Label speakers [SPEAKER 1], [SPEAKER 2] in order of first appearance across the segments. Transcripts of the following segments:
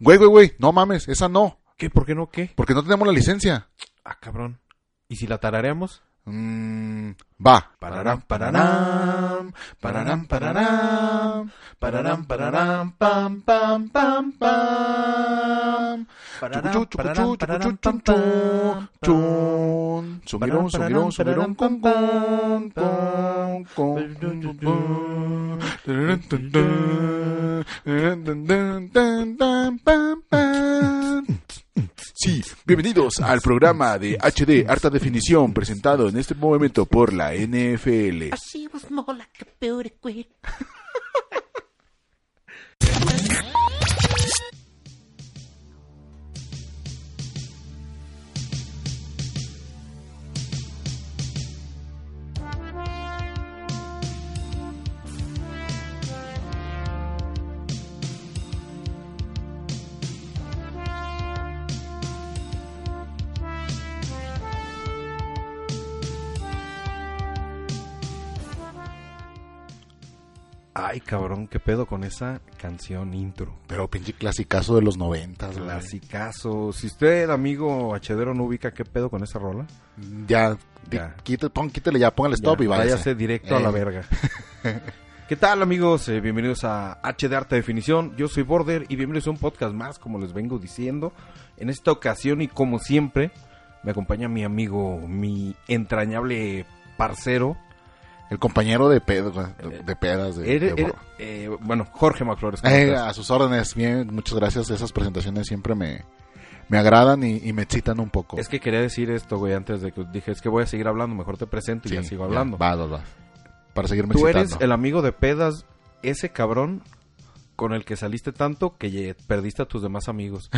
[SPEAKER 1] güey, güey, güey, no mames, esa no,
[SPEAKER 2] ¿Qué? ¿Por qué no? ¿Qué?
[SPEAKER 1] porque no tenemos la licencia.
[SPEAKER 2] Ah, cabrón. ¿Y si la tarareamos?
[SPEAKER 1] Mm, va.
[SPEAKER 2] Pararam, pararam, pararam, pararam, pararam, pararam, pam, pam, pam, pam. Pararam,
[SPEAKER 1] Chucuchú,
[SPEAKER 2] pararam,
[SPEAKER 1] chucuchú,
[SPEAKER 2] pararam,
[SPEAKER 1] chucuchú,
[SPEAKER 2] pam,
[SPEAKER 1] chun, chun,
[SPEAKER 2] pam, pam.
[SPEAKER 1] chun. Subirón, subirón, subirón, con, con, con, con, con, con. Tararán, tan, tan, tararán, tan, tan, tan, tan, pam, pam. Sí, bienvenidos al programa de HD Harta Definición presentado en este momento por la NFL.
[SPEAKER 3] She was more like a beauty queen.
[SPEAKER 2] Ay, cabrón, qué pedo con esa canción intro.
[SPEAKER 1] Pero pinche clasicazo de los noventas, güey.
[SPEAKER 2] Clasicazo. Si usted, amigo hachedero, no ubica qué pedo con esa rola,
[SPEAKER 1] Ya,
[SPEAKER 2] Ya.
[SPEAKER 1] Quítale, pon, quítale ya, póngale stop
[SPEAKER 2] ya,
[SPEAKER 1] y váyase.
[SPEAKER 2] váyase directo a la
[SPEAKER 1] Eh,
[SPEAKER 2] verga. ¿Qué tal, amigos? Eh, bienvenidos a H de Arte Definición. Yo soy Border y bienvenidos a un podcast más, como les vengo diciendo. En esta ocasión y como siempre, me acompaña mi amigo, mi entrañable parcero.
[SPEAKER 1] El compañero de pedo, de, de pedas. De,
[SPEAKER 2] Eh, Eres-
[SPEAKER 1] de
[SPEAKER 2] eres-
[SPEAKER 1] borra.
[SPEAKER 2] eh, bueno, Jorge Maclores. ¿cómo
[SPEAKER 1] Eh,
[SPEAKER 2] estás?
[SPEAKER 1] a sus órdenes, bien, muchas gracias. Esas presentaciones siempre me, me agradan y, y me excitan un poco.
[SPEAKER 2] Es que quería decir esto, güey, antes de que dije, es que voy a seguir hablando, mejor te presento y
[SPEAKER 1] Sí,
[SPEAKER 2] ya sigo hablando.
[SPEAKER 1] va, va, va. Para seguirme
[SPEAKER 2] Tú
[SPEAKER 1] excitando.
[SPEAKER 2] eres el amigo de pedas, ese cabrón con el que saliste tanto que ye- perdiste a tus demás amigos.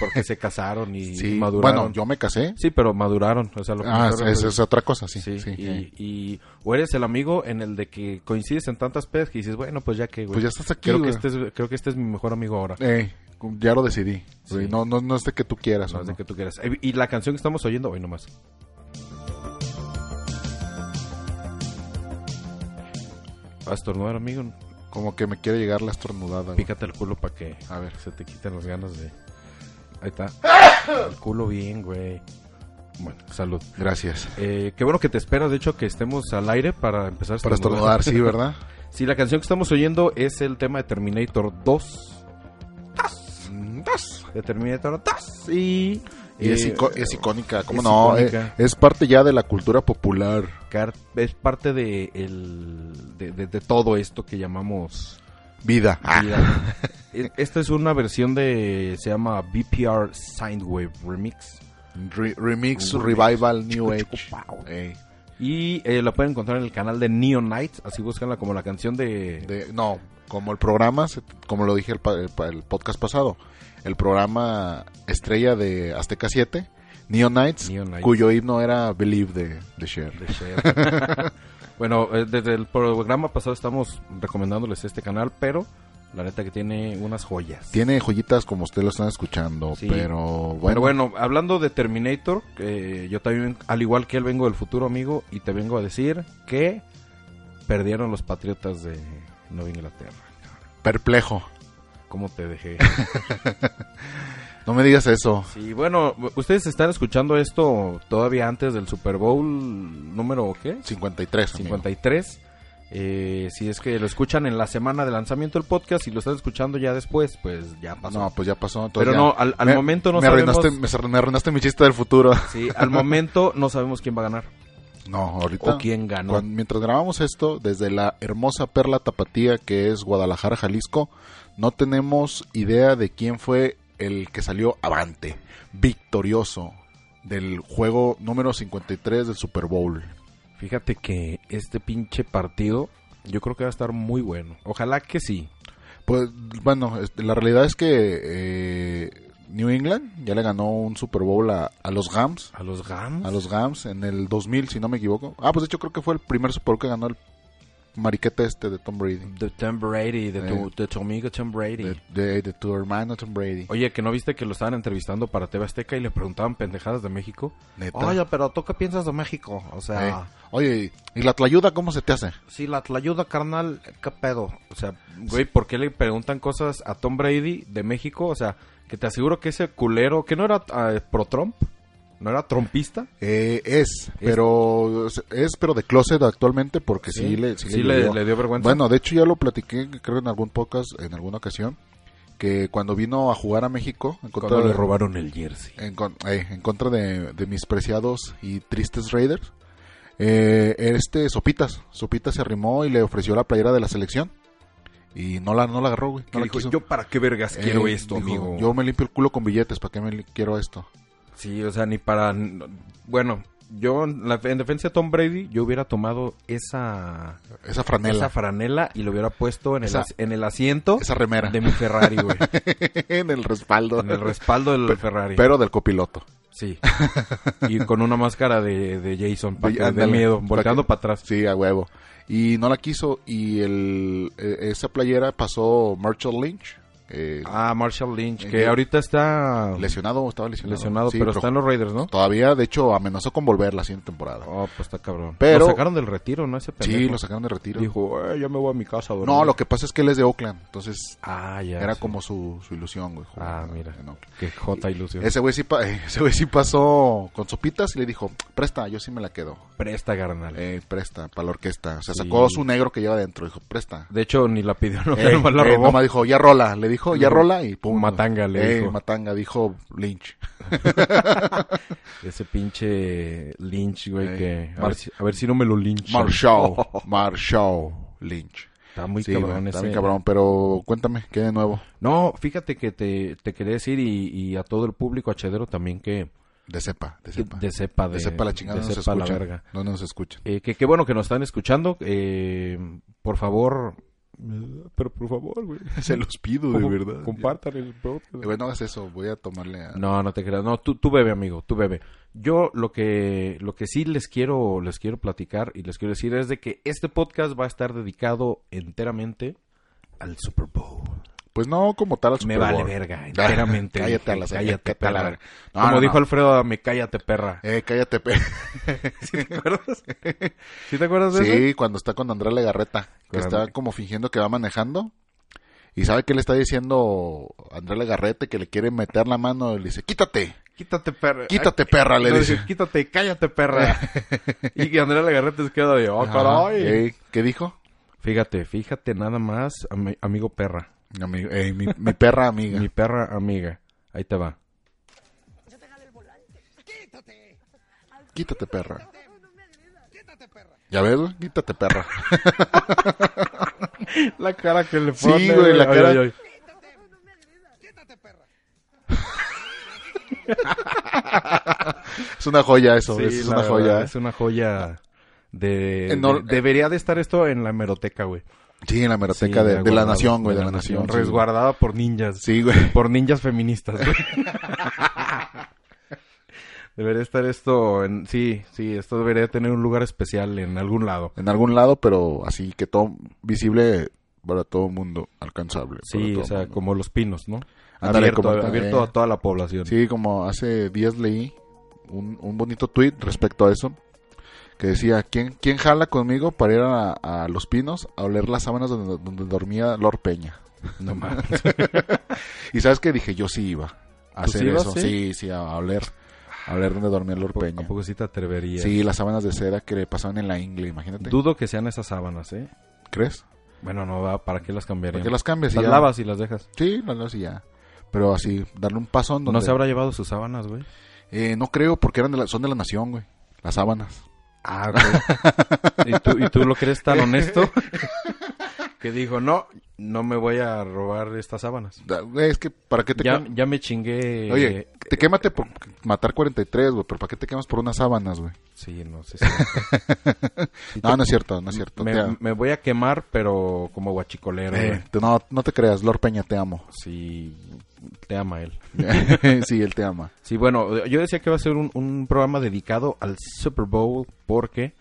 [SPEAKER 2] Porque se casaron y,
[SPEAKER 1] Sí,
[SPEAKER 2] y maduraron.
[SPEAKER 1] Bueno, yo me casé.
[SPEAKER 2] Sí, pero maduraron. O sea, lo que
[SPEAKER 1] ah,
[SPEAKER 2] me
[SPEAKER 1] es,
[SPEAKER 2] refiero
[SPEAKER 1] es-
[SPEAKER 2] es-
[SPEAKER 1] es otra cosa, sí.
[SPEAKER 2] sí,
[SPEAKER 1] sí, eh.
[SPEAKER 2] y,
[SPEAKER 1] sí.
[SPEAKER 2] y- o eres el amigo en el de que coincides en tantas pedas que dices, bueno, pues ya que, güey.
[SPEAKER 1] Pues ya estás aquí,
[SPEAKER 2] creo, que
[SPEAKER 1] güey.
[SPEAKER 2] este es, creo que este es mi mejor amigo ahora.
[SPEAKER 1] Eh, ya lo decidí.
[SPEAKER 2] Sí.
[SPEAKER 1] Sí, No, no, no es de que tú quieras.
[SPEAKER 2] No,
[SPEAKER 1] ¿o
[SPEAKER 2] es de
[SPEAKER 1] no?
[SPEAKER 2] que tú quieras. Eh, Y la canción que estamos oyendo hoy nomás. ¿Vas a estornudar, amigo?
[SPEAKER 1] Como que me quiere llegar la estornudada. güey.
[SPEAKER 2] Pícate el culo para que
[SPEAKER 1] A ver.
[SPEAKER 2] se te quiten las ganas de... Ahí está. El culo bien, güey. Bueno, salud.
[SPEAKER 1] Gracias.
[SPEAKER 2] Eh, qué bueno que te esperas, de hecho, que estemos al aire para empezar a
[SPEAKER 1] Para estornudar, sí, ¿verdad?
[SPEAKER 2] Sí, la canción que estamos oyendo es el tema de Terminator 2.
[SPEAKER 1] Mm, pues.
[SPEAKER 2] De Terminator 2. Y...
[SPEAKER 1] Y es,
[SPEAKER 2] eh,
[SPEAKER 1] ico- es icónica, ¿cómo
[SPEAKER 2] es
[SPEAKER 1] no?
[SPEAKER 2] icónica.
[SPEAKER 1] Eh, Es, parte ya de la cultura popular.
[SPEAKER 2] Car- es parte de, el, de, de- de todo esto que llamamos
[SPEAKER 1] Vida. Ah,
[SPEAKER 2] vida. E- Esta es una versión de, se llama BPR Soundwave Remix.
[SPEAKER 1] re- remix,
[SPEAKER 2] Remix.
[SPEAKER 1] revival, new
[SPEAKER 2] Chucu,
[SPEAKER 1] age.
[SPEAKER 2] chucu, pau.
[SPEAKER 1] Ey.
[SPEAKER 2] Y eh, la pueden encontrar en el canal de Neon Knights, así búscanla como la canción de...
[SPEAKER 1] De- no, como el programa, se- como lo dije el, pa- el pa- el podcast pasado, el programa estrella de Azteca 7, Neon Knights,
[SPEAKER 2] Neon Knights.
[SPEAKER 1] cuyo himno era Believe de, de Cher.
[SPEAKER 2] de Cher. bueno, eh, desde el programa pasado estamos recomendándoles este canal, pero la neta que tiene unas joyas.
[SPEAKER 1] Tiene joyitas como ustedes lo están escuchando,
[SPEAKER 2] Sí.
[SPEAKER 1] pero bueno.
[SPEAKER 2] Pero bueno, hablando de Terminator, eh, yo también, al igual que él, vengo del futuro, amigo, y te vengo a decir que perdieron los Patriotas de Nueva Inglaterra.
[SPEAKER 1] Perplejo.
[SPEAKER 2] ¿Cómo te dejé?
[SPEAKER 1] No me digas eso.
[SPEAKER 2] Sí, bueno, ustedes están escuchando esto todavía antes del Super Bowl número, ¿qué?
[SPEAKER 1] 53, amigo.
[SPEAKER 2] 53. Eh, si es que lo escuchan en la semana de lanzamiento del podcast y lo están escuchando ya después, pues ya pasó.
[SPEAKER 1] No, pues ya pasó. entonces
[SPEAKER 2] Pero
[SPEAKER 1] ya-
[SPEAKER 2] no, al, al
[SPEAKER 1] Me-
[SPEAKER 2] momento no
[SPEAKER 1] me
[SPEAKER 2] sabemos...
[SPEAKER 1] arruinaste, me sar- me arruinaste mi chiste del futuro.
[SPEAKER 2] Sí, al momento no sabemos quién va a ganar
[SPEAKER 1] No, ahorita.
[SPEAKER 2] o quién ganó.
[SPEAKER 1] Cuan- mientras grabamos esto, desde la hermosa perla tapatía que es Guadalajara, Jalisco, no tenemos idea de quién fue el que salió avante, victorioso del juego número 53 del Super Bowl.
[SPEAKER 2] Fíjate que este pinche partido yo creo que va a estar muy bueno. Ojalá que sí.
[SPEAKER 1] Pues bueno, este, la realidad es que eh, New England ya le ganó un Super Bowl a, a los Rams,
[SPEAKER 2] A los Rams.
[SPEAKER 1] a los Rams en el 2000 si no me equivoco. Ah, pues de hecho creo que fue el primer Super Bowl que ganó el mariquete este de Tom Brady.
[SPEAKER 2] De Tom Brady, de tu,
[SPEAKER 1] Eh.
[SPEAKER 2] de tu amigo Tom Brady.
[SPEAKER 1] De, de- de tu hermano Tom Brady.
[SPEAKER 2] Oye, que no viste que lo estaban entrevistando para TV Azteca y le preguntaban pendejadas de México.
[SPEAKER 1] Neta.
[SPEAKER 2] Oye, pero ¿tú qué piensas de México? O
[SPEAKER 1] Eh,
[SPEAKER 2] sea,
[SPEAKER 1] Oye, ¿y la tlayuda cómo se te hace?
[SPEAKER 2] si la tlayuda, carnal, ¿qué pedo? O sea, güey, ¿por qué le preguntan cosas a Tom Brady de México? O sea, Que te aseguro que ese culero, que no era eh, pro-Trump, no era trompista.
[SPEAKER 1] Eh, es, pero es pero de closet actualmente porque sí,
[SPEAKER 2] Sí,
[SPEAKER 1] le,
[SPEAKER 2] ¿Eh? sí le- le dio vergüenza.
[SPEAKER 1] Bueno, de hecho ya lo platiqué creo en algún podcast en alguna ocasión que cuando vino a jugar a México en contra
[SPEAKER 2] Cuando le
[SPEAKER 1] de-
[SPEAKER 2] robaron el jersey.
[SPEAKER 1] en, con- eh, en contra de, de mis preciados y tristes Raiders, eh, este Sopitas, Sopitas se arrimó y le ofreció la playera de la selección y no la no la agarró, güey. no
[SPEAKER 2] Que
[SPEAKER 1] la
[SPEAKER 2] dijo,
[SPEAKER 1] quiso.
[SPEAKER 2] yo para qué vergas quiero
[SPEAKER 1] Eh,
[SPEAKER 2] esto,
[SPEAKER 1] dijo,
[SPEAKER 2] amigo.
[SPEAKER 1] Yo me limpio el culo con billetes, ¿para qué me li- quiero esto?
[SPEAKER 2] Sí, o sea, ni para... Bueno, yo en, la- en defensa de Tom Brady, yo hubiera tomado esa...
[SPEAKER 1] Esa franela,
[SPEAKER 2] Esa franela y lo hubiera puesto en el,
[SPEAKER 1] Esa-
[SPEAKER 2] as- en el asiento
[SPEAKER 1] esa remera.
[SPEAKER 2] de mi Ferrari, güey.
[SPEAKER 1] en el respaldo.
[SPEAKER 2] en el respaldo del
[SPEAKER 1] Pe-
[SPEAKER 2] Ferrari.
[SPEAKER 1] Pero del copiloto.
[SPEAKER 2] Sí. Y con una máscara de, de Jason, pa-
[SPEAKER 1] De-
[SPEAKER 2] de,
[SPEAKER 1] ándale,
[SPEAKER 2] miedo,
[SPEAKER 1] pa'
[SPEAKER 2] volteando
[SPEAKER 1] que-
[SPEAKER 2] para atrás.
[SPEAKER 1] Sí, a huevo. Y no la quiso. Y el, eh, esa playera pasó Marshall Lynch. eh,
[SPEAKER 2] Ah, Marshall Lynch, que
[SPEAKER 1] Eh,
[SPEAKER 2] ahorita está
[SPEAKER 1] lesionado, estaba lesionado.
[SPEAKER 2] lesionado,
[SPEAKER 1] Sí,
[SPEAKER 2] pero está en los Raiders, ¿no?
[SPEAKER 1] Todavía, de hecho, amenazó con volver la siguiente temporada.
[SPEAKER 2] Oh, pues está cabrón.
[SPEAKER 1] Pero-
[SPEAKER 2] Lo sacaron del retiro, ¿no? Ese
[SPEAKER 1] sí,
[SPEAKER 2] pendejo.
[SPEAKER 1] lo sacaron de retiro.
[SPEAKER 2] Dijo, eh, ya me voy a mi casa. a dormir".
[SPEAKER 1] no, lo que pasa es que él es de Oakland. Entonces,
[SPEAKER 2] Ah, ya.
[SPEAKER 1] era
[SPEAKER 2] sí.
[SPEAKER 1] como su, su ilusión, güey. jugar
[SPEAKER 2] Ah,
[SPEAKER 1] en-
[SPEAKER 2] mira.
[SPEAKER 1] en Oakland.
[SPEAKER 2] Qué jota ilusión.
[SPEAKER 1] Ese güey sí, pa- ese güey sí pasó con sopitas y le dijo, presta, yo sí me la quedo.
[SPEAKER 2] Presta, carnal.
[SPEAKER 1] Eh, presta, para la orquesta. O sea,
[SPEAKER 2] Sí.
[SPEAKER 1] sacó su negro que lleva adentro. Dijo, presta.
[SPEAKER 2] De hecho, ni la pidió, no,
[SPEAKER 1] Eh,
[SPEAKER 2] nomás la
[SPEAKER 1] eh,
[SPEAKER 2] robó.
[SPEAKER 1] nomás dijo, ya rola. Le dijo, ya rola y pum.
[SPEAKER 2] Matanga le
[SPEAKER 1] Eh,
[SPEAKER 2] dijo.
[SPEAKER 1] Matanga, dijo Lynch.
[SPEAKER 2] Ese pinche Lynch, güey,
[SPEAKER 1] Eh,
[SPEAKER 2] que... A
[SPEAKER 1] Mar-
[SPEAKER 2] ver, si, a ver si no me lo lynch.
[SPEAKER 1] Marshall. Marshall Lynch.
[SPEAKER 2] Está muy
[SPEAKER 1] Sí,
[SPEAKER 2] cabrón
[SPEAKER 1] güey,
[SPEAKER 2] ese.
[SPEAKER 1] está bien cabrón, pero cuéntame, ¿qué de nuevo?
[SPEAKER 2] No, fíjate que te, te quería decir y, y a todo el público achedero también que...
[SPEAKER 1] De cepa, de
[SPEAKER 2] que-
[SPEAKER 1] cepa.
[SPEAKER 2] De cepa, de,
[SPEAKER 1] De cepa la chingada,
[SPEAKER 2] de
[SPEAKER 1] no nos
[SPEAKER 2] cepa la
[SPEAKER 1] escuchan.
[SPEAKER 2] verga.
[SPEAKER 1] No nos escuchan.
[SPEAKER 2] Eh, que qué bueno que nos están escuchando. eh, por favor. Pero por favor, güey.
[SPEAKER 1] Se los pido, de verdad.
[SPEAKER 2] Compartan el
[SPEAKER 1] Eh, güey, no hagas eso, voy a tomarle a...
[SPEAKER 2] No, no te creas. No, tú, tú bebe, amigo, tú bebe. Yo lo que, lo que sí les quiero, les quiero platicar y les quiero decir es de que este podcast va a estar dedicado enteramente al Super Bowl.
[SPEAKER 1] Pues no como tal al
[SPEAKER 2] me
[SPEAKER 1] Super
[SPEAKER 2] vale
[SPEAKER 1] Bowl.
[SPEAKER 2] verga, enteramente.
[SPEAKER 1] cállate a la
[SPEAKER 2] cállate,
[SPEAKER 1] cállate a la
[SPEAKER 2] perra.
[SPEAKER 1] verga. No,
[SPEAKER 2] Como
[SPEAKER 1] no,
[SPEAKER 2] dijo
[SPEAKER 1] no.
[SPEAKER 2] Alfredo, me cállate, perra.
[SPEAKER 1] Eh, cállate, pe-
[SPEAKER 2] ¿Sí te acuerdas? ¿Sí te acuerdas de eso?
[SPEAKER 1] Sí, cuando está con Andrea Legarreta, que
[SPEAKER 2] Con
[SPEAKER 1] está
[SPEAKER 2] Andrea.
[SPEAKER 1] como fingiendo que va manejando. Y sabe que le está diciendo Andrea Legarrete que le quiere meter la mano y le dice, quítate,
[SPEAKER 2] Quítate, perra.
[SPEAKER 1] quítate perra, le
[SPEAKER 2] No,
[SPEAKER 1] dice.
[SPEAKER 2] dice, quítate, y cállate, perra. y que Andrea Legarrete se queda de, oh,
[SPEAKER 1] Ajá.
[SPEAKER 2] caray.
[SPEAKER 1] Ey, ¿Qué dijo?
[SPEAKER 2] Fíjate, fíjate nada más, ami- amigo perra.
[SPEAKER 1] Amigo, ey, mi, mi perra amiga.
[SPEAKER 2] Mi perra amiga. Ahí te va.
[SPEAKER 1] Quítate perra. Ya ves, güey? quítate perra.
[SPEAKER 2] La cara que le
[SPEAKER 1] Sí, pone, güey, la güey. cara. Ay, ay, es una joya eso, es una joya. ¿eh?
[SPEAKER 2] Es una joya de...
[SPEAKER 1] En or-
[SPEAKER 2] de- debería de estar esto en la hemeroteca, güey.
[SPEAKER 1] Sí, en la meroteca
[SPEAKER 2] Sí,
[SPEAKER 1] de, de la
[SPEAKER 2] guardado,
[SPEAKER 1] nación, güey, de la nación. sí, güey.
[SPEAKER 2] Resguardada por ninjas.
[SPEAKER 1] Sí, güey.
[SPEAKER 2] Por ninjas feministas, güey. debería estar esto en... Sí, sí, esto debería tener un lugar especial en algún lado.
[SPEAKER 1] En algún lado, pero así que todo visible para todo el mundo, alcanzable. para
[SPEAKER 2] Sí,
[SPEAKER 1] todo
[SPEAKER 2] o sea,
[SPEAKER 1] mundo.
[SPEAKER 2] como los pinos, ¿no?
[SPEAKER 1] Ándale,
[SPEAKER 2] abierto
[SPEAKER 1] como está,
[SPEAKER 2] abierto
[SPEAKER 1] eh.
[SPEAKER 2] a toda la población.
[SPEAKER 1] Sí, como hace días leí un, un bonito tweet respecto a eso, que decía, ¿quién, quién jala conmigo para ir a, a Los Pinos a oler las sábanas donde, donde dormía Lord Peña?
[SPEAKER 2] No mames.
[SPEAKER 1] Y sabes que dije, yo sí iba a
[SPEAKER 2] ¿Tú
[SPEAKER 1] hacer
[SPEAKER 2] sí ibas,
[SPEAKER 1] eso.
[SPEAKER 2] sí?
[SPEAKER 1] Sí, sí, a oler, a oler donde dormía Lord
[SPEAKER 2] ¿A
[SPEAKER 1] Peña.
[SPEAKER 2] poco sí te atreverías?
[SPEAKER 1] Sí, las sábanas de seda que le pasaban en la ingle, imagínate.
[SPEAKER 2] Dudo que sean esas sábanas, ¿eh?
[SPEAKER 1] crees?
[SPEAKER 2] Bueno, no va, ¿para qué las cambiarían?
[SPEAKER 1] ¿Por qué las cambias? y
[SPEAKER 2] Las
[SPEAKER 1] ya?
[SPEAKER 2] lavas y las dejas.
[SPEAKER 1] Sí, las lavas y ya. Pero así, darle un paso en donde...
[SPEAKER 2] ¿No se habrá llevado sus sábanas, güey?
[SPEAKER 1] Eh, no creo, porque eran de la- son de la nación, güey. Las sábanas.
[SPEAKER 2] Ah, güey. ¿Y, tú, ¿Y tú lo crees tan honesto? que dijo, no, no me voy a robar estas sábanas.
[SPEAKER 1] Da- güey, Es que, ¿para qué te
[SPEAKER 2] Ya,
[SPEAKER 1] cam-
[SPEAKER 2] ya me chingué...
[SPEAKER 1] Oye, te quémate por matar 43, güey, pero ¿para qué te quemas por unas sábanas, güey?
[SPEAKER 2] Sí, no sé si... Sí
[SPEAKER 1] No,
[SPEAKER 2] te-
[SPEAKER 1] no es cierto, no es cierto.
[SPEAKER 2] Me,
[SPEAKER 1] te am-
[SPEAKER 2] me voy a quemar, pero como guachicolero,
[SPEAKER 1] Eh,
[SPEAKER 2] güey.
[SPEAKER 1] te- no, no te creas, Lord Peña, te amo.
[SPEAKER 2] Sí, te ama él.
[SPEAKER 1] sí, él te ama.
[SPEAKER 2] Sí, bueno, yo decía que va a ser un, un programa dedicado al Super Bowl porque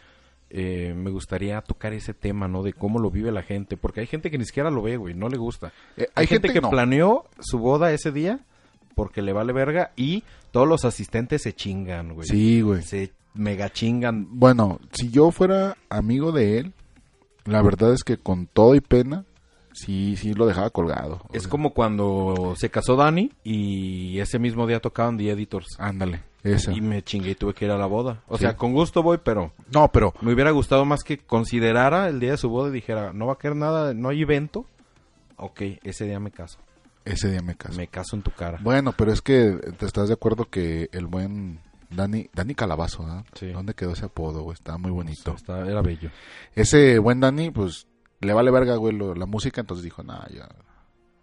[SPEAKER 2] eh, me gustaría tocar ese tema, ¿no? De cómo lo vive la gente, porque hay gente que ni siquiera lo ve, güey, no le gusta.
[SPEAKER 1] Eh, hay,
[SPEAKER 2] Hay, gente, que
[SPEAKER 1] no.
[SPEAKER 2] planeó su boda ese día porque le vale verga y todos los asistentes se chingan, güey.
[SPEAKER 1] Sí, güey.
[SPEAKER 2] Se mega chingan.
[SPEAKER 1] Bueno, si yo fuera amigo de él, la verdad es que con todo y pena Sí, sí, lo dejaba colgado. O
[SPEAKER 2] Es
[SPEAKER 1] sea,
[SPEAKER 2] como cuando se casó Dani y ese mismo día tocaban The Editors.
[SPEAKER 1] Ándale, esa.
[SPEAKER 2] Y me chingué y tuve que ir a la boda. O
[SPEAKER 1] Sí.
[SPEAKER 2] sea, con gusto voy, pero
[SPEAKER 1] No, pero
[SPEAKER 2] me hubiera gustado más que considerara el día de su boda y dijera, no va a caer nada, no hay evento. Ok, ese día me caso.
[SPEAKER 1] ese día me casé.
[SPEAKER 2] Me caso en tu cara.
[SPEAKER 1] Bueno, pero es que te estás de acuerdo que el buen Dani, Dani Calabazo, ¿ah?
[SPEAKER 2] Sí.
[SPEAKER 1] ¿Dónde quedó ese apodo? güey? Está muy bonito.
[SPEAKER 2] Está- era bello.
[SPEAKER 1] Ese buen Dani, pues, le vale verga, güey, lo- la música, entonces dijo, nah, ya.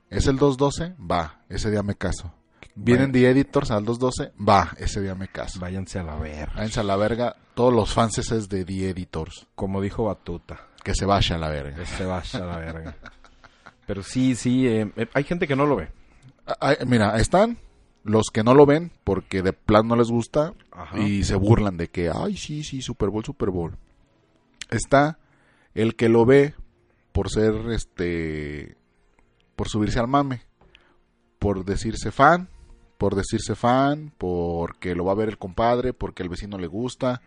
[SPEAKER 1] ¿Es el 212? Va, ese día me caso. ¿Vienen
[SPEAKER 2] Vayan-
[SPEAKER 1] The Editors al 212? Va, ese día me caso.
[SPEAKER 2] Váyanse a la verga.
[SPEAKER 1] Váyanse a la verga, todos los fans es de The Editors.
[SPEAKER 2] Como dijo Batuta.
[SPEAKER 1] Que se vaya a la verga.
[SPEAKER 2] Se vaya a la verga. Pero sí, sí, eh, eh, hay gente que no lo ve.
[SPEAKER 1] Ah, ah, mira, están los que no lo ven porque de plan no les gusta
[SPEAKER 2] Ajá.
[SPEAKER 1] y se burlan de que, ay, sí, sí, Super Bowl, Super Bowl. Está el que lo ve por ser, este, por subirse al mame, por decirse fan, por decirse fan, porque lo va a ver el compadre, porque el vecino le gusta.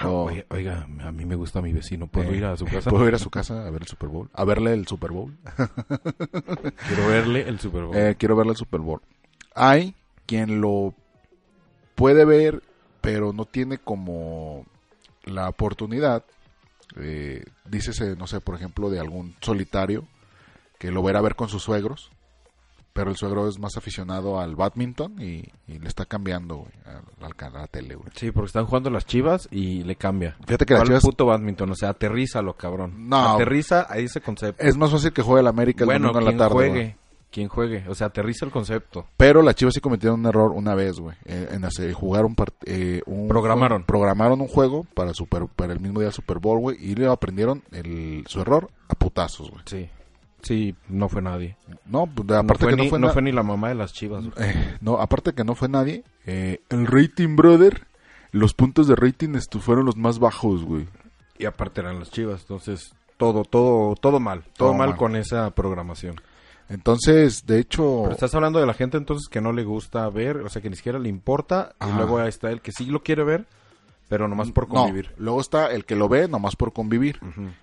[SPEAKER 2] Ah,
[SPEAKER 1] o-
[SPEAKER 2] oye, Oiga, a mí me gusta mi vecino. ¿Puedo
[SPEAKER 1] oh. Eh,
[SPEAKER 2] ir a su casa?
[SPEAKER 1] Puedo ir a su casa a ver el Super Bowl, a verle el Super Bowl.
[SPEAKER 2] Quiero verle el Super Bowl.
[SPEAKER 1] Eh, quiero verle el Super Bowl. Hay quien lo puede ver, pero no tiene como la oportunidad. Eh, dícese, no sé, por ejemplo, de algún solitario que lo verá ver con sus suegros. Pero el suegro es más aficionado al badminton y, y le está cambiando güey, al, al canal, a la tele. güey.
[SPEAKER 2] Sí, porque están jugando las chivas y le cambia.
[SPEAKER 1] Fíjate que las
[SPEAKER 2] ¿Cuál
[SPEAKER 1] Chivas-
[SPEAKER 2] puto badminton? O sea, aterrízalo, cabrón.
[SPEAKER 1] No.
[SPEAKER 2] Aterriza a ese concepto.
[SPEAKER 1] Es más fácil que juegue el América el
[SPEAKER 2] bueno,
[SPEAKER 1] domingo en
[SPEAKER 2] quien
[SPEAKER 1] la tarde.
[SPEAKER 2] juegue.
[SPEAKER 1] güey.
[SPEAKER 2] Quien juegue. O sea, aterriza el concepto.
[SPEAKER 1] Pero las Chivas sí cometieron un error una vez, güey. eh, En hacer, jugar un, part- eh, un-
[SPEAKER 2] Programaron.
[SPEAKER 1] programaron un juego para, super, para el mismo día del Super Bowl, güey. Y le aprendieron el, su error a putazos, güey.
[SPEAKER 2] Sí. Sí, no fue nadie.
[SPEAKER 1] No, pues, aparte
[SPEAKER 2] no fue,
[SPEAKER 1] que
[SPEAKER 2] ni,
[SPEAKER 1] no fue,
[SPEAKER 2] no
[SPEAKER 1] na-
[SPEAKER 2] fue ni la mamá de las chivas. güey.
[SPEAKER 1] eh, no, aparte que no fue nadie. eh, el rating, brother. Los puntos de rating estu- fueron los más bajos, güey.
[SPEAKER 2] Y aparte eran las chivas. Entonces, todo, todo, todo mal. Todo,
[SPEAKER 1] Todo
[SPEAKER 2] mal,
[SPEAKER 1] mal.
[SPEAKER 2] con esa programación.
[SPEAKER 1] Entonces, de hecho,
[SPEAKER 2] Pero estás hablando de la gente entonces que no le gusta ver, o sea, que ni siquiera le importa. Y
[SPEAKER 1] Ajá.
[SPEAKER 2] luego ahí está el que sí lo quiere ver, pero nomás por
[SPEAKER 1] no.
[SPEAKER 2] convivir.
[SPEAKER 1] Luego está el que lo ve nomás por convivir.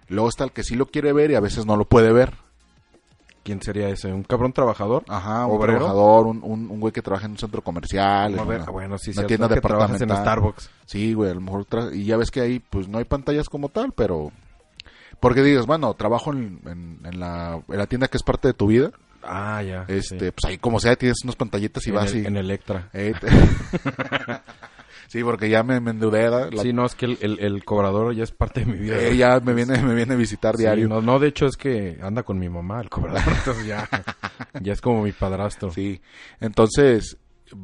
[SPEAKER 1] Luego está el que sí lo quiere ver y a veces no lo puede ver.
[SPEAKER 2] ¿Quién sería ese? ¿Un cabrón trabajador?
[SPEAKER 1] Ajá, un
[SPEAKER 2] ¿Obrero?
[SPEAKER 1] trabajador, un, un, un güey que trabaja en un centro comercial. en
[SPEAKER 2] A ver,
[SPEAKER 1] una-
[SPEAKER 2] bueno, sí,
[SPEAKER 1] una
[SPEAKER 2] cierto,
[SPEAKER 1] tienda
[SPEAKER 2] que trabajas en
[SPEAKER 1] departamental.
[SPEAKER 2] Starbucks.
[SPEAKER 1] Sí, güey, a lo mejor... tra- Y ya ves que ahí, pues, no hay pantallas como tal, pero... Porque digas, bueno, trabajo en, en- en la, en la tienda que es parte de tu vida.
[SPEAKER 2] Ah, ya.
[SPEAKER 1] Este,
[SPEAKER 2] sí.
[SPEAKER 1] pues ahí como sea, tienes unas pantallitas y
[SPEAKER 2] en,
[SPEAKER 1] vas
[SPEAKER 2] el,
[SPEAKER 1] y...
[SPEAKER 2] en Electra.
[SPEAKER 1] Eh, te- sí, porque ya me, me endeudé. la- la-
[SPEAKER 2] Sí, no, es que el, el- el cobrador ya es parte de mi vida.
[SPEAKER 1] eh, ya me viene, me viene a visitar
[SPEAKER 2] Sí,
[SPEAKER 1] diario.
[SPEAKER 2] no, no, de hecho es que anda con mi mamá el cobrador. Entonces ya, ya es como mi padrastro.
[SPEAKER 1] Sí, entonces,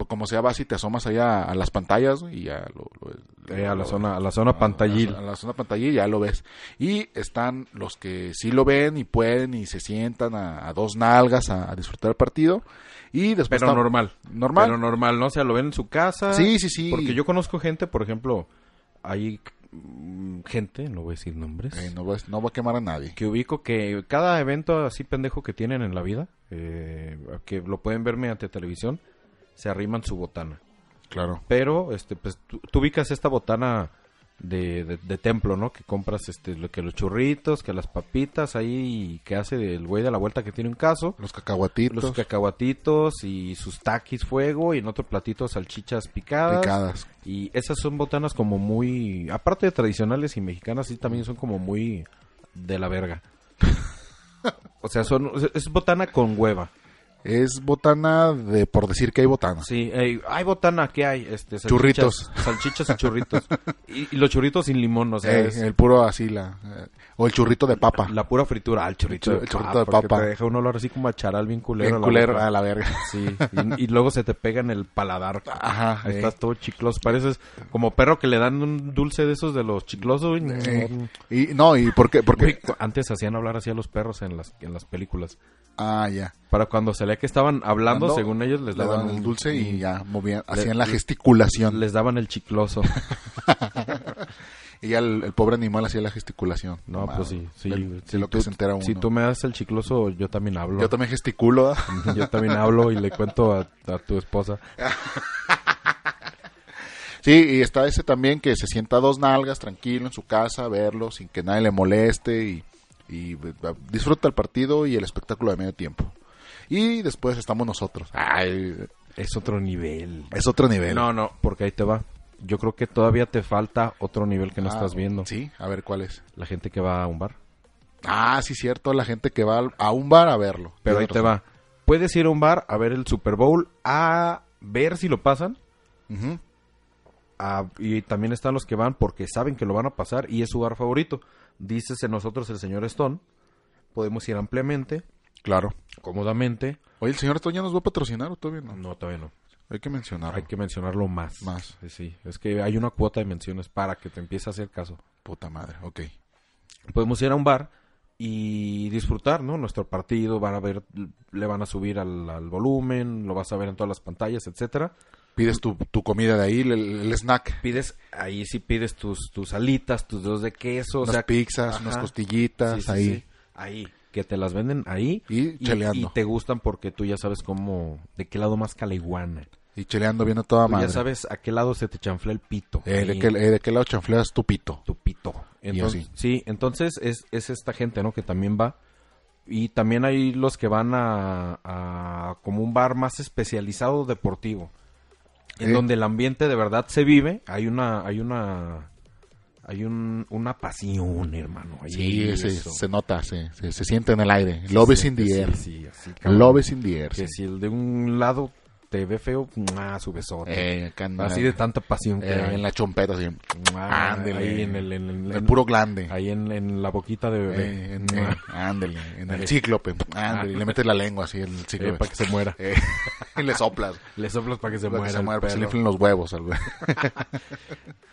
[SPEAKER 1] como sea, vas y te asomas allá a las pantallas güey, y ya lo... lo-
[SPEAKER 2] Eh, a la
[SPEAKER 1] lo-
[SPEAKER 2] zona, a la zona pantallil.
[SPEAKER 1] A Ah, la, a la zona pantallil ya lo ves. Y están los que sí lo ven y pueden y se sientan a, a dos nalgas a, a disfrutar el partido. Y después
[SPEAKER 2] Pero
[SPEAKER 1] está-
[SPEAKER 2] normal.
[SPEAKER 1] normal.
[SPEAKER 2] Pero normal, ¿no? O sea, lo ven en su casa.
[SPEAKER 1] Sí, sí, sí.
[SPEAKER 2] Porque yo conozco gente, por ejemplo, hay mm, gente, no voy a decir nombres.
[SPEAKER 1] Eh, no, va, no va a quemar a nadie.
[SPEAKER 2] que ubico que cada evento así pendejo que tienen en la vida, eh, que lo pueden ver mediante televisión, se arriman su botana.
[SPEAKER 1] Claro.
[SPEAKER 2] Pero, este, pues, tú, tú ubicas esta botana de, de- de templo, ¿no? Que compras, este, lo que los churritos, que las papitas ahí, que hace el güey de la vuelta que tiene un caso.
[SPEAKER 1] Los cacahuatitos.
[SPEAKER 2] Los cacahuatitos y sus taquis fuego y en otro platito salchichas picadas.
[SPEAKER 1] picadas.
[SPEAKER 2] Y esas son botanas como muy, aparte de tradicionales y mexicanas, sí también son como muy de la verga. O sea, son, es botana con hueva.
[SPEAKER 1] Es botana de por decir que hay botana.
[SPEAKER 2] Sí, ey, hay botana, ¿qué hay? Este, salchichas-
[SPEAKER 1] Churritos.
[SPEAKER 2] Salchichas y churritos. Y, y los churritos sin limón, o sea,
[SPEAKER 1] Eh,
[SPEAKER 2] es
[SPEAKER 1] el puro así la... eh, o el churrito de papa.
[SPEAKER 2] la pura fritura. al churrito,
[SPEAKER 1] El chu- el churrito de
[SPEAKER 2] porque
[SPEAKER 1] papa.
[SPEAKER 2] Te deja un olor así como a charal bien culero.
[SPEAKER 1] Bien
[SPEAKER 2] a la
[SPEAKER 1] culero,
[SPEAKER 2] boca.
[SPEAKER 1] a la verga.
[SPEAKER 2] Sí, y, y luego se te pega en el paladar.
[SPEAKER 1] Ajá,
[SPEAKER 2] Ahí
[SPEAKER 1] eh.
[SPEAKER 2] Estás todo chicloso. Pareces como perro que le dan un dulce de esos de los chiclosos. güey.
[SPEAKER 1] Eh, y no, y por qué, porque...
[SPEAKER 2] Güey, cu- antes hacían hablar así a los perros en las, en las películas.
[SPEAKER 1] Ah, ya.
[SPEAKER 2] Para cuando salía que estaban hablando,
[SPEAKER 1] Cuando
[SPEAKER 2] según ellos les
[SPEAKER 1] Le
[SPEAKER 2] daban,
[SPEAKER 1] daban el
[SPEAKER 2] un-
[SPEAKER 1] dulce y ya movían,
[SPEAKER 2] Le-
[SPEAKER 1] hacían la gesticulación.
[SPEAKER 2] les daban el chicloso.
[SPEAKER 1] Y ya el, el pobre animal hacía la gesticulación.
[SPEAKER 2] No,
[SPEAKER 1] Mames.
[SPEAKER 2] pues sí, sí.
[SPEAKER 1] Del-
[SPEAKER 2] güey.
[SPEAKER 1] de
[SPEAKER 2] Si
[SPEAKER 1] lo que
[SPEAKER 2] tú-
[SPEAKER 1] se entera uno.
[SPEAKER 2] Si tú me das el chicloso, yo también hablo.
[SPEAKER 1] Yo
[SPEAKER 2] Yo,
[SPEAKER 1] también gesticulo. ¿ah?
[SPEAKER 2] también hablo y le cuento a, a tu esposa.
[SPEAKER 1] Sí, y está ese también que se sienta a dos nalgas tranquilo en su casa a verlo sin que nadie le moleste y y eh, disfruta el partido y el espectáculo de medio tiempo. Y después estamos nosotros. Ay,
[SPEAKER 2] Es otro nivel.
[SPEAKER 1] es otro nivel.
[SPEAKER 2] No, no, porque ahí te va. Yo creo que todavía te falta otro nivel que no
[SPEAKER 1] Ah,
[SPEAKER 2] estás viendo.
[SPEAKER 1] Sí, a ver cuál es.
[SPEAKER 2] La gente que va a un bar.
[SPEAKER 1] Ah, sí, cierto, la gente que va al- a un bar a verlo.
[SPEAKER 2] Pero ahí
[SPEAKER 1] Tienes
[SPEAKER 2] te va. Puedes ir a un bar a ver el Super Bowl, a ver si lo pasan.
[SPEAKER 1] razón. Ujú.
[SPEAKER 2] a- y también están los que van porque saben que lo van a pasar y es su bar favorito. Dícese nosotros el señor Stone. Podemos ir ampliamente,
[SPEAKER 1] Claro.
[SPEAKER 2] cómodamente.
[SPEAKER 1] Oye, ¿el señor Toño nos va a patrocinar o todavía no?
[SPEAKER 2] No, todavía no.
[SPEAKER 1] Hay que mencionarlo.
[SPEAKER 2] Mm. Hay que mencionarlo más.
[SPEAKER 1] Más.
[SPEAKER 2] Sí, Sí, es que hay una cuota de menciones para que te empiece a hacer caso.
[SPEAKER 1] Puta madre, ok.
[SPEAKER 2] Podemos ir a un bar y disfrutar, ¿no? Nuestro partido, van a ver, le van a subir al, al volumen, lo vas a ver en todas las pantallas, etcétera.
[SPEAKER 1] Pides tu, tu comida de ahí, el, el snack.
[SPEAKER 2] Pides, ahí sí pides tus, tus alitas, tus dedos de queso, o
[SPEAKER 1] unas
[SPEAKER 2] sea,
[SPEAKER 1] pizzas, unas
[SPEAKER 2] ajá.
[SPEAKER 1] costillitas,
[SPEAKER 2] Sí, sí,
[SPEAKER 1] ahí.
[SPEAKER 2] sí. Ahí. Que te las venden ahí.
[SPEAKER 1] Y cheleando.
[SPEAKER 2] y te gustan porque tú ya sabes cómo. De qué lado más calaiguana.
[SPEAKER 1] Y cheleando bien a toda
[SPEAKER 2] Tú
[SPEAKER 1] Ah, madre.
[SPEAKER 2] Pues ya sabes a qué lado se te chanfla el pito.
[SPEAKER 1] Eh, ¿de,
[SPEAKER 2] Ahí,
[SPEAKER 1] qué, eh, ¿De qué lado chanfleas tu pito?
[SPEAKER 2] Tu pito. Entonces,
[SPEAKER 1] así.
[SPEAKER 2] sí, entonces es, es esta gente, ¿no? Que también va. Y también hay los que van a, a como un bar más especializado deportivo. En
[SPEAKER 1] Eh.
[SPEAKER 2] donde el ambiente de verdad se vive. Hay una, hay una, hay un, una pasión, hermano. Ahí
[SPEAKER 1] Sí, se,
[SPEAKER 2] eso.
[SPEAKER 1] se nota, se, se, se siente en el aire. Love is in
[SPEAKER 2] Sí,
[SPEAKER 1] the air.
[SPEAKER 2] sí, así, cabrón.
[SPEAKER 1] Love is in the air.
[SPEAKER 2] Que
[SPEAKER 1] sí.
[SPEAKER 2] si el de un lado te ve feo, ¡mua! su besote.
[SPEAKER 1] Eh, acá en-
[SPEAKER 2] Así de tanta pasión que
[SPEAKER 1] eh,
[SPEAKER 2] hay.
[SPEAKER 1] en la chompeta, así.
[SPEAKER 2] ¡Mua!
[SPEAKER 1] ándele.
[SPEAKER 2] ahí en el, en el-
[SPEAKER 1] En el
[SPEAKER 2] en-
[SPEAKER 1] puro glande.
[SPEAKER 2] ahí en, en la boquita de bebé. Ah.
[SPEAKER 1] Eh, en,
[SPEAKER 2] ¡Mua!
[SPEAKER 1] eh, ándele, en el cíclope. Ándele, y le metes la lengua así en el
[SPEAKER 2] Ah. Eh,
[SPEAKER 1] cíclope.
[SPEAKER 2] para que se muera.
[SPEAKER 1] Eh, y le soplas.
[SPEAKER 2] Le soplas para que se
[SPEAKER 1] Para que se
[SPEAKER 2] muera. pues, el
[SPEAKER 1] muera, para que se le
[SPEAKER 2] perro.
[SPEAKER 1] inflen los huevos al güey.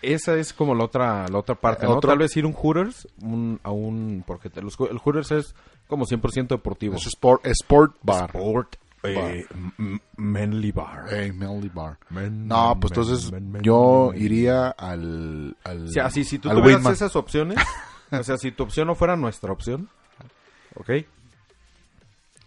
[SPEAKER 2] Esa es como la otra, la otra parte, ¿no?
[SPEAKER 1] Otro-
[SPEAKER 2] Tal vez ir a un Hooters, un- a un... Porque te- los- el Hooters es como 100% deportivo.
[SPEAKER 1] Es sport, sport bar.
[SPEAKER 2] Sport, eh, m- manly bar.
[SPEAKER 1] Eh, Manly bar.
[SPEAKER 2] Men-
[SPEAKER 1] No,
[SPEAKER 2] men-
[SPEAKER 1] pues entonces
[SPEAKER 2] men- men-
[SPEAKER 1] yo
[SPEAKER 2] men-
[SPEAKER 1] iría al. al
[SPEAKER 2] O sea, ah, si, si tú
[SPEAKER 1] al
[SPEAKER 2] tuvieras
[SPEAKER 1] Winman.
[SPEAKER 2] esas opciones, o sea, si tu opción no fuera nuestra opción, ¿ok?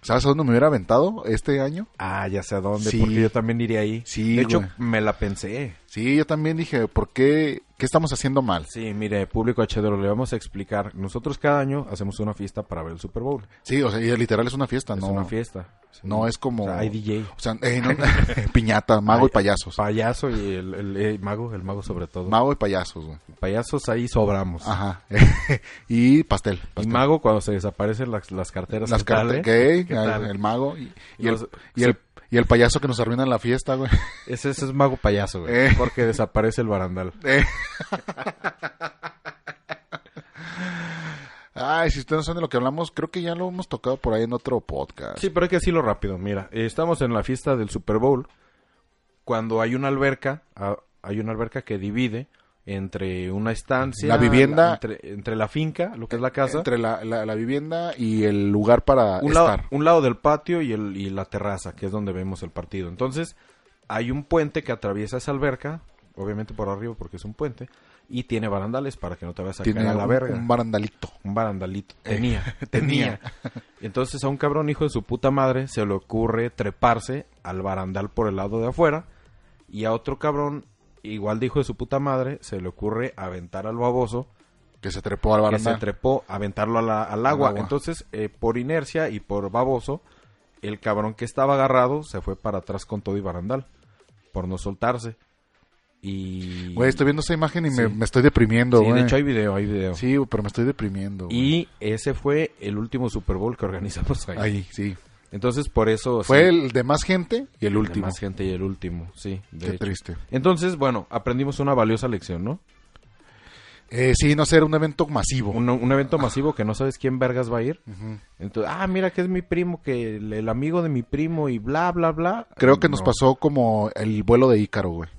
[SPEAKER 1] ¿Sabes a dónde me hubiera aventado este año?
[SPEAKER 2] Ah, ya sé a dónde,
[SPEAKER 1] Sí.
[SPEAKER 2] porque yo también iría ahí.
[SPEAKER 1] Sí,
[SPEAKER 2] de hecho,
[SPEAKER 1] güey.
[SPEAKER 2] me la pensé.
[SPEAKER 1] Sí, yo también dije, ¿por qué? ¿Qué estamos haciendo mal?
[SPEAKER 2] Sí, mire, público hedero le vamos a explicar. Nosotros cada año hacemos una fiesta para ver el Super Bowl.
[SPEAKER 1] Sí, o sea, y literal es una fiesta,
[SPEAKER 2] Es
[SPEAKER 1] Ah, ¿no?
[SPEAKER 2] una fiesta.
[SPEAKER 1] No es como.
[SPEAKER 2] O sea, hay DJ.
[SPEAKER 1] O sea, eh, no, piñata, mago y
[SPEAKER 2] Hay-
[SPEAKER 1] payasos.
[SPEAKER 2] Payaso y el, el- el mago, el mago sobre todo.
[SPEAKER 1] Mago y payasos, güey.
[SPEAKER 2] Payasos ahí sobramos.
[SPEAKER 1] Ajá. y pastel.
[SPEAKER 2] y
[SPEAKER 1] pastel.
[SPEAKER 2] mago cuando se desaparecen las, las carteras.
[SPEAKER 1] Las
[SPEAKER 2] ¿qué tal,
[SPEAKER 1] cartas,
[SPEAKER 2] eh?
[SPEAKER 1] ¿qué?
[SPEAKER 2] ¿Qué
[SPEAKER 1] Ah,
[SPEAKER 2] tal?
[SPEAKER 1] El mago y, y
[SPEAKER 2] Los-
[SPEAKER 1] el, y, el, y el payaso que nos arruina la fiesta, güey.
[SPEAKER 2] Ese, ese es mago payaso, güey.
[SPEAKER 1] Eh.
[SPEAKER 2] Pues, Porque desaparece el barandal.
[SPEAKER 1] Eh. Ay, si ustedes no saben de lo que hablamos, creo que ya lo hemos tocado por ahí en otro podcast.
[SPEAKER 2] Sí, pero hay que decirlo rápido. Mira, eh, estamos en la fiesta del Super Bowl. Cuando hay una alberca, ah, hay una alberca que divide entre una estancia,
[SPEAKER 1] La vivienda-
[SPEAKER 2] entre, entre la finca, lo que es la casa,
[SPEAKER 1] Entre la, la- la vivienda y el lugar para
[SPEAKER 2] un, lado,
[SPEAKER 1] estar.
[SPEAKER 2] un lado del patio y, el, y la terraza, que es donde vemos el partido. Entonces, hay un puente que atraviesa esa alberca, obviamente por arriba porque es un puente, y tiene barandales para que no te vayas a
[SPEAKER 1] Tiene
[SPEAKER 2] caer a la
[SPEAKER 1] un,
[SPEAKER 2] verga.
[SPEAKER 1] un Eh, barandalito.
[SPEAKER 2] Un barandalito. Tenía, tenía. Entonces a un cabrón hijo de su puta madre se le ocurre treparse al barandal por el lado de afuera y a otro cabrón, igual de hijo de su puta madre, se le ocurre aventar al baboso
[SPEAKER 1] Que se trepó al
[SPEAKER 2] que se
[SPEAKER 1] barandal.
[SPEAKER 2] trepó, aventarlo a la- al agua.
[SPEAKER 1] agua.
[SPEAKER 2] Entonces, eh, por inercia y por baboso, el cabrón que estaba agarrado se fue para atrás con todo y barandal por no soltarse. Y...
[SPEAKER 1] Güey, estoy viendo esa imagen y me,
[SPEAKER 2] Sí.
[SPEAKER 1] me estoy deprimiendo,
[SPEAKER 2] sí,
[SPEAKER 1] güey.
[SPEAKER 2] de hecho hay video, hay video.
[SPEAKER 1] Sí, güey, pero me estoy deprimiendo. güey.
[SPEAKER 2] Y ese fue el último Super Bowl que organizamos ahí.
[SPEAKER 1] Ahí, sí.
[SPEAKER 2] Entonces, por eso...
[SPEAKER 1] Fue
[SPEAKER 2] sí,
[SPEAKER 1] el de más gente y el
[SPEAKER 2] de
[SPEAKER 1] último.
[SPEAKER 2] Más gente y el último, sí. de
[SPEAKER 1] Qué
[SPEAKER 2] hecho.
[SPEAKER 1] triste.
[SPEAKER 2] Entonces, bueno, aprendimos una valiosa lección, ¿no?
[SPEAKER 1] Eh, sí, no ser un evento masivo.
[SPEAKER 2] Un, un evento masivo que no sabes quién vergas va a ir. Entonces, ah, mira que es mi primo, que el, el amigo de mi primo y bla, bla, bla.
[SPEAKER 1] Creo que nos
[SPEAKER 2] No.
[SPEAKER 1] pasó como el vuelo de Ícaro, güey.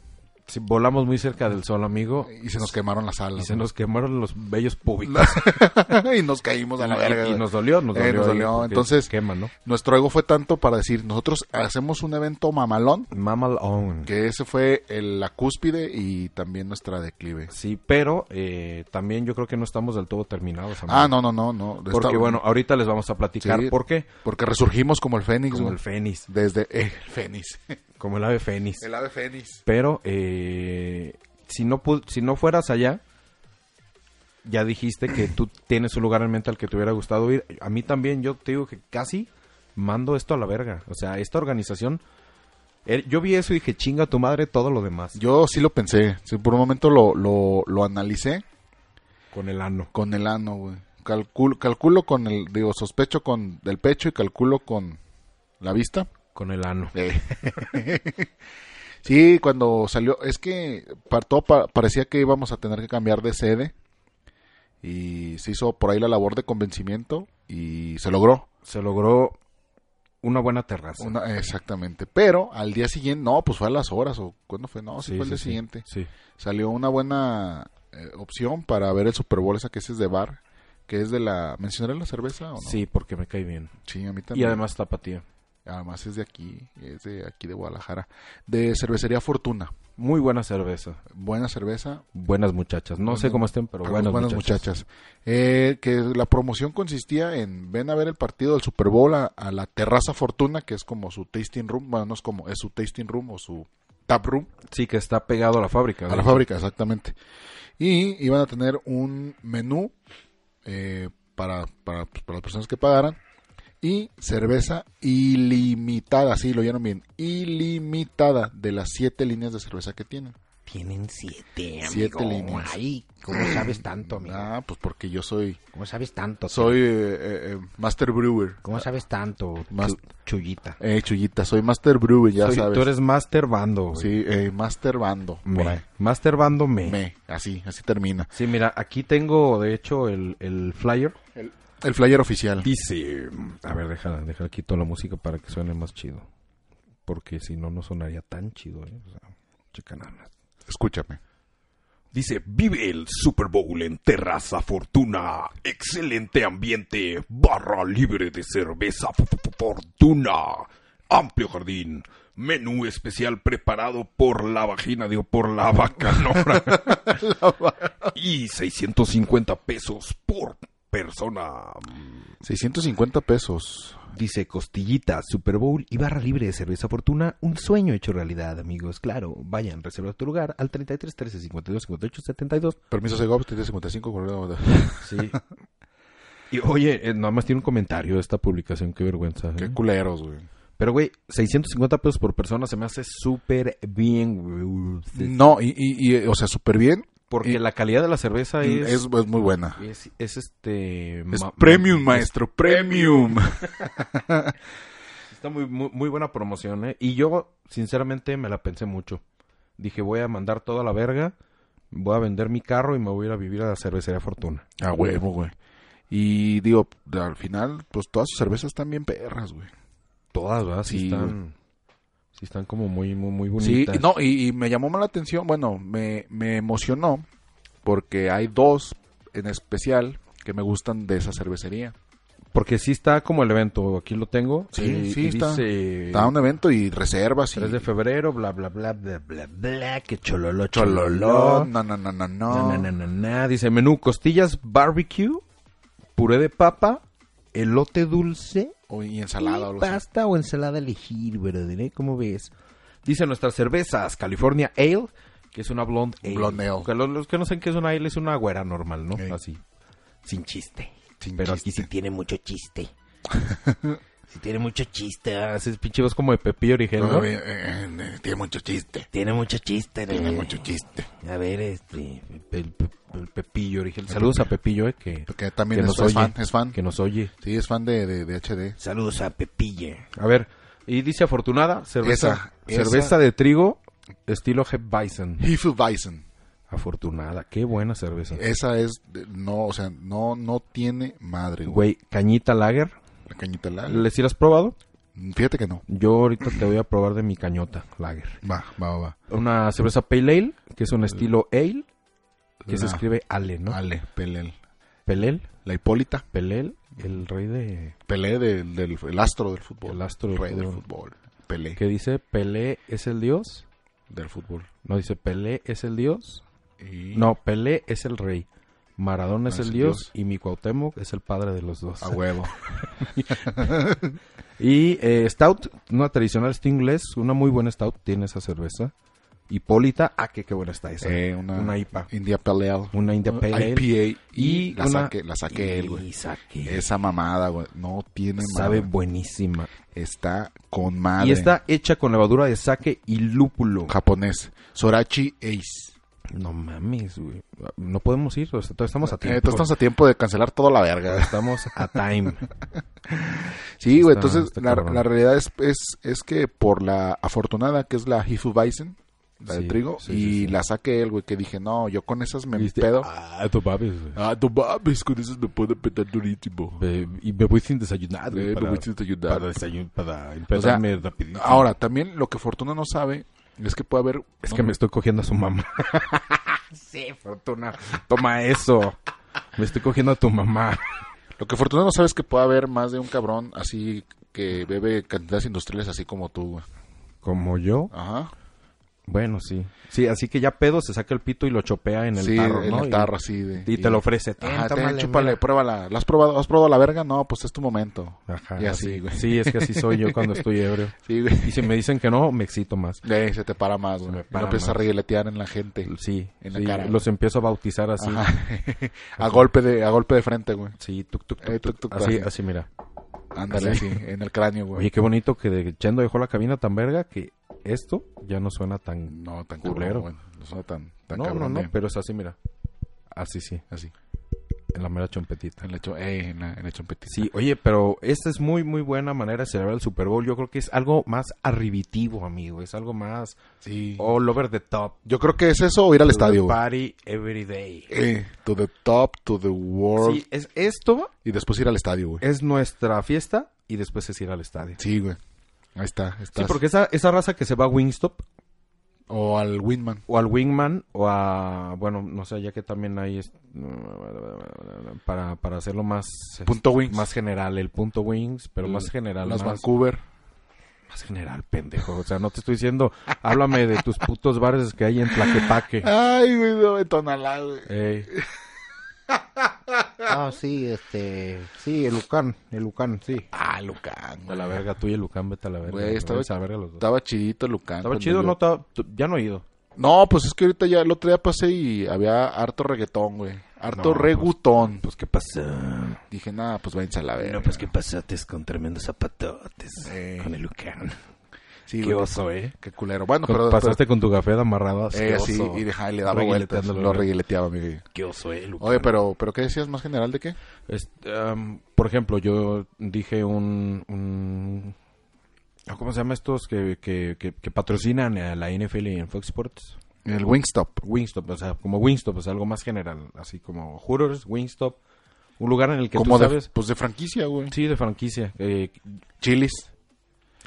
[SPEAKER 2] Sí, volamos muy cerca del sol, amigo.
[SPEAKER 1] Y se nos quemaron las
[SPEAKER 2] Y
[SPEAKER 1] alas.
[SPEAKER 2] se
[SPEAKER 1] güey.
[SPEAKER 2] nos quemaron los bellos públicos.
[SPEAKER 1] y nos caímos a la verga.
[SPEAKER 2] y,
[SPEAKER 1] güey.
[SPEAKER 2] nos dolió, nos
[SPEAKER 1] Eh,
[SPEAKER 2] dolió.
[SPEAKER 1] nos
[SPEAKER 2] ahí,
[SPEAKER 1] dolió.
[SPEAKER 2] porque
[SPEAKER 1] Entonces-
[SPEAKER 2] Quema, ¿no?
[SPEAKER 1] Nuestro ego fue tanto para decir, nosotros hacemos un evento mamalón,
[SPEAKER 2] Mamal on.
[SPEAKER 1] que ese fue el- la cúspide y también nuestra declive.
[SPEAKER 2] Sí, pero eh, también yo creo que no estamos del todo terminados. amigo.
[SPEAKER 1] Ah, no, no, no, no.
[SPEAKER 2] Porque
[SPEAKER 1] Esta-
[SPEAKER 2] bueno, ahorita les vamos a platicar
[SPEAKER 1] Sí.
[SPEAKER 2] por qué.
[SPEAKER 1] Porque resurgimos como el Fénix,
[SPEAKER 2] Como
[SPEAKER 1] güey.
[SPEAKER 2] el fénix,
[SPEAKER 1] Desde eh, el Fénix.
[SPEAKER 2] como el ave fénix.
[SPEAKER 1] el ave Fénix.
[SPEAKER 2] Pero eh, si, no pu- si no fueras allá, ya dijiste que tú tienes un lugar en mente al que te hubiera gustado ir. A mí también, yo te digo que casi mando esto a la verga. O sea, esta organización. eh, Yo vi eso y dije, chinga tu madre todo lo demás.
[SPEAKER 1] Yo sí lo pensé. Sí, por un momento lo, lo, lo analicé
[SPEAKER 2] Con el ano.
[SPEAKER 1] con el ano, güey. Calculo, calculo con el, digo, sospecho con el pecho y calculo con la vista.
[SPEAKER 2] Con el ano.
[SPEAKER 1] Eh. sí, cuando salió, es que par- todo pa- parecía que íbamos a tener que cambiar de sede y se hizo por ahí la labor de convencimiento y se logró.
[SPEAKER 2] Se logró una buena terraza.
[SPEAKER 1] Una- exactamente. Pero al día siguiente, no, pues fue a las horas o cuándo fue, no, sí, fue el día siguiente.
[SPEAKER 2] Sí.
[SPEAKER 1] Salió una buena eh, opción para ver el Super Bowl esa que ese es de bar, que es de la, ¿mencionaré la cerveza o no?
[SPEAKER 2] Sí, porque me cae bien.
[SPEAKER 1] Sí, a mí
[SPEAKER 2] Y
[SPEAKER 1] también.
[SPEAKER 2] además tapatía.
[SPEAKER 1] Además es de aquí, es de aquí de Guadalajara, de cervecería Fortuna.
[SPEAKER 2] Muy buena cerveza.
[SPEAKER 1] Buena cerveza,
[SPEAKER 2] Buenas muchachas. No
[SPEAKER 1] Buenas-
[SPEAKER 2] sé cómo estén, pero
[SPEAKER 1] a
[SPEAKER 2] Ah, buenas,
[SPEAKER 1] las buenas
[SPEAKER 2] muchachas.
[SPEAKER 1] muchachas. Eh, que la promoción consistía en ven a ver el partido del Super Bowl a, a la terraza Fortuna, que es como su tasting room, bueno, no es como, es su tasting room o su tap room,
[SPEAKER 2] Sí, que está pegado a la fábrica.
[SPEAKER 1] a
[SPEAKER 2] de
[SPEAKER 1] la
[SPEAKER 2] hecho.
[SPEAKER 1] fábrica, exactamente. Y iban a tener un menú eh, para, para, pues, para las personas que pagaran y cerveza ilimitada, sí, lo oyeron bien, ilimitada de las siete líneas de cerveza que tienen.
[SPEAKER 4] Tienen siete, amigo.
[SPEAKER 1] Siete líneas.
[SPEAKER 4] Ay, ¿cómo sabes tanto, amigo?
[SPEAKER 1] Ah, pues porque yo soy,
[SPEAKER 4] ¿Cómo sabes tanto?
[SPEAKER 1] soy eh, eh, eh, Master Brewer.
[SPEAKER 4] ¿Cómo sabes tanto,
[SPEAKER 1] Más-
[SPEAKER 4] chu- chullita?
[SPEAKER 1] Eh, Chuyita, soy Master Brewer, ya
[SPEAKER 2] Soy-
[SPEAKER 1] sabes.
[SPEAKER 2] Tú eres Master Bando. güey.
[SPEAKER 1] Sí, eh, Master Bando, por
[SPEAKER 2] Me.
[SPEAKER 1] ahí.
[SPEAKER 2] Master Bando me.
[SPEAKER 1] Me, así, así termina.
[SPEAKER 2] Sí, mira, aquí tengo, de hecho, el, el flyer.
[SPEAKER 1] El flyer oficial.
[SPEAKER 2] Dice... A ver, déjala, déjala, quito la música para que suene más chido. Porque si no, no sonaría tan chido, ¿eh? O sea, checa nada más.
[SPEAKER 1] Escúchame.
[SPEAKER 5] Dice, vive el Super Bowl en Terraza Fortuna. Excelente ambiente, barra libre de cerveza F- F- Fortuna. Amplio jardín, menú especial preparado por la vagina, digo, por la bacanora. y 650 pesos por persona.
[SPEAKER 1] 650 pesos.
[SPEAKER 2] Dice Costillita, Super Bowl y barra libre de cerveza Fortuna, un sueño hecho realidad, amigos. Claro, vayan, reserva tu lugar al 33 13 52 58 72.
[SPEAKER 1] Permiso Segov, 355. correo.
[SPEAKER 2] Sí. y oye, eh, nada más tiene un comentario de esta publicación, qué vergüenza. ¿eh?
[SPEAKER 1] Qué culeros, güey.
[SPEAKER 2] Pero güey, 650 pesos por persona se me hace súper bien, güey.
[SPEAKER 1] No, y, y, y, o sea, súper bien.
[SPEAKER 2] Porque
[SPEAKER 1] Y-
[SPEAKER 2] la calidad de la cerveza
[SPEAKER 1] y Es,
[SPEAKER 2] es...
[SPEAKER 1] es muy buena.
[SPEAKER 2] Es, es, este...
[SPEAKER 1] Es
[SPEAKER 2] ma-
[SPEAKER 1] premium,
[SPEAKER 2] ma- es-
[SPEAKER 1] maestro, premium.
[SPEAKER 2] Está muy, muy, muy buena promoción, ¿eh? Y yo, sinceramente, me la pensé mucho. Dije, voy a mandar toda la verga, voy a vender mi carro y me voy a ir a vivir a la cervecería Fortuna.
[SPEAKER 1] A huevo, güey. Y digo, al final, pues todas sus cervezas están bien perras, güey.
[SPEAKER 2] Todas, ¿verdad? Sí,
[SPEAKER 1] Sí,
[SPEAKER 2] están... Sí están como muy, muy, muy
[SPEAKER 1] Sí,
[SPEAKER 2] bonitas.
[SPEAKER 1] y no, y, y me llamó más la atención, bueno, me, me emocionó porque hay dos en especial que me gustan de esa cervecería.
[SPEAKER 2] Porque sí está como el evento, aquí lo tengo.
[SPEAKER 1] Sí,
[SPEAKER 2] y-
[SPEAKER 1] sí,
[SPEAKER 2] y
[SPEAKER 1] está.
[SPEAKER 2] dice,
[SPEAKER 1] Da un evento y reservas y
[SPEAKER 2] 3 de febrero, bla, bla, bla, bla, bla, bla, que chololo,
[SPEAKER 1] chololó,
[SPEAKER 2] chololo.
[SPEAKER 1] no, no, no, no,
[SPEAKER 2] Na,
[SPEAKER 1] no.
[SPEAKER 2] na, na, na, na. Dice menú costillas, barbecue, puré de papa, elote dulce,
[SPEAKER 1] O- y ensalada o
[SPEAKER 2] y
[SPEAKER 1] algo así.
[SPEAKER 2] pasta o ensalada a elegir, ¿verdad? eh? ¿Cómo ves? Dice nuestras cervezas, California Ale, que es una blonde ale.
[SPEAKER 1] Blonde ale.
[SPEAKER 2] Que lo- los, que no saben qué es una ale es una güera normal, ¿no?
[SPEAKER 1] Ey.
[SPEAKER 2] Así.
[SPEAKER 4] Sin chiste.
[SPEAKER 1] Sin
[SPEAKER 2] Pero
[SPEAKER 1] chiste.
[SPEAKER 2] aquí sí
[SPEAKER 4] Tiene mucho chiste.
[SPEAKER 2] sí tiene mucho chiste. ah, Haces pinche voz como de Pepillo Origel,
[SPEAKER 1] No,
[SPEAKER 2] ¿no?
[SPEAKER 1] eh, eh, eh, tiene mucho chiste,
[SPEAKER 4] Tiene mucho chiste.
[SPEAKER 1] tiene
[SPEAKER 4] eh.
[SPEAKER 1] mucho chiste.
[SPEAKER 4] A ver, este...
[SPEAKER 2] El, pe- el Pepillo Origel. Saludos a Pepillo, eh, que,
[SPEAKER 1] Porque también
[SPEAKER 2] que
[SPEAKER 1] es,
[SPEAKER 2] nos
[SPEAKER 1] es
[SPEAKER 2] oye.
[SPEAKER 1] fan, es fan.
[SPEAKER 2] que nos oye.
[SPEAKER 1] Sí, es fan de, de, de HD.
[SPEAKER 4] Saludos a Pepille.
[SPEAKER 2] A ver, y dice afortunada, cerveza,
[SPEAKER 1] Esa,
[SPEAKER 2] cerveza
[SPEAKER 1] esa.
[SPEAKER 2] de trigo, estilo Hep Bison.
[SPEAKER 1] Hefel Bison.
[SPEAKER 2] Afortunada, qué buena cerveza.
[SPEAKER 1] Esa es, de- no, o sea, no, no tiene madre, güey.
[SPEAKER 2] Güey, cañita lager.
[SPEAKER 1] La cañita la...
[SPEAKER 2] ¿Les sí la has probado?
[SPEAKER 1] Fíjate que no.
[SPEAKER 2] Yo ahorita te voy a probar de mi cañota lager.
[SPEAKER 1] Va, va, va, va.
[SPEAKER 2] Una cerveza pale ale, que es un estilo ale, que se
[SPEAKER 1] La-
[SPEAKER 2] escribe ale, ¿no?
[SPEAKER 1] Ale, Pelel.
[SPEAKER 2] Pelel,
[SPEAKER 1] La Hipólita.
[SPEAKER 2] pelel, el rey de...
[SPEAKER 1] Pelé del, del el astro del fútbol.
[SPEAKER 2] El astro del
[SPEAKER 1] Rey del
[SPEAKER 2] fútbol.
[SPEAKER 1] fútbol. Pelé
[SPEAKER 2] que dice? Pelé es el dios.
[SPEAKER 1] del fútbol.
[SPEAKER 2] No, dice Pelé es el dios.
[SPEAKER 1] Y-
[SPEAKER 2] No, Pelé es el rey. Maradona
[SPEAKER 1] Ah,
[SPEAKER 2] es, el dios, y mi Cuauhtémoc es el padre de los dos.
[SPEAKER 1] A huevo.
[SPEAKER 2] este Y eh, Stout, una tradicional inglés, una muy buena Stout tiene esa cerveza. Hipólita. Ah, que qué buena está esa.
[SPEAKER 1] Eh,
[SPEAKER 2] una, IPA.
[SPEAKER 1] India Pale Ale.
[SPEAKER 2] Una India Pale Ale.
[SPEAKER 1] IPA. Y
[SPEAKER 2] Y
[SPEAKER 1] la
[SPEAKER 2] una-
[SPEAKER 1] saqué, la saqué él,
[SPEAKER 2] Y
[SPEAKER 1] güey.
[SPEAKER 2] saqué.
[SPEAKER 1] Esa mamada, güey. No tiene madre.
[SPEAKER 2] Sabe buenísima.
[SPEAKER 1] Está con madre.
[SPEAKER 2] Y está hecha con levadura de sake y lúpulo.
[SPEAKER 1] japonés. Sorachi Ace.
[SPEAKER 2] No mames, güey. No podemos ir, o sea, todavía estamos a
[SPEAKER 1] Eh,
[SPEAKER 2] tiempo.
[SPEAKER 1] estamos a tiempo de cancelar toda la verga.
[SPEAKER 2] Estamos a time.
[SPEAKER 1] Sí, güey,
[SPEAKER 2] Está-
[SPEAKER 1] entonces
[SPEAKER 2] está
[SPEAKER 1] la,
[SPEAKER 2] cabrón.
[SPEAKER 1] la realidad es, es, es que por la afortunada que es la Hifu Bison, la de
[SPEAKER 2] Sí,
[SPEAKER 1] trigo,
[SPEAKER 2] sí,
[SPEAKER 1] y
[SPEAKER 2] sí, sí.
[SPEAKER 1] la saqué él, güey, que dije, no, yo con esas me
[SPEAKER 2] Dijiste,
[SPEAKER 1] pedo.
[SPEAKER 2] Ah, tu papis, güey.
[SPEAKER 1] Ah, no mames, con esas me puedo petar durísimo.
[SPEAKER 2] Ve- Y me voy sin desayunar,
[SPEAKER 1] Eh,
[SPEAKER 2] güey.
[SPEAKER 1] me
[SPEAKER 2] para-
[SPEAKER 1] voy sin desayunar.
[SPEAKER 2] Para desayunar, para
[SPEAKER 1] O sea,
[SPEAKER 2] empedarme rapidito.
[SPEAKER 1] Ahora, también lo que Fortuna no sabe es que puede haber...
[SPEAKER 2] Es que me estoy cogiendo a su mamá. sí, Fortuna. Toma eso. Me estoy cogiendo a tu mamá.
[SPEAKER 1] Lo que Fortuna no sabe es que puede haber más de un cabrón así que bebe cantidades industriales así como tú, güey.
[SPEAKER 2] Como yo.
[SPEAKER 1] Ajá.
[SPEAKER 2] Bueno, sí. Sí, así que ya pedo se saca el pito y lo chopea en el
[SPEAKER 1] sí,
[SPEAKER 2] tarro,
[SPEAKER 1] en
[SPEAKER 2] ¿no?
[SPEAKER 1] el
[SPEAKER 2] Y-
[SPEAKER 1] tarro así de...
[SPEAKER 2] Y, te lo ofrece. Ten,
[SPEAKER 1] Ajá, ten,
[SPEAKER 2] tómale,
[SPEAKER 1] chúpale,
[SPEAKER 2] mira.
[SPEAKER 1] pruébala. ¿La has probado, ¿Has probado la verga? No, pues es tu momento.
[SPEAKER 2] Ajá,
[SPEAKER 1] Y así, güey.
[SPEAKER 2] Sí, es que así soy yo cuando estoy ebrio.
[SPEAKER 1] Sí, güey.
[SPEAKER 2] Y si me dicen que no, me excito más.
[SPEAKER 1] Eh, se te para más, güey.
[SPEAKER 2] me
[SPEAKER 1] Y
[SPEAKER 2] para
[SPEAKER 1] lo empiezas
[SPEAKER 2] más.
[SPEAKER 1] a regaletear en la gente.
[SPEAKER 2] Sí,
[SPEAKER 1] En la
[SPEAKER 2] sí,
[SPEAKER 1] cara.
[SPEAKER 2] los empiezo a bautizar así.
[SPEAKER 1] Ajá. a golpe de, a golpe de frente, güey.
[SPEAKER 2] Sí, tuc, tuc, tuc,
[SPEAKER 1] Eh,
[SPEAKER 2] tuc,
[SPEAKER 1] tuc, tuc,
[SPEAKER 2] así,
[SPEAKER 1] así.
[SPEAKER 2] así, mira.
[SPEAKER 1] Ándale
[SPEAKER 2] Así.
[SPEAKER 1] así, en el cráneo, güey.
[SPEAKER 2] Oye, qué bonito que de Chendo dejó la cabina tan verga que esto ya no suena tan...
[SPEAKER 1] No, tan culero.
[SPEAKER 2] culero.
[SPEAKER 1] güey. No suena tan, tan
[SPEAKER 2] no,
[SPEAKER 1] cabrón. eh.
[SPEAKER 2] no, no,
[SPEAKER 1] bien.
[SPEAKER 2] pero es así, mira. Así, sí,
[SPEAKER 1] Así.
[SPEAKER 2] en la mera chompetita.
[SPEAKER 1] En la, cho- eh, en la, en la chompetita.
[SPEAKER 2] Sí, oye, pero esta es muy, muy buena manera de celebrar el Super Bowl. Yo creo que es algo más arribitivo, amigo. Es algo más
[SPEAKER 1] Sí.
[SPEAKER 2] all over the top.
[SPEAKER 1] Yo creo que es eso o ir al
[SPEAKER 2] Oh. To
[SPEAKER 1] estadio,
[SPEAKER 2] the
[SPEAKER 1] güey.
[SPEAKER 2] Party every day.
[SPEAKER 1] Eh, to the top, to the world.
[SPEAKER 2] Sí, Eh. es, esto
[SPEAKER 1] Y después ir al estadio, güey.
[SPEAKER 2] es nuestra fiesta y después es ir al estadio.
[SPEAKER 1] Sí, güey. Ahí está.
[SPEAKER 2] Sí,
[SPEAKER 1] estás.
[SPEAKER 2] porque esa, esa raza que se va a Wingstop
[SPEAKER 1] O al Winman.
[SPEAKER 2] o al Wingman o a, bueno, no sé, ya que también hay es- para, para hacerlo más, este,
[SPEAKER 1] Punto Wings.
[SPEAKER 2] más general, el punto Wings, pero más general.
[SPEAKER 1] Las
[SPEAKER 2] más,
[SPEAKER 1] Vancouver.
[SPEAKER 2] más general, pendejo. O sea, no te estoy diciendo, háblame de tus putos bares que hay en Tlaquepaque.
[SPEAKER 1] Ay, güey, no, de Tonalá, güey.
[SPEAKER 2] Ey.
[SPEAKER 4] Ah, sí, este.
[SPEAKER 2] Sí, el Lucán, el Lucán, sí.
[SPEAKER 1] Ah, Lucán,
[SPEAKER 2] A
[SPEAKER 1] güey.
[SPEAKER 2] la verga, tú y el Lucán, vete a la verga.
[SPEAKER 1] Güey, estaba-
[SPEAKER 2] Vete a la verga los dos.
[SPEAKER 1] Estaba chidito Lucán.
[SPEAKER 2] Estaba
[SPEAKER 1] cuando
[SPEAKER 2] chido,
[SPEAKER 1] yo-
[SPEAKER 2] no, estaba- tú- ya no he ido.
[SPEAKER 1] No, pues es que ahorita ya el otro día pasé y había harto reggaetón, güey. Harto
[SPEAKER 2] No,
[SPEAKER 1] reggaetón.
[SPEAKER 2] Pues qué
[SPEAKER 4] Pasa.
[SPEAKER 1] Dije, nada, pues váyanse a la verga.
[SPEAKER 4] No, pues que pasates con tremendos zapatotes. Con el Lucán.
[SPEAKER 1] Sí, güey, pues,
[SPEAKER 2] oso, eh.
[SPEAKER 1] qué culero. Bueno,
[SPEAKER 2] Con-
[SPEAKER 1] pero...
[SPEAKER 2] pasaste con tu café de amarrado
[SPEAKER 1] pero- eh, sí,
[SPEAKER 2] asqueroso.
[SPEAKER 1] y dejaba, y le daba vueltas.
[SPEAKER 2] Reguileteándolo,
[SPEAKER 1] Lo
[SPEAKER 2] güey.
[SPEAKER 1] reguileteaba, mi
[SPEAKER 4] Qué oso, eh, Lucán.
[SPEAKER 1] Oye, pero, pero ¿qué decías más general de qué?
[SPEAKER 2] Este, am, por ejemplo, yo dije un... un- ah, ¿Cómo se llama estos que, que, que, que patrocinan a la NFL en Fox Sports?
[SPEAKER 1] El Wingstop.
[SPEAKER 2] Wingstop, o sea, como Wingstop, o sea, algo más general. Así como Hooters, Wingstop. Un lugar en el que
[SPEAKER 1] Como
[SPEAKER 2] tú
[SPEAKER 1] de,
[SPEAKER 2] sabes...
[SPEAKER 1] pues de franquicia, güey.
[SPEAKER 2] Sí, de franquicia. eh,
[SPEAKER 1] Chilis.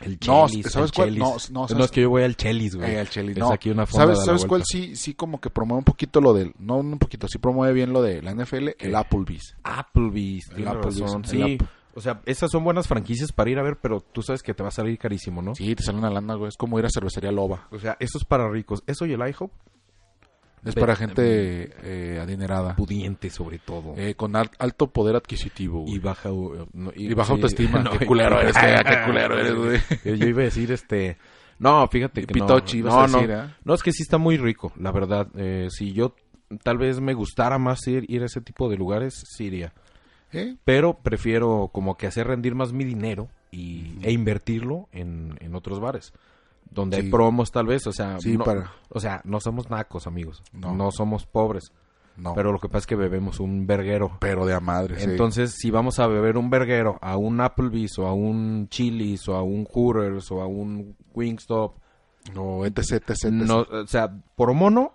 [SPEAKER 2] el
[SPEAKER 1] No,
[SPEAKER 2] Chelis.
[SPEAKER 1] ¿sabes
[SPEAKER 2] el
[SPEAKER 1] cuál?
[SPEAKER 2] Chelis.
[SPEAKER 1] No, no, ¿sabes?
[SPEAKER 2] es que yo voy al Chelis, güey.
[SPEAKER 1] Eh, al Chelis.
[SPEAKER 2] Es
[SPEAKER 1] No.
[SPEAKER 2] aquí una fonda
[SPEAKER 1] ¿Sabes,
[SPEAKER 2] de la
[SPEAKER 1] ¿sabes cuál
[SPEAKER 2] vuelta.
[SPEAKER 1] sí, sí como que promueve un poquito lo del... No un poquito, sí promueve bien lo de la NFL. El Applebee's.
[SPEAKER 2] Applebee's, tiene
[SPEAKER 1] Applebee's,
[SPEAKER 2] razón.
[SPEAKER 1] el
[SPEAKER 2] Sí,
[SPEAKER 1] Apple.
[SPEAKER 2] o sea, esas son buenas franquicias para ir a ver, pero tú sabes que te va a salir carísimo, ¿no?
[SPEAKER 1] Sí, te sale una lana, güey. Es como ir a cervecería Loba.
[SPEAKER 2] O sea, eso es para ricos. Eso y el IHOP,
[SPEAKER 1] Es
[SPEAKER 2] Ve-
[SPEAKER 1] para gente eh, adinerada.
[SPEAKER 2] pudiente sobre todo.
[SPEAKER 1] Eh, con al- alto poder adquisitivo. güey.
[SPEAKER 2] y baja... eh, no,
[SPEAKER 1] Y baja
[SPEAKER 2] sí,
[SPEAKER 1] autoestima.
[SPEAKER 2] no,
[SPEAKER 1] qué culero eres, eh, qué culero eres, güey.
[SPEAKER 2] Yo, yo iba a decir, este... No, fíjate que no.
[SPEAKER 1] Pitochi, vas
[SPEAKER 2] no,
[SPEAKER 1] a decir,
[SPEAKER 2] no.
[SPEAKER 1] ¿eh?
[SPEAKER 2] No, es que sí está muy rico, la verdad. Eh, si yo tal vez me gustara más ir, ir a ese tipo de lugares, sí iría.
[SPEAKER 1] ¿Eh?
[SPEAKER 2] Pero prefiero como que hacer rendir más mi dinero y, e invertirlo en, en otros bares. Donde
[SPEAKER 1] Sí.
[SPEAKER 2] hay promos tal vez, o sea,
[SPEAKER 1] Sí,
[SPEAKER 2] no,
[SPEAKER 1] para-
[SPEAKER 2] o sea, no somos nacos, amigos.
[SPEAKER 1] No.
[SPEAKER 2] No, somos pobres.
[SPEAKER 1] No. Pero,
[SPEAKER 2] Pero lo que pasa es que bebemos un verguero.
[SPEAKER 1] de a madre, sí.
[SPEAKER 2] Entonces, si vamos a beber un verguero a un Applebee's o a un Chili's o a un Hooters o a un Wingstop,
[SPEAKER 1] No, etc, etc, etc.
[SPEAKER 2] no, o sea, por mono,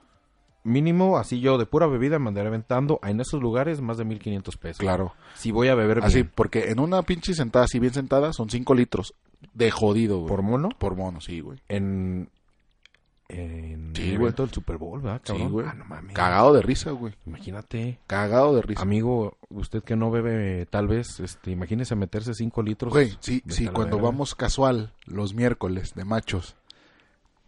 [SPEAKER 2] mínimo, así yo de pura bebida me andaré aventando en esos lugares más de 1500 pesos.
[SPEAKER 1] Claro.
[SPEAKER 2] Si voy a beber
[SPEAKER 1] Así,
[SPEAKER 2] bien.
[SPEAKER 1] porque en una pinche sentada, así bien sentada, son 5 litros. De jodido, güey.
[SPEAKER 2] por mono,
[SPEAKER 1] Por Eh. mono, sí, güey.
[SPEAKER 2] en. En
[SPEAKER 1] Sí,
[SPEAKER 2] el
[SPEAKER 1] güey.
[SPEAKER 2] evento del Super Bowl, ¿verdad,
[SPEAKER 1] Sí,
[SPEAKER 2] cabrón?
[SPEAKER 1] güey.
[SPEAKER 2] Ah, no mames.
[SPEAKER 1] Cagado de risa, güey.
[SPEAKER 2] Imagínate.
[SPEAKER 1] Cagado de risa.
[SPEAKER 2] Amigo, usted que no bebe, tal vez, este, imagínese meterse 5 litros.
[SPEAKER 1] Güey, sí,
[SPEAKER 2] pues, Vete
[SPEAKER 1] sí,
[SPEAKER 2] a la
[SPEAKER 1] cuando
[SPEAKER 2] verga.
[SPEAKER 1] vamos casual, los miércoles, de machos,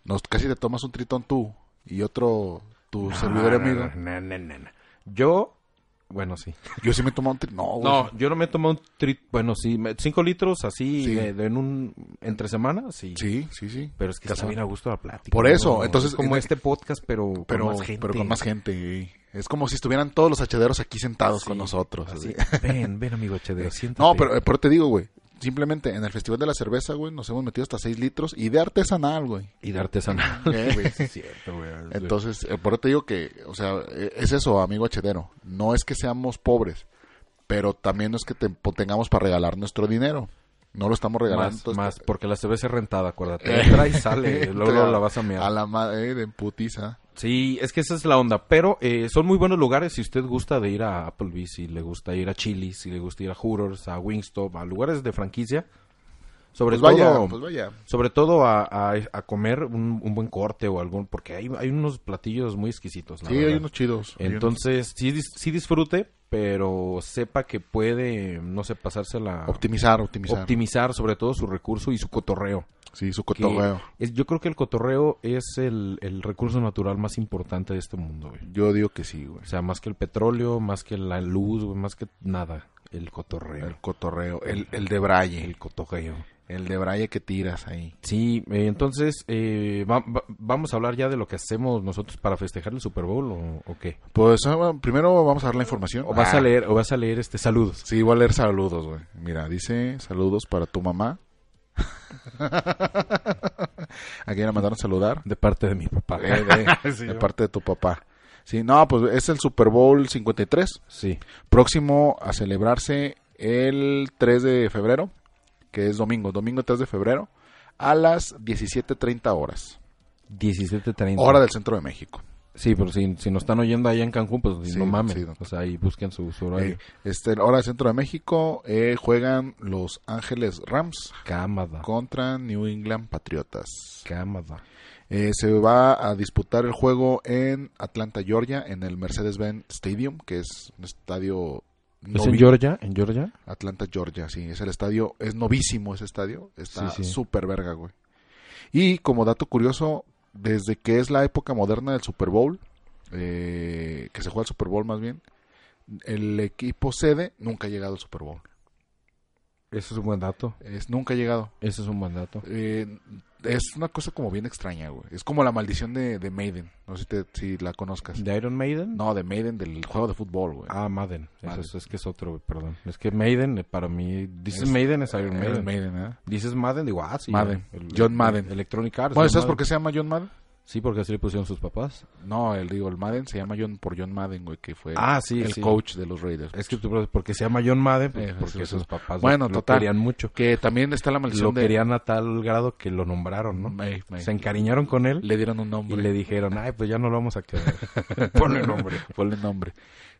[SPEAKER 1] nos casi te tomas un tritón tú y otro tu servidor y amigo.
[SPEAKER 2] No, no, no, no, no. Yo Bueno, sí.
[SPEAKER 1] Yo sí me he tomado un tri- No, güey.
[SPEAKER 2] No, yo no me tomo un tri- Bueno, sí, me- cinco litros así
[SPEAKER 1] Sí.
[SPEAKER 2] de- de en un... Entre semana, sí.
[SPEAKER 1] Sí, sí, sí.
[SPEAKER 2] Pero es que está
[SPEAKER 1] Cazón.
[SPEAKER 2] bien a gusto la plática.
[SPEAKER 1] Por eso,
[SPEAKER 2] ¿no?
[SPEAKER 1] entonces-
[SPEAKER 2] Es como
[SPEAKER 1] en-
[SPEAKER 2] este podcast, pero,
[SPEAKER 1] Pero
[SPEAKER 2] con más gente.
[SPEAKER 1] pero con más gente. güey. Es como si estuvieran todos los hachaderos aquí sentados con nosotros.
[SPEAKER 2] Así,
[SPEAKER 1] así.
[SPEAKER 2] ven, ven, amigo
[SPEAKER 4] Eh,
[SPEAKER 2] HD, siéntate.
[SPEAKER 1] No, pero, pero te digo, güey. Simplemente en el Festival de la Cerveza, güey, nos hemos metido hasta 6 litros y de artesanal, güey.
[SPEAKER 2] Y de artesanal,
[SPEAKER 1] Eh.
[SPEAKER 2] güey, sí es cierto, güey.
[SPEAKER 1] Entonces, eh, por eso te digo que, o sea, eh, es eso, amigo hachedero. No es que seamos pobres, pero también no es que te, po- tengamos para regalar nuestro dinero. No lo estamos regalando.
[SPEAKER 2] Más,
[SPEAKER 1] entonces-
[SPEAKER 2] más, porque la cerveza es rentada, acuérdate.
[SPEAKER 1] Eh.
[SPEAKER 2] Entra y sale, luego, luego
[SPEAKER 1] Entra
[SPEAKER 2] la vas a mear.
[SPEAKER 1] A la madre de putiza.
[SPEAKER 2] Sí, es que esa es la onda. Pero eh, son muy buenos lugares si usted gusta de ir a Applebee's, si le gusta ir a Chili's, si le gusta ir a Hooters, a Wingstop, a lugares de franquicia. Sobre
[SPEAKER 1] Pues vaya,
[SPEAKER 2] todo,
[SPEAKER 1] pues vaya.
[SPEAKER 2] sobre todo a, a- a comer un, un buen corte o algún, porque hay, hay unos platillos muy exquisitos. la
[SPEAKER 1] Sí, hay
[SPEAKER 2] verdad.
[SPEAKER 1] unos chidos. hay unos-
[SPEAKER 2] Entonces, sí, dis- sí disfrute, pero sepa que puede, no sé, pasársela...
[SPEAKER 1] optimizar, optimizar.
[SPEAKER 2] optimizar sobre todo su recurso y su cotorreo.
[SPEAKER 1] sí, su
[SPEAKER 2] que
[SPEAKER 1] cotorreo.
[SPEAKER 2] es- yo creo que el cotorreo es el, el recurso natural más importante de este mundo, güey.
[SPEAKER 1] Yo digo que sí, güey.
[SPEAKER 2] O sea, más que el petróleo, más que la luz, güey, más que nada. El cotorreo.
[SPEAKER 1] El cotorreo. El, el de Braille.
[SPEAKER 2] El cotorreo.
[SPEAKER 1] El de Braille que tiras ahí.
[SPEAKER 2] Sí, eh, entonces, eh, va- va- ¿vamos a hablar ya de lo que hacemos nosotros para festejar el Super Bowl o, o qué?
[SPEAKER 1] Pues ah, bueno, primero vamos a dar la información.
[SPEAKER 2] ¿O vas a
[SPEAKER 1] Ah,
[SPEAKER 2] leer, o vas a leer este saludos?
[SPEAKER 1] Sí, voy a leer saludos, güey. Mira, dice saludos para tu mamá. Aquí la mandaron saludar.
[SPEAKER 2] De parte de mi papá.
[SPEAKER 1] Eh, de, de parte de tu papá. Sí, no, pues es el Super Bowl 53,
[SPEAKER 2] Sí.
[SPEAKER 1] próximo a celebrarse el 3 de febrero, que es domingo, domingo 3 de febrero, a las 17.30 horas,
[SPEAKER 2] 17.30.
[SPEAKER 1] hora del centro de México.
[SPEAKER 2] Sí, pero si, si nos están oyendo allá en Cancún, pues
[SPEAKER 1] Sí,
[SPEAKER 2] no mames.
[SPEAKER 1] sí, no.
[SPEAKER 2] O sea, ahí busquen su, su horario.
[SPEAKER 1] Eh, este, hora del centro de México, eh, juegan Los Ángeles Rams
[SPEAKER 2] Cámara.
[SPEAKER 1] contra New England Patriotas.
[SPEAKER 2] Cámara.
[SPEAKER 1] Eh, se va a disputar el juego en Atlanta, Georgia, en el Mercedes-Benz Stadium, que es un estadio...
[SPEAKER 2] ¿Es
[SPEAKER 1] novi-
[SPEAKER 2] en Georgia? ¿En Georgia?
[SPEAKER 1] Atlanta, Georgia, sí, es el estadio, es novísimo ese estadio, está
[SPEAKER 2] Sí, sí.
[SPEAKER 1] súper verga, güey. Y como dato curioso, desde que es la época moderna del Super Bowl, eh, que se juega el Super Bowl más bien, el equipo sede nunca ha llegado al Super Bowl,
[SPEAKER 2] Ese es un buen dato.
[SPEAKER 1] es, nunca ha llegado.
[SPEAKER 2] Ese es un buen dato.
[SPEAKER 1] Eh, es una cosa como bien extraña, güey, es como la maldición de, de Maiden, no sé si, te- si la conozcas.
[SPEAKER 2] ¿De Iron Maiden?
[SPEAKER 1] No, de Maiden, del juego de fútbol, güey.
[SPEAKER 2] Ah, Madden. Eso-
[SPEAKER 1] Madden.
[SPEAKER 2] Eso es que es otro, güey, perdón. Es que Maiden, eh, para mí, dices
[SPEAKER 1] Es-
[SPEAKER 2] Maiden es Iron
[SPEAKER 1] Iron
[SPEAKER 2] Maiden.
[SPEAKER 1] Maiden, ¿eh?
[SPEAKER 2] Dices Madden, digo, ah, sí.
[SPEAKER 1] Madden.
[SPEAKER 2] eh, el-
[SPEAKER 1] John
[SPEAKER 2] el-
[SPEAKER 1] Madden.
[SPEAKER 2] Electronic Arts.
[SPEAKER 1] Bueno,
[SPEAKER 2] John
[SPEAKER 1] ¿sabes
[SPEAKER 2] Madden.
[SPEAKER 1] por qué se llama John Madden?
[SPEAKER 2] Sí, porque así le pusieron sus papás.
[SPEAKER 1] No, el digo, el Madden se llama John por John Madden, güey, que fue
[SPEAKER 2] Ah, sí,
[SPEAKER 1] el
[SPEAKER 2] sí.
[SPEAKER 1] coach de los Raiders.
[SPEAKER 2] Es que tú- porque se llama John Madden, pues,
[SPEAKER 1] Eh,
[SPEAKER 2] porque
[SPEAKER 1] Pues sí, sí.
[SPEAKER 2] sus papás lo-
[SPEAKER 1] Bueno,
[SPEAKER 2] lo,
[SPEAKER 1] total.
[SPEAKER 2] querían mucho.
[SPEAKER 1] Que también está la
[SPEAKER 2] Lo
[SPEAKER 1] maldición de
[SPEAKER 2] querían a tal grado que lo nombraron, ¿no?
[SPEAKER 1] May, May.
[SPEAKER 2] Se encariñaron con él.
[SPEAKER 1] le dieron un
[SPEAKER 2] Y
[SPEAKER 1] nombre.
[SPEAKER 2] le dijeron, ay, pues ya no lo vamos a quedar. Ponle nombre.
[SPEAKER 1] Ponle nombre.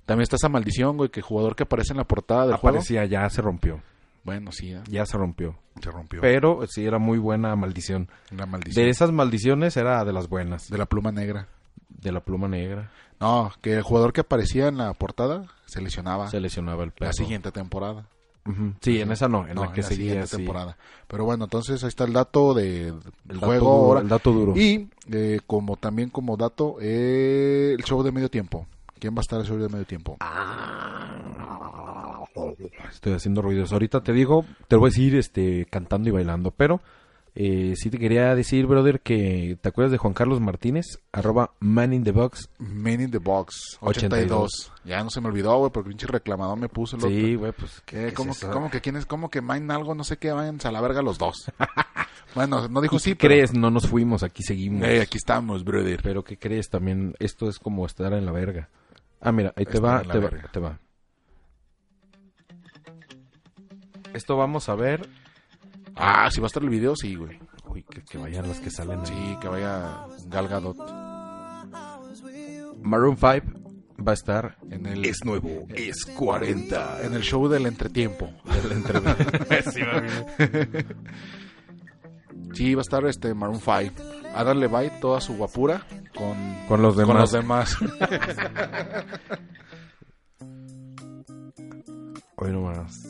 [SPEAKER 1] También está esa maldición, güey, que jugador que aparece en la portada del juego.
[SPEAKER 2] Aparecía, ya se rompió.
[SPEAKER 1] Bueno, sí, ¿eh? ya.
[SPEAKER 2] Ya se rompió.
[SPEAKER 1] se rompió
[SPEAKER 2] Pero eh, sí era muy buena maldición.
[SPEAKER 1] la maldición
[SPEAKER 2] De
[SPEAKER 1] de,
[SPEAKER 2] esas maldiciones era de las buenas.
[SPEAKER 1] la pluma negra.
[SPEAKER 2] De la pluma negra.
[SPEAKER 1] No, que el jugador que aparecía en la portada se lesionaba
[SPEAKER 2] Se lesionaba el
[SPEAKER 1] Ah.
[SPEAKER 2] perro.
[SPEAKER 1] la siguiente temporada.
[SPEAKER 2] Ujú. Sí, en esa no, en
[SPEAKER 1] No,
[SPEAKER 2] la que seguía.
[SPEAKER 1] siguiente
[SPEAKER 2] sí.
[SPEAKER 1] temporada. Pero bueno, entonces ahí está el dato de
[SPEAKER 2] El
[SPEAKER 1] el
[SPEAKER 2] dato
[SPEAKER 1] juego
[SPEAKER 2] duro,
[SPEAKER 1] ahora.
[SPEAKER 2] el dato duro.
[SPEAKER 1] Y eh, como también como dato, eh, el show de medio tiempo. ¿Quién va a estar en el show de medio tiempo?
[SPEAKER 2] Ah. Estoy haciendo ruidos. Ahorita te digo, te lo voy a decir este, cantando y bailando. Pero eh, sí te quería decir, brother, que te acuerdas de Juan Carlos Martínez, arroba man in the box.
[SPEAKER 1] Men in the Box
[SPEAKER 2] 82.
[SPEAKER 1] 82. Ya no se me olvidó, güey, porque pinche reclamador me puso el otro.
[SPEAKER 2] Sí, güey, pues.
[SPEAKER 1] ¿Qué?
[SPEAKER 2] es
[SPEAKER 1] ¿Cómo,
[SPEAKER 2] eso?
[SPEAKER 1] que, ¿Cómo que quién es? ¿Cómo que main algo? No sé qué, váyanse a la verga los dos. bueno, no dijo
[SPEAKER 2] ¿Y
[SPEAKER 1] sí,
[SPEAKER 2] ¿Qué
[SPEAKER 1] pero-
[SPEAKER 2] crees? No nos fuimos, aquí seguimos.
[SPEAKER 5] Eh,
[SPEAKER 1] Ey, aquí estamos, brother.
[SPEAKER 2] Pero ¿qué crees? También esto es como estar en la verga. Ah, mira, ahí te
[SPEAKER 1] Estar
[SPEAKER 2] va,
[SPEAKER 1] en la
[SPEAKER 2] te va,
[SPEAKER 1] verga.
[SPEAKER 2] te va. Esto vamos a ver.
[SPEAKER 1] Ah, si va a estar el video, sí, güey.
[SPEAKER 2] Uy, que, que vayan las que salen ahí.
[SPEAKER 1] Sí, que vaya Galgadot.
[SPEAKER 2] Maroon 5 va a estar
[SPEAKER 1] En el,
[SPEAKER 5] Es nuevo, es 40.
[SPEAKER 1] en el show del entretiempo.
[SPEAKER 2] en la entrevista.
[SPEAKER 1] Sí, va a estar este Maroon 5. A darle bye toda su guapura con,
[SPEAKER 2] con los
[SPEAKER 1] con los
[SPEAKER 2] demás.
[SPEAKER 1] demás.
[SPEAKER 2] Hoy nomás.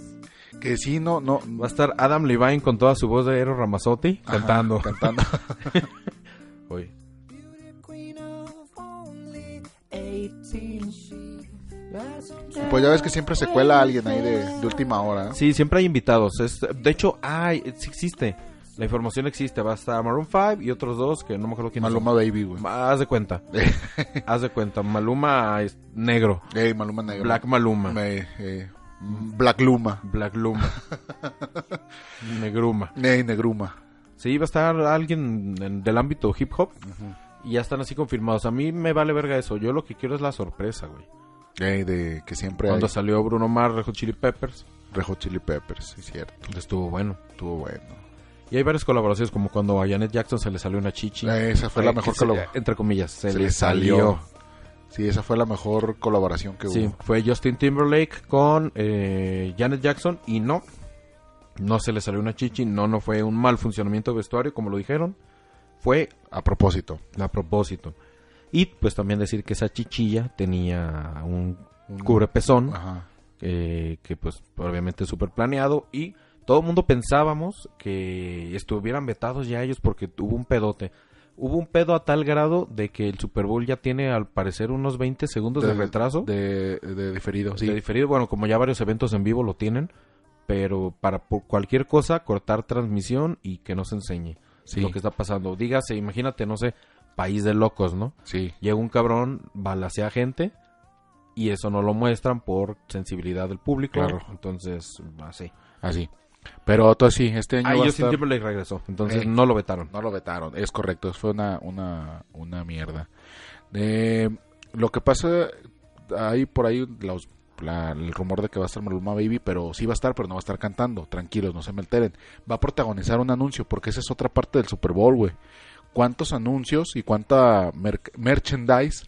[SPEAKER 1] que sí, no, no.
[SPEAKER 2] Va a estar Adam Levine con toda su voz de Ero Ramazzotti
[SPEAKER 1] Ajá,
[SPEAKER 2] cantando.
[SPEAKER 1] Cantando.
[SPEAKER 2] Hoy.
[SPEAKER 3] Eighteen. That's
[SPEAKER 1] pues ya ves que siempre se cuela alguien ahí de, de última hora. ¿eh?
[SPEAKER 2] Sí, siempre hay invitados. Es- de hecho, hay, sí existe. La información existe. Va a estar Maroon 5 y otros dos que no me acuerdo quiénes son.
[SPEAKER 1] Maluma Baby, güey.
[SPEAKER 2] Ma- Haz de cuenta. Haz de cuenta. Maluma es negro.
[SPEAKER 1] Ey, Maluma Negro.
[SPEAKER 2] Black Maluma.
[SPEAKER 1] Ey, ey. Black Luma.
[SPEAKER 2] Black Luma. Negruma.
[SPEAKER 1] Ey, Negruma.
[SPEAKER 2] Sí, va a estar alguien en- del ámbito hip hop. Y ya están así confirmados. A mí me vale verga eso. Yo lo que quiero es la sorpresa, güey.
[SPEAKER 1] Ey, de que siempre hay
[SPEAKER 2] Cuando salió Bruno Mars, Red Hot Chili Peppers, pues,
[SPEAKER 1] Rejo Chili Peppers, sí, cierto.
[SPEAKER 2] estuvo bueno.
[SPEAKER 1] Estuvo bueno.
[SPEAKER 2] Y hay varias colaboraciones, como cuando a Janet Jackson se le salió una chichi.
[SPEAKER 1] Eh, esa fue la
[SPEAKER 2] Ay,
[SPEAKER 1] mejor
[SPEAKER 2] que se-
[SPEAKER 1] colabo-
[SPEAKER 2] Entre comillas, se,
[SPEAKER 1] Se
[SPEAKER 2] le
[SPEAKER 1] le
[SPEAKER 2] salió.
[SPEAKER 1] salió. Sí, esa fue la mejor colaboración que
[SPEAKER 2] Sí,
[SPEAKER 1] hubo.
[SPEAKER 2] fue Justin Timberlake con eh, Janet Jackson y no, no se le salió una chichi, no, no fue un mal funcionamiento de vestuario, como lo dijeron. Fue
[SPEAKER 1] A propósito.
[SPEAKER 2] a propósito. Y pues también decir que esa chichilla tenía un cubrepezón
[SPEAKER 1] Ajá.
[SPEAKER 2] eh, que pues obviamente súper planeado y todo el mundo pensábamos que estuvieran vetados ya ellos porque hubo un pedote. Hubo un pedo a tal grado de que el Super Bowl ya tiene al parecer unos 20 segundos Pues de, retraso.
[SPEAKER 1] De, de diferido, sí.
[SPEAKER 2] De diferido, bueno, como ya varios eventos en vivo lo tienen, pero para por cualquier cosa cortar transmisión y que no se enseñe
[SPEAKER 1] Sí.
[SPEAKER 2] lo que está pasando. Dígase, imagínate, no sé, país de locos, ¿no?
[SPEAKER 1] Sí.
[SPEAKER 2] Llega un cabrón, balacea gente y eso no lo muestran por sensibilidad del público.
[SPEAKER 1] Claro.
[SPEAKER 2] Entonces, así.
[SPEAKER 1] Así. Pero todo sí, este año
[SPEAKER 2] Ahí
[SPEAKER 1] va a
[SPEAKER 2] Justin
[SPEAKER 1] estar-
[SPEAKER 2] Timberlake regresó, entonces
[SPEAKER 1] Eh.
[SPEAKER 2] no lo vetaron.
[SPEAKER 1] No lo vetaron, es correcto, fue una, una, una mierda. Eh, lo que pasa, hay por ahí los- la- el rumor de que va a estar Maluma Baby, pero sí va a estar, pero no va a estar cantando, tranquilos, no se me alteren. Va a protagonizar un anuncio, porque esa es otra parte del Super Bowl, güey. ¿Cuántos anuncios y cuánta merc- merchandise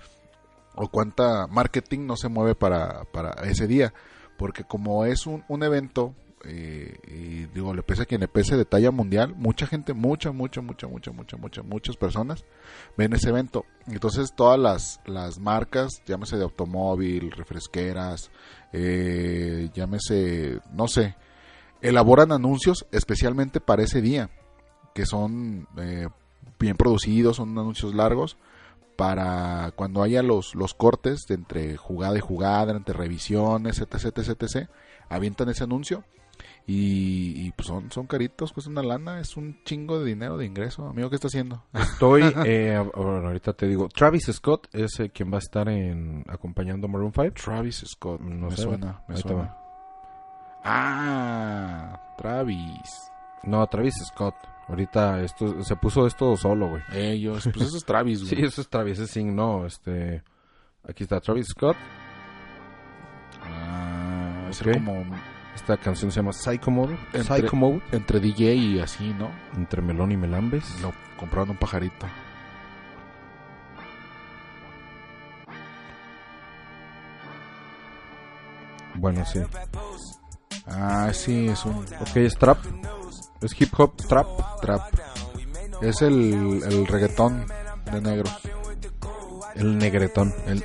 [SPEAKER 1] o cuánta marketing no se mueve para, para ese día? Porque como es un, un evento, eh, y digo, le pese a quien le pese de talla mundial, mucha gente, mucha, mucha, mucha, mucha, mucha, mucha, muchas personas ven ese evento. Entonces todas las, las marcas, llámese de automóvil, refresqueras, eh, llámese, no sé, elaboran anuncios especialmente para ese día, que son eh, bien producidos, son anuncios largos, para cuando haya los, los cortes de entre jugada y jugada, entre revisiones, etc, etc, etc, avientan ese anuncio y, y, pues son, son caritos, cuesta una lana, es un chingo de dinero de ingreso. Amigo, ¿qué está haciendo?
[SPEAKER 2] Estoy, eh, bueno, ahorita te digo, Travis Scott es eh, quien va a estar en, acompañando a Maroon 5.
[SPEAKER 1] Travis Scott,
[SPEAKER 2] No
[SPEAKER 1] me
[SPEAKER 2] sé,
[SPEAKER 1] suena, me
[SPEAKER 2] ahí te
[SPEAKER 1] suena.
[SPEAKER 2] va.
[SPEAKER 1] Ah, Travis.
[SPEAKER 2] No, Travis Scott. Ahorita esto se puso esto solo, güey.
[SPEAKER 1] Ellos, pues eso es Travis,
[SPEAKER 2] Sí,
[SPEAKER 1] güey.
[SPEAKER 2] eso es Travis Singh, no, este... Aquí está Travis Scott.
[SPEAKER 1] Ah, es
[SPEAKER 2] Ok.
[SPEAKER 1] como
[SPEAKER 2] Esta canción se llama Psycho Mode.
[SPEAKER 1] Entre-
[SPEAKER 2] Psycho Mode.
[SPEAKER 1] entre DJ y así, ¿no?
[SPEAKER 2] Entre Melón y Melambes.
[SPEAKER 1] Lo compraron un pajarito.
[SPEAKER 2] Bueno, sí.
[SPEAKER 1] Ah, sí, es un
[SPEAKER 2] Ok, es trap. Es hip hop trap.
[SPEAKER 1] trap. Es el, el reggaetón de negros.
[SPEAKER 2] El negretón.
[SPEAKER 1] El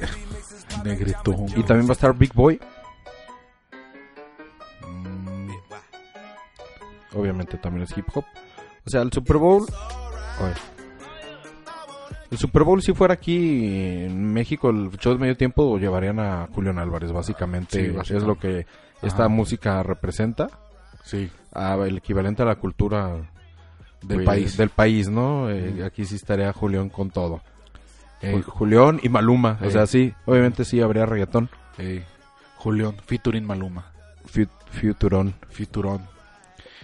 [SPEAKER 1] negritón.
[SPEAKER 2] Y también va a estar Big Boy.
[SPEAKER 1] Mm,
[SPEAKER 2] Obviamente también es hip hop. O sea, el Super Bowl... Oye. El Super Bowl si fuera aquí en México, el show de medio tiempo llevarían a Julián Álvarez, básicamente.
[SPEAKER 1] Sí, básicamente.
[SPEAKER 2] Es lo que esta
[SPEAKER 1] Ajá.
[SPEAKER 2] música representa.
[SPEAKER 1] sí,
[SPEAKER 2] a- el equivalente a la cultura
[SPEAKER 1] del
[SPEAKER 2] güey,
[SPEAKER 1] país.
[SPEAKER 2] Del país, ¿no? Eh, Aquí sí estaría Julián con todo.
[SPEAKER 1] Eh,
[SPEAKER 2] Jul- Julián y Maluma. O
[SPEAKER 1] eh.
[SPEAKER 2] sea, sí, obviamente sí habría reggaetón.
[SPEAKER 1] eh, Julián, featuring Maluma.
[SPEAKER 2] Fut- Futurón.
[SPEAKER 1] Fiturón.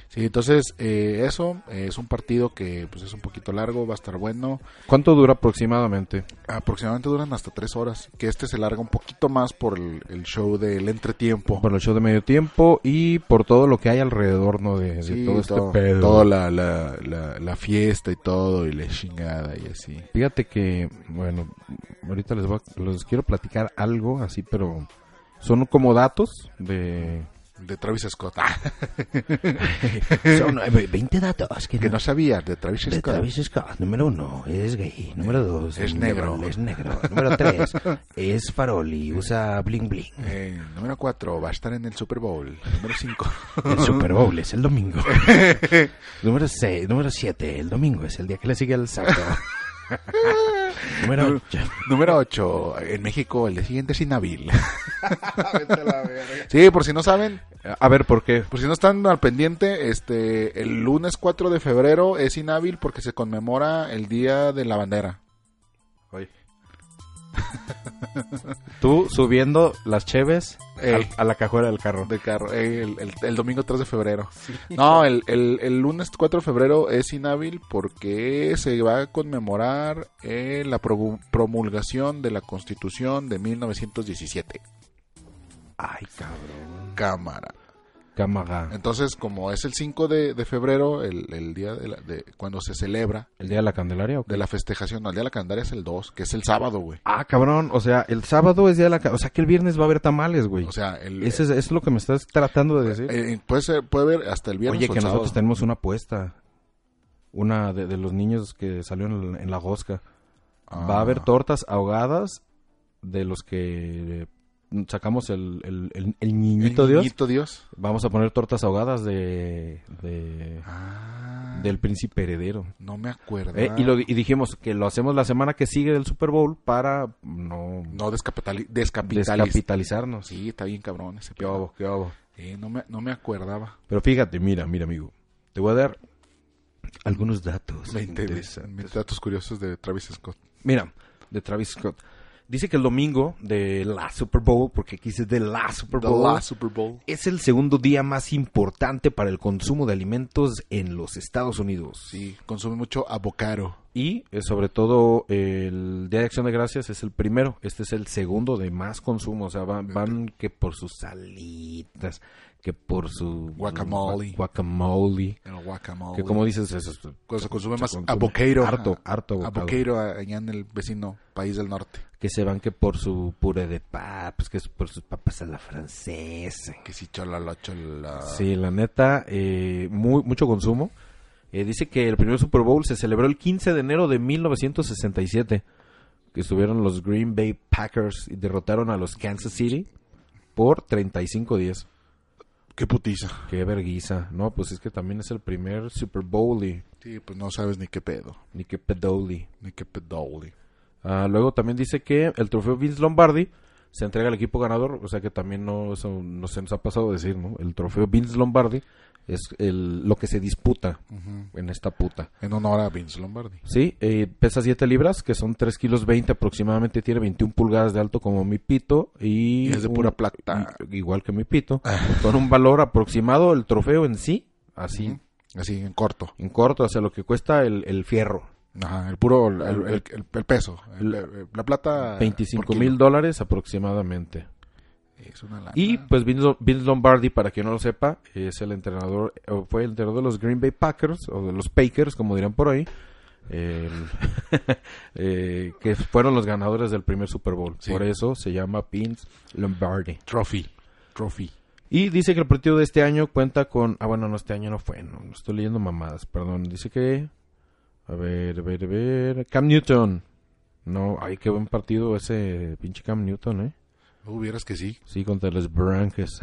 [SPEAKER 1] Sí, entonces eh, eso eh, es un partido que pues es un poquito largo, va a estar bueno.
[SPEAKER 2] ¿Cuánto dura aproximadamente?
[SPEAKER 1] Aproximadamente duran hasta tres horas, que este se larga un poquito más por el, el show del entretiempo.
[SPEAKER 2] Por el show de medio tiempo y por todo lo que hay alrededor, ¿no? De, de
[SPEAKER 1] Sí,
[SPEAKER 2] todo este
[SPEAKER 1] todo-
[SPEAKER 2] pedo.
[SPEAKER 1] toda la, la- la- la fiesta y todo, y la chingada y así.
[SPEAKER 2] Fíjate que, bueno, ahorita les, voy a- les quiero platicar algo así, pero son como datos de...
[SPEAKER 1] De Travis Scott. Ah,
[SPEAKER 4] Son nueve- 20 datos que,
[SPEAKER 1] que
[SPEAKER 4] no
[SPEAKER 1] no sabías, de Travis
[SPEAKER 4] de
[SPEAKER 1] Scott.
[SPEAKER 4] Travis Scott. Número uno, es gay. Número dos,
[SPEAKER 1] Es negro.
[SPEAKER 4] Es negro. Número tres, es farol y usa bling bling.
[SPEAKER 1] Eh, número 4, va a estar en el Super Bowl. Número 5.
[SPEAKER 4] El Super Bowl es el domingo. número seis, número siete, el domingo es el día que le sigue el saco.
[SPEAKER 1] Número
[SPEAKER 4] Número 8.
[SPEAKER 1] 8. En México, el siguiente es Inavil. sí, por si no saben,
[SPEAKER 2] A ver, ¿por qué?
[SPEAKER 1] por si no están al pendiente, este, el lunes 4 de febrero es Inavil porque se conmemora el Día de la Bandera.
[SPEAKER 2] Oye. Tú subiendo las cheves
[SPEAKER 1] Ey.
[SPEAKER 2] al- a la cajuela del carro.
[SPEAKER 1] De carro, eh, el, el- el domingo 3 de febrero. No, el, el- el lunes 4 de febrero es inhábil porque se va a conmemorar eh, la promu- promulgación de la Constitución de 1917.
[SPEAKER 2] Ay, cabrón.
[SPEAKER 1] Cámara.
[SPEAKER 2] Cámaga.
[SPEAKER 1] Entonces, como es el 5 de, de febrero, el, el día de, la- de- cuando se celebra
[SPEAKER 2] ¿El día de la Candelaria o qué?
[SPEAKER 1] de la festejación, no, el día de la calendaria es el 2, que es el sábado, güey.
[SPEAKER 2] Ah, cabrón. O sea, el sábado es día de la Candelaria. O sea, que el viernes va a haber tamales, güey.
[SPEAKER 1] O sea, el,
[SPEAKER 2] Ese es, es lo que me estás tratando de decir.
[SPEAKER 1] eh, puede, ser- puede haber hasta el viernes o
[SPEAKER 2] Oye, que
[SPEAKER 1] el sábado.
[SPEAKER 2] nosotros tenemos una apuesta. Una de, de los niños que salió en, el- en la gosca.
[SPEAKER 1] Ah.
[SPEAKER 2] Va a haber tortas ahogadas de los que eh, sacamos el, el, el- el niñito
[SPEAKER 1] El
[SPEAKER 2] Dios.
[SPEAKER 1] Niñito Dios.
[SPEAKER 2] Vamos a poner tortas ahogadas de, de-
[SPEAKER 1] Ah,
[SPEAKER 2] del príncipe heredero.
[SPEAKER 1] no me acuerdo.
[SPEAKER 2] Eh, y, lo, di- y dijimos que lo hacemos la semana que sigue del Super Bowl para no
[SPEAKER 1] No, descapitali descapitalizar.
[SPEAKER 2] descapitalizarnos.
[SPEAKER 1] Sí, está bien cabrón ese
[SPEAKER 2] Qué
[SPEAKER 1] pedo.
[SPEAKER 2] bobo, qué bobo.
[SPEAKER 1] Sí, no me, no me acordaba.
[SPEAKER 2] Pero fíjate, mira, mira, amigo. Te voy a dar algunos datos.
[SPEAKER 1] Me interesan.
[SPEAKER 2] interesantes.
[SPEAKER 1] datos curiosos de Travis Scott.
[SPEAKER 2] Mira, de Travis Scott. Dice que el domingo de la Super Bowl, porque aquí dice de la Super
[SPEAKER 1] The
[SPEAKER 2] Bowl,
[SPEAKER 1] last Super Bowl.
[SPEAKER 2] es el segundo día más importante para el consumo de alimentos en los Estados Unidos.
[SPEAKER 1] Sí, consume mucho avocado.
[SPEAKER 2] Y eh, sobre todo el Día de Acción de Gracias es el primero. Este es el segundo de más consumo. O sea, van, van que por sus salitas, que por su
[SPEAKER 1] Guacamole.
[SPEAKER 2] gua- guacamole.
[SPEAKER 1] El guacamole.
[SPEAKER 2] Que como dices, eso, es-
[SPEAKER 1] Cuando se consume
[SPEAKER 2] se
[SPEAKER 1] más
[SPEAKER 2] consume
[SPEAKER 1] avocado.
[SPEAKER 2] harto,
[SPEAKER 1] Ah,
[SPEAKER 2] harto avocado.
[SPEAKER 1] avocado ah, allá en el vecino país del norte.
[SPEAKER 2] que se van que por su puré de papas, que es por sus papas a la francesa.
[SPEAKER 1] Que si chola, la chola.
[SPEAKER 2] Sí, la neta, eh, muy, mucho consumo. Eh, dice que el primer Super Bowl se celebró el 15 de enero de 1967, que estuvieron los Green Bay Packers y derrotaron a los Kansas City por 35-10.
[SPEAKER 1] Qué putiza.
[SPEAKER 2] Qué verguiza. No, pues es que también es el primer Super Bowl y
[SPEAKER 1] Sí, pues no sabes ni qué pedo.
[SPEAKER 2] ni qué pedoli.
[SPEAKER 1] Ni qué pedole.
[SPEAKER 2] Ah, luego también dice que el trofeo Vince Lombardi se entrega al equipo ganador, o sea que también no, eso no se nos ha pasado a decir, ¿no? El trofeo Vince Lombardi es el, lo que se disputa en esta puta.
[SPEAKER 1] En honor a Vince Lombardi.
[SPEAKER 2] Sí, eh, pesa 7 libras, que son 3 kilos 20 aproximadamente, tiene 21 pulgadas de alto como mi pito y...
[SPEAKER 1] Y es de
[SPEAKER 2] un-
[SPEAKER 1] pura plata. Ah.
[SPEAKER 2] i- Igual que mi pito, con un valor aproximado el trofeo en sí, así,
[SPEAKER 1] Así, en corto.
[SPEAKER 2] en corto, o sea, lo que cuesta el, el fierro.
[SPEAKER 1] Ajá, el puro, el, el- el- el- el peso. El- el- la plata.
[SPEAKER 2] 25
[SPEAKER 1] Ah, por
[SPEAKER 2] mil
[SPEAKER 1] kilo.
[SPEAKER 2] dólares aproximadamente.
[SPEAKER 1] Es una lana.
[SPEAKER 2] Y pues Vince, Vince Lombardi, para quien no lo sepa, es el entrenador, o fue el entrenador de los Green Bay Packers, o de los Packers, como dirán por ahí, el- eh, que fueron los ganadores del primer Super Bowl.
[SPEAKER 1] Sí.
[SPEAKER 2] Por eso se llama Vince Lombardi.
[SPEAKER 1] Trophy. Trophy.
[SPEAKER 2] Y dice que el partido de este año cuenta con... Ah, bueno, no, este año no fue, no, no estoy leyendo mamadas, perdón. Dice que... A ver, a ver, a ver... Cam Newton. No, ay, qué buen partido ese pinche Cam Newton, ¿eh?
[SPEAKER 1] Hubieras que sí.
[SPEAKER 2] Sí, contra los Branques.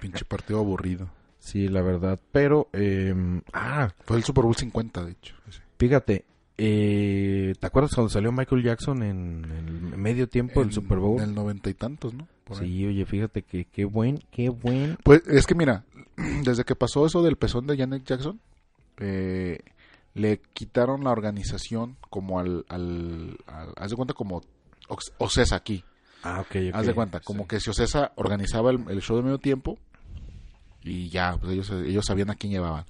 [SPEAKER 1] Pinche partido aburrido.
[SPEAKER 2] Sí, la verdad. Pero, eh, ah,
[SPEAKER 1] Fue el Super Bowl 50, de hecho. ese.
[SPEAKER 2] fíjate, eh, ¿te acuerdas cuando salió Michael Jackson en, en el medio tiempo
[SPEAKER 1] En-
[SPEAKER 2] del Super Bowl?
[SPEAKER 1] En el noventa y tantos, ¿no? Por ahí.
[SPEAKER 2] Sí, oye, fíjate que qué buen, qué buen.
[SPEAKER 1] Pues es que mira, desde que pasó eso del pezón de Janet Jackson, eh, le quitaron la organización como al... al, al- haz de cuenta como Ox- Ocesa aquí.
[SPEAKER 2] Ah, ok,
[SPEAKER 1] Haz de cuenta, como que si Ocesa organizaba el, el show de medio tiempo y ya, pues ellos, ellos sabían a quién llevaban.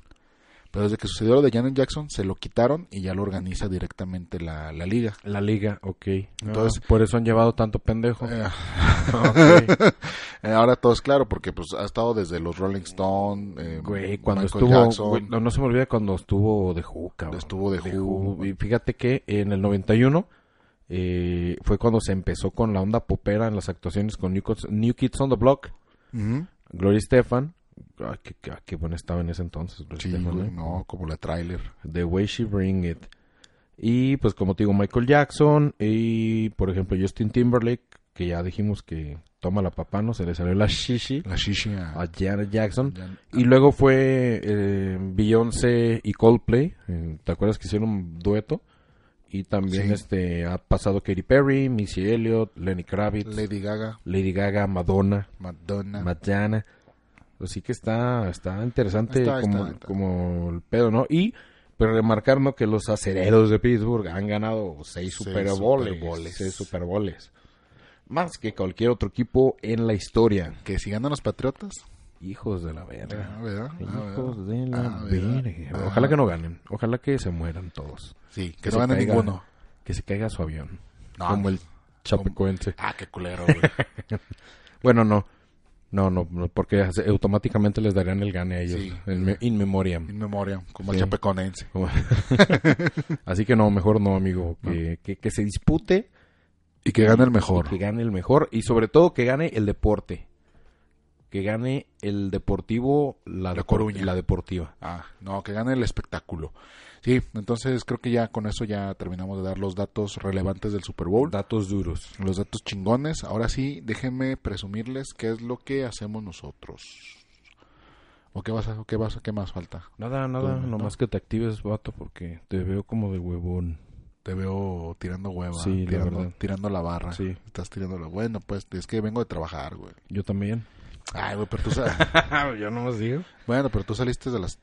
[SPEAKER 1] Pero desde que sucedió lo de Janet Jackson, se lo quitaron y ya lo organiza directamente la, la liga.
[SPEAKER 2] La liga, ok.
[SPEAKER 1] Entonces-
[SPEAKER 2] Entonces, por eso han llevado tanto pendejo.
[SPEAKER 1] Ah. Eh,
[SPEAKER 2] Ok.
[SPEAKER 1] Eh, Ahora todo es claro porque pues ha estado desde los Rolling Stones, eh,
[SPEAKER 2] Güey, cuando
[SPEAKER 1] Michael
[SPEAKER 2] estuvo,
[SPEAKER 1] Jackson,
[SPEAKER 2] güey, no, no se me olvida cuando estuvo de Who, cabrón.
[SPEAKER 1] Estuvo de Who.
[SPEAKER 2] Y fíjate que en el 91 eh, fue cuando se empezó con la onda popera en las actuaciones con New Kids, New Kids on the Block,
[SPEAKER 1] Ujú.
[SPEAKER 2] Gloria Estefan. Ah, qué, qué- ah, qué buena estaba en ese entonces, Gloria
[SPEAKER 1] Sí,
[SPEAKER 2] Estefan,
[SPEAKER 1] güey,
[SPEAKER 2] ¿eh?
[SPEAKER 1] no, como la trailer.
[SPEAKER 2] The Way She Bring It. Y pues como te digo, Michael Jackson y por ejemplo Justin Timberlake, que ya dijimos que toma la papá, no se le salió la shishi
[SPEAKER 1] La shishi a-
[SPEAKER 2] a Janet Jackson.
[SPEAKER 1] Jan-
[SPEAKER 2] Y luego fue eh, Beyoncé y Coldplay. eh, ¿Te acuerdas que hicieron un dueto? Y también
[SPEAKER 1] Sí.
[SPEAKER 2] este ha pasado Katy Perry, Missy Elliott, Lenny Kravitz, Lady,
[SPEAKER 1] Lady Gaga,
[SPEAKER 2] Gaga, Madonna,
[SPEAKER 1] Madonna.
[SPEAKER 2] Madonna. Así Pues que está, está interesante
[SPEAKER 1] Está-
[SPEAKER 2] como,
[SPEAKER 1] está- está.
[SPEAKER 2] como el pedo, ¿no? Y pero remarcar ¿no? que los acereros de Pittsburgh han ganado
[SPEAKER 1] Seis
[SPEAKER 2] seis Super Bowls,
[SPEAKER 1] Super Bowls.
[SPEAKER 2] seis Super Bowls. Más que cualquier otro equipo en la historia.
[SPEAKER 1] que si ganan los Patriotas.
[SPEAKER 2] Hijos de la verga.
[SPEAKER 1] Ah, ¿verdad? Ah,
[SPEAKER 2] Hijos
[SPEAKER 1] ¿verdad?
[SPEAKER 2] de la
[SPEAKER 1] Ah, ¿verdad?
[SPEAKER 2] verga.
[SPEAKER 1] Ah.
[SPEAKER 2] Ojalá que no ganen. Ojalá que se mueran todos.
[SPEAKER 1] Sí, que
[SPEAKER 2] se
[SPEAKER 1] no gane
[SPEAKER 2] caiga.
[SPEAKER 1] ninguno.
[SPEAKER 2] Que se caiga su avión.
[SPEAKER 1] No,
[SPEAKER 2] como el
[SPEAKER 1] no.
[SPEAKER 2] chapecuense.
[SPEAKER 1] Ah, qué culero, güey.
[SPEAKER 2] Bueno, no. No, no, no, porque hace- automáticamente les darían el gane a ellos.
[SPEAKER 1] Sí.
[SPEAKER 2] el me- in memoriam.
[SPEAKER 1] In memoria, como
[SPEAKER 2] Sí.
[SPEAKER 1] el chapeconense.
[SPEAKER 2] Como- Así que no, mejor no, amigo. Que, que, que se dispute,
[SPEAKER 1] Y que gane el
[SPEAKER 2] y
[SPEAKER 1] mejor.
[SPEAKER 2] que gane el mejor y sobre todo que gane el deporte. Que gane el deportivo, la,
[SPEAKER 1] La
[SPEAKER 2] depo-
[SPEAKER 1] Coruña.
[SPEAKER 2] la deportiva.
[SPEAKER 1] Ah, no, que gane el espectáculo. Sí, entonces creo que ya con eso ya terminamos de dar los datos relevantes del Super Bowl.
[SPEAKER 2] Datos duros.
[SPEAKER 1] los datos chingones. Ahora sí, déjenme presumirles qué es lo que hacemos nosotros. ¿O qué, vas a, o qué, vas a- qué más falta?
[SPEAKER 2] Nada, nada,
[SPEAKER 1] Tú, ¿no?
[SPEAKER 2] nomás que te actives, vato, porque te veo como de huevón.
[SPEAKER 1] Te veo tirando hueva,
[SPEAKER 2] Sí, la
[SPEAKER 1] tirando,
[SPEAKER 2] verdad.
[SPEAKER 1] tirando la barra.
[SPEAKER 2] Sí.
[SPEAKER 1] Estás tirando la... Bueno, pues es que vengo de trabajar, güey.
[SPEAKER 2] Yo también.
[SPEAKER 1] Ay, güey, pero tú sa-
[SPEAKER 2] Yo nomás digo.
[SPEAKER 1] bueno, pero tú saliste de las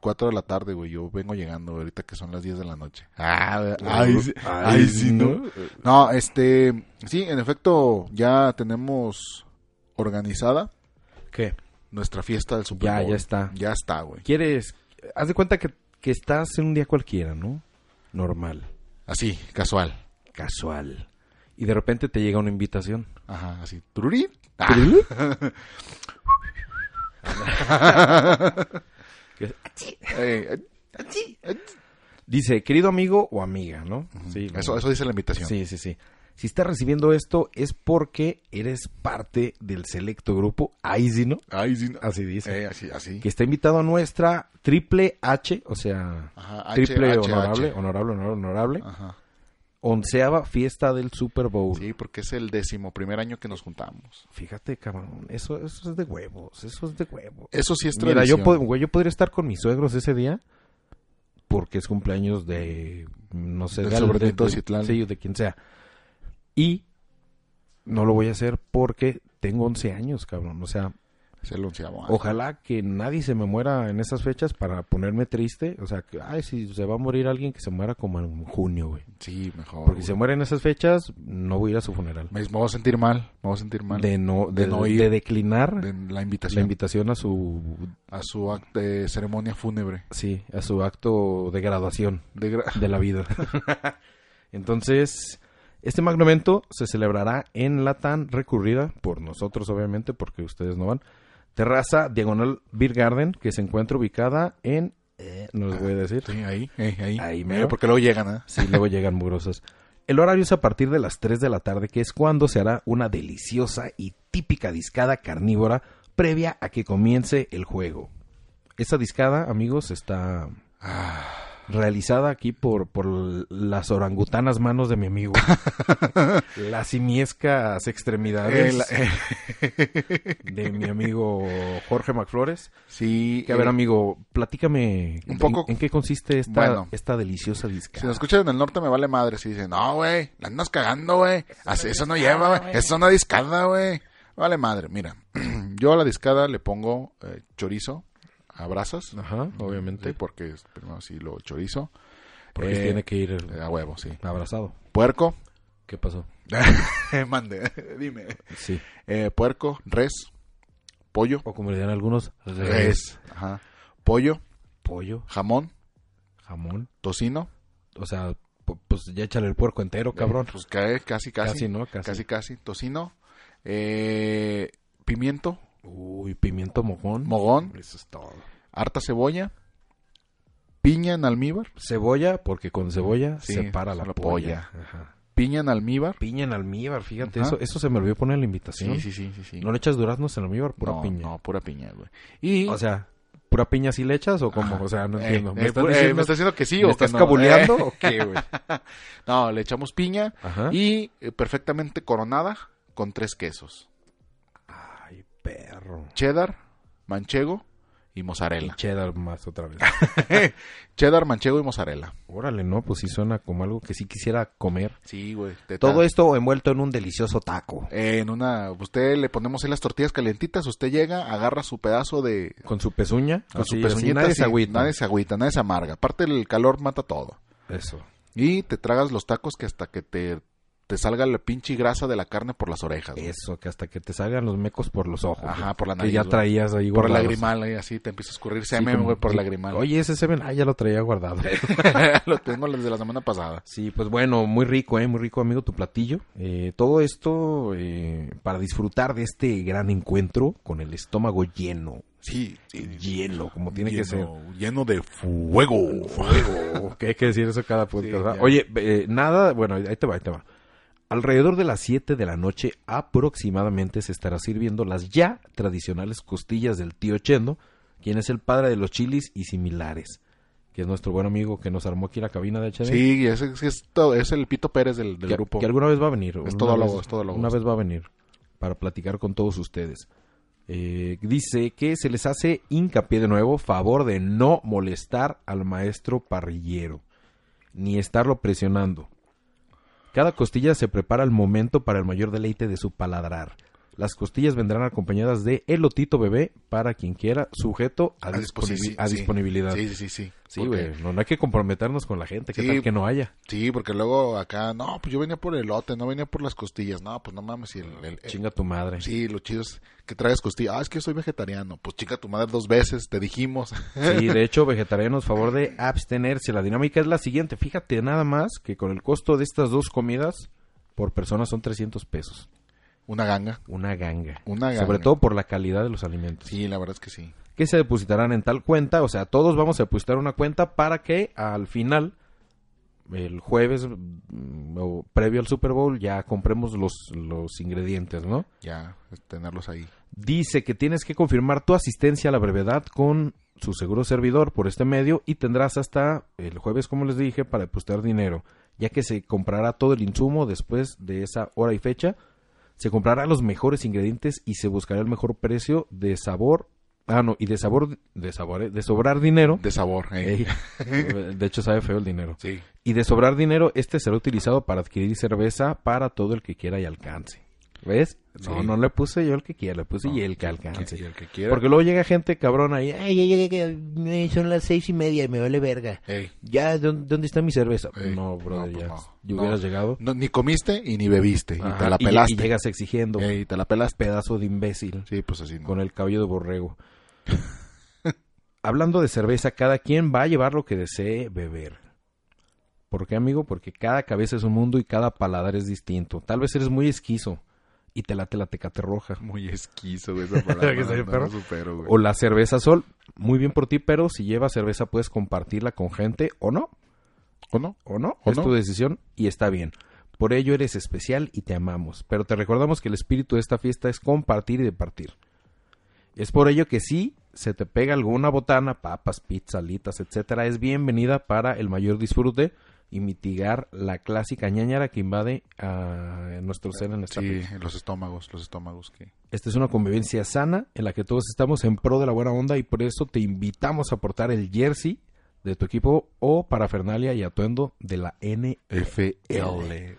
[SPEAKER 1] 4 de la tarde, güey. Yo vengo llegando ahorita que son las 10 de la noche. Ah, güey, ay, sí- ay, sí, ¿no? No, este... Sí, en efecto, ya tenemos organizada
[SPEAKER 2] ¿Qué?
[SPEAKER 1] nuestra fiesta del Super
[SPEAKER 2] Ya,
[SPEAKER 1] Bowl.
[SPEAKER 2] ya está.
[SPEAKER 1] Ya está, güey.
[SPEAKER 2] ¿Quieres? Haz de cuenta que, que estás en un día cualquiera, ¿no? Normal,
[SPEAKER 1] Así, casual.
[SPEAKER 2] casual. Y de repente te llega una invitación.
[SPEAKER 1] Ajá, así. Tururín. Ah,
[SPEAKER 2] Que-
[SPEAKER 1] eh, eh,
[SPEAKER 2] Dice, querido amigo o amiga, ¿no? Sí,
[SPEAKER 1] eso, eso dice la invitación.
[SPEAKER 2] Sí, sí, sí. Si estás recibiendo esto es porque eres parte del selecto grupo Ay, sí, ¿no?
[SPEAKER 1] Ay, sí, no.
[SPEAKER 2] Así dice.
[SPEAKER 1] Eh, así, así.
[SPEAKER 2] Que está invitado a nuestra triple H, o sea,
[SPEAKER 1] Ajá, H,
[SPEAKER 2] triple
[SPEAKER 1] H,
[SPEAKER 2] honorable,
[SPEAKER 1] H.
[SPEAKER 2] honorable, honorable, honorable,
[SPEAKER 1] Ajá.
[SPEAKER 2] onceava fiesta del Super Bowl.
[SPEAKER 1] Sí, porque es el décimo primer año que nos juntamos.
[SPEAKER 2] Fíjate, cabrón, eso, eso es de huevos, eso es de huevos.
[SPEAKER 1] Eso sí es
[SPEAKER 2] Mira, yo,
[SPEAKER 1] tradición.
[SPEAKER 2] pod- güey, yo podría estar con mis suegros ese día porque es cumpleaños de, no sé,
[SPEAKER 1] Del
[SPEAKER 2] de al-
[SPEAKER 1] sobrinito
[SPEAKER 2] de-
[SPEAKER 1] de Citlali.
[SPEAKER 2] sí, de quien sea. Y no lo voy a hacer porque tengo 11 años, cabrón. O sea,
[SPEAKER 1] Es el onceavo año.
[SPEAKER 2] ojalá que nadie se me muera en esas fechas para ponerme triste. O sea, que, ay, si se va a morir alguien que se muera como en junio, güey.
[SPEAKER 1] Sí, mejor.
[SPEAKER 2] Porque
[SPEAKER 1] güey.
[SPEAKER 2] si se muere en esas fechas, no voy a ir a su funeral.
[SPEAKER 1] me, me voy a sentir mal. Me voy a sentir mal.
[SPEAKER 2] De no, de,
[SPEAKER 1] De no ir.
[SPEAKER 2] de declinar
[SPEAKER 1] De la
[SPEAKER 2] la
[SPEAKER 1] invitación
[SPEAKER 2] invitación a su
[SPEAKER 1] a su acto de ceremonia fúnebre.
[SPEAKER 2] Sí, a su acto de graduación
[SPEAKER 1] De gra-
[SPEAKER 2] de la vida. Entonces, este magno evento se celebrará en la tan recurrida, por nosotros obviamente, porque ustedes no van, terraza Diagonal Beer Garden, que se encuentra ubicada en... eh, no les voy a decir.
[SPEAKER 1] Sí, ahí, eh, ahí.
[SPEAKER 2] Ahí
[SPEAKER 1] Eh,
[SPEAKER 2] mero.
[SPEAKER 1] porque luego llegan, ¿ah?
[SPEAKER 2] Sí, luego llegan mugrosas. El horario es a partir de las 3 de la tarde, que es cuando se hará una deliciosa y típica discada carnívora previa a que comience el juego. Esa discada, amigos, está realizada aquí por, por las orangutanas manos de mi amigo. las simiescas extremidades
[SPEAKER 1] Eh, la- eh,
[SPEAKER 2] de mi amigo Jorge McFlores.
[SPEAKER 1] sí.
[SPEAKER 2] Que, a ver,
[SPEAKER 1] eh,
[SPEAKER 2] amigo, platícame
[SPEAKER 1] un
[SPEAKER 2] en-
[SPEAKER 1] poco-
[SPEAKER 2] en, qué consiste esta,
[SPEAKER 1] Bueno.
[SPEAKER 2] esta deliciosa
[SPEAKER 1] Si nos
[SPEAKER 2] discada.
[SPEAKER 1] escuchan en el norte me vale madre si dicen, no, güey, la andas cagando, güey. Así- Eso no lleva, güey. Eso es una discada, güey. Vale madre, mira. Yo a la discada le pongo eh, chorizo a brasas.
[SPEAKER 2] Ajá,
[SPEAKER 1] Sí,
[SPEAKER 2] obviamente.
[SPEAKER 1] porque es primero sí lo chorizo.
[SPEAKER 2] Porque
[SPEAKER 1] Eh,
[SPEAKER 2] tiene que ir
[SPEAKER 1] eh, a huevo, sí.
[SPEAKER 2] abrazado.
[SPEAKER 1] Puerco.
[SPEAKER 2] ¿Qué pasó?
[SPEAKER 1] Eh, Mande, dime.
[SPEAKER 2] Sí.
[SPEAKER 1] Eh, puerco, res, pollo.
[SPEAKER 2] O como le dirán algunos, res,
[SPEAKER 1] Res. Ajá. Pollo,
[SPEAKER 2] pollo,
[SPEAKER 1] jamón,
[SPEAKER 2] jamón.
[SPEAKER 1] tocino.
[SPEAKER 2] O sea, pu- pues ya échale el puerco entero, cabrón.
[SPEAKER 1] Pues cae casi, casi.
[SPEAKER 2] Eh, casi, ¿no? Casi.
[SPEAKER 1] Casi, casi. Tocino. Eh, pimiento,
[SPEAKER 2] Uy, pimiento mojón.
[SPEAKER 1] mogón.
[SPEAKER 2] Eso es todo.
[SPEAKER 1] harta cebolla, piña en almíbar,
[SPEAKER 2] Cebolla, porque con cebolla
[SPEAKER 1] Sí,
[SPEAKER 2] se para la
[SPEAKER 1] solo
[SPEAKER 2] polla. Ajá.
[SPEAKER 1] piña en almíbar.
[SPEAKER 2] Piña en almíbar, fíjate.
[SPEAKER 1] Ajá.
[SPEAKER 2] Eso, eso se me olvidó poner en la invitación.
[SPEAKER 1] Sí, sí, sí, sí. sí.
[SPEAKER 2] No le echas duraznos en almíbar, pura
[SPEAKER 1] no,
[SPEAKER 2] piña.
[SPEAKER 1] No, pura piña, güey. Y...
[SPEAKER 2] O sea, ¿pura piña sí le echas o cómo?
[SPEAKER 1] Ajá.
[SPEAKER 2] O sea, no
[SPEAKER 1] Eh,
[SPEAKER 2] entiendo.
[SPEAKER 1] eh,
[SPEAKER 2] ¿Me estás
[SPEAKER 1] pu- eh,
[SPEAKER 2] diciendo-
[SPEAKER 1] me estás diciendo que sí
[SPEAKER 2] me
[SPEAKER 1] o que
[SPEAKER 2] estás
[SPEAKER 1] no?
[SPEAKER 2] cabuleando ¿Ah?
[SPEAKER 1] Eh.
[SPEAKER 2] o qué, güey?
[SPEAKER 1] No, le echamos piña
[SPEAKER 2] Ajá.
[SPEAKER 1] y eh, perfectamente coronada con tres quesos.
[SPEAKER 2] Ay, perro.
[SPEAKER 1] Cheddar, manchego y mozzarella.
[SPEAKER 2] cheddar más otra vez.
[SPEAKER 1] Cheddar manchego y mozzarella.
[SPEAKER 2] Órale, no, pues sí suena como algo que sí quisiera comer.
[SPEAKER 1] Sí, güey.
[SPEAKER 2] Todo esto envuelto en un delicioso taco.
[SPEAKER 1] en una, usted le ponemos ahí las tortillas calentitas, usted llega, agarra su pedazo de,
[SPEAKER 2] Con su pezuña.
[SPEAKER 1] con su
[SPEAKER 2] así,
[SPEAKER 1] pezuñita,
[SPEAKER 2] así, nadie se
[SPEAKER 1] sí,
[SPEAKER 2] agüita.
[SPEAKER 1] nadie se agüita, nadie se amarga. Aparte el calor mata todo.
[SPEAKER 2] Eso.
[SPEAKER 1] Y te tragas los tacos que hasta que te, te salga la pinche grasa de la carne por las orejas. güey.
[SPEAKER 2] Eso, que hasta que te salgan los mecos por los ojos.
[SPEAKER 1] Ajá,
[SPEAKER 2] güey.
[SPEAKER 1] por la
[SPEAKER 2] Que
[SPEAKER 1] nariz,
[SPEAKER 2] ya
[SPEAKER 1] güey.
[SPEAKER 2] traías ahí
[SPEAKER 1] Por el
[SPEAKER 2] guardados.
[SPEAKER 1] lagrimal, ahí así te empieza a escurrir
[SPEAKER 2] Sí,
[SPEAKER 1] semen,
[SPEAKER 2] como-
[SPEAKER 1] güey, por el
[SPEAKER 2] sí.
[SPEAKER 1] lagrimal.
[SPEAKER 2] Oye, ese semen, ah, ya lo traía guardado.
[SPEAKER 1] Lo tengo desde la semana pasada.
[SPEAKER 2] Sí, pues bueno, muy rico, ¿eh? Muy rico, amigo, tu platillo. Eh, todo esto eh, para disfrutar de este gran encuentro con el estómago lleno.
[SPEAKER 1] Sí, sí.
[SPEAKER 2] Lleno, como tiene que ser.
[SPEAKER 1] Lleno de fuego.
[SPEAKER 2] que hay que decir eso cada podcast.
[SPEAKER 1] Sí,
[SPEAKER 2] ¿verdad?
[SPEAKER 1] ya.
[SPEAKER 2] Oye, eh, nada, bueno, ahí te va, ahí te va. Alrededor de las 7 de la noche aproximadamente se estará sirviendo las ya tradicionales costillas del tío Chendo, quien es el padre de los chilis y similares, que es nuestro buen amigo que nos armó aquí la cabina de HD.
[SPEAKER 1] Sí, es, es, es todo- es el Pito Pérez del, del
[SPEAKER 2] que,
[SPEAKER 1] grupo.
[SPEAKER 2] que alguna vez va a venir. una
[SPEAKER 1] todólogo,
[SPEAKER 2] vez-
[SPEAKER 1] es todólogo.
[SPEAKER 2] Una vez va a venir para platicar con todos ustedes. Eh, dice que se les hace hincapié de nuevo favor de no molestar al maestro parrillero, ni estarlo presionando. Cada costilla se prepara al momento para el mayor deleite de su paladrar. Las costillas vendrán acompañadas de elotito bebé para quien quiera, sujeto a,
[SPEAKER 1] A disposi-
[SPEAKER 2] disponibi- a
[SPEAKER 1] sí.
[SPEAKER 2] disponibilidad.
[SPEAKER 1] Sí, sí, sí. Sí,
[SPEAKER 2] Sí,
[SPEAKER 1] Porque-
[SPEAKER 2] güey, no, no hay que comprometernos con la gente, que
[SPEAKER 1] Sí.
[SPEAKER 2] tal que no haya.
[SPEAKER 1] Sí, porque luego acá, no, pues yo venía por el lote, no venía por las costillas. No, pues no mames. Y el, el- el-
[SPEAKER 2] Chinga tu madre.
[SPEAKER 1] sí, lo chido es que traigas costillas. Ah, es que soy vegetariano. Pues chica tu madre dos veces, te dijimos.
[SPEAKER 2] Sí, de hecho, vegetarianos, favor de abstenerse. La dinámica es la siguiente. Fíjate nada más que con el costo de estas dos comidas por persona son 300 pesos.
[SPEAKER 1] Una ganga.
[SPEAKER 2] Una ganga.
[SPEAKER 1] Una ganga.
[SPEAKER 2] Sobre todo por la calidad de los alimentos.
[SPEAKER 1] Sí, la verdad es que sí.
[SPEAKER 2] Que se depositarán en tal cuenta. O sea, todos vamos a depositar una cuenta para que al final, el jueves mm, o previo al Super Bowl, ya compremos los, los ingredientes, ¿no?
[SPEAKER 1] Ya, este, es tenerlos ahí.
[SPEAKER 2] Dice que tienes que confirmar tu asistencia a la brevedad con su seguro servidor por este medio y tendrás hasta el jueves, como les dije, para depositar dinero, ya que se comprará todo el insumo después de esa hora y fecha, se comprará los mejores ingredientes y se buscará el mejor precio de sabor, ah no, y de sabor, de sabor, eh, de sobrar dinero.
[SPEAKER 1] De sabor, eh.
[SPEAKER 2] Ey, de hecho sabe feo el dinero.
[SPEAKER 1] Sí.
[SPEAKER 2] Y de sobrar dinero, este será utilizado para adquirir cerveza para todo el que quiera y alcance. ¿Ves? No,
[SPEAKER 1] Sí.
[SPEAKER 2] no le puse yo el que quiera, le puse y el que alcance.
[SPEAKER 1] Y el que quiera.
[SPEAKER 2] Porque luego llega gente cabrón ahí, "Ay,
[SPEAKER 4] Ay, ya llegué, que, eh, son las seis y media y me vale verga.
[SPEAKER 1] Ey,
[SPEAKER 4] Ya, ¿dó- ¿dónde, está mi cerveza?
[SPEAKER 1] ey.
[SPEAKER 2] no, bro,
[SPEAKER 1] pues
[SPEAKER 2] ya,
[SPEAKER 1] no.
[SPEAKER 2] ya
[SPEAKER 1] No.
[SPEAKER 2] hubieras llegado.
[SPEAKER 1] No, ni comiste y ni bebiste. Y te
[SPEAKER 2] Ajá,
[SPEAKER 1] la pelaste.
[SPEAKER 2] Y, llegas exigiendo,
[SPEAKER 1] Ey, te la pelaste.
[SPEAKER 2] pedazo de imbécil,
[SPEAKER 1] Sí, pues así no.
[SPEAKER 2] con el cabello de borrego. Hablando de cerveza, cada quien va a llevar lo que desee beber. ¿Por qué, amigo? Porque cada cabeza es un mundo y cada paladar es distinto. Tal vez eres muy esquizo y te late la tecate roja.
[SPEAKER 1] Muy esquizo, güey. Esa
[SPEAKER 2] Que soy
[SPEAKER 1] palabra. no,
[SPEAKER 2] perro.
[SPEAKER 1] la supero, güey.
[SPEAKER 2] O la cerveza sol, muy bien por ti, pero si llevas cerveza puedes compartirla con gente o no,
[SPEAKER 1] ¿O no?
[SPEAKER 2] o no,
[SPEAKER 1] ¿O
[SPEAKER 2] es
[SPEAKER 1] no?
[SPEAKER 2] tu decisión y está bien. Por ello eres especial y te amamos, pero te recordamos que el espíritu de esta fiesta es compartir y departir. Es por ello que si se te pega alguna botana, papas, pizza, alitas, etcétera, es bienvenida para el mayor disfrute y mitigar la clásica ñañara que invade a nuestro ser en esta
[SPEAKER 1] Sí,
[SPEAKER 2] fiesta.
[SPEAKER 1] los estómagos, los estómagos que...
[SPEAKER 2] Esta es una convivencia sana en la que todos estamos en pro de la buena onda y por eso te invitamos a portar el jersey de tu equipo o parafernalia y atuendo de la N.
[SPEAKER 1] FL.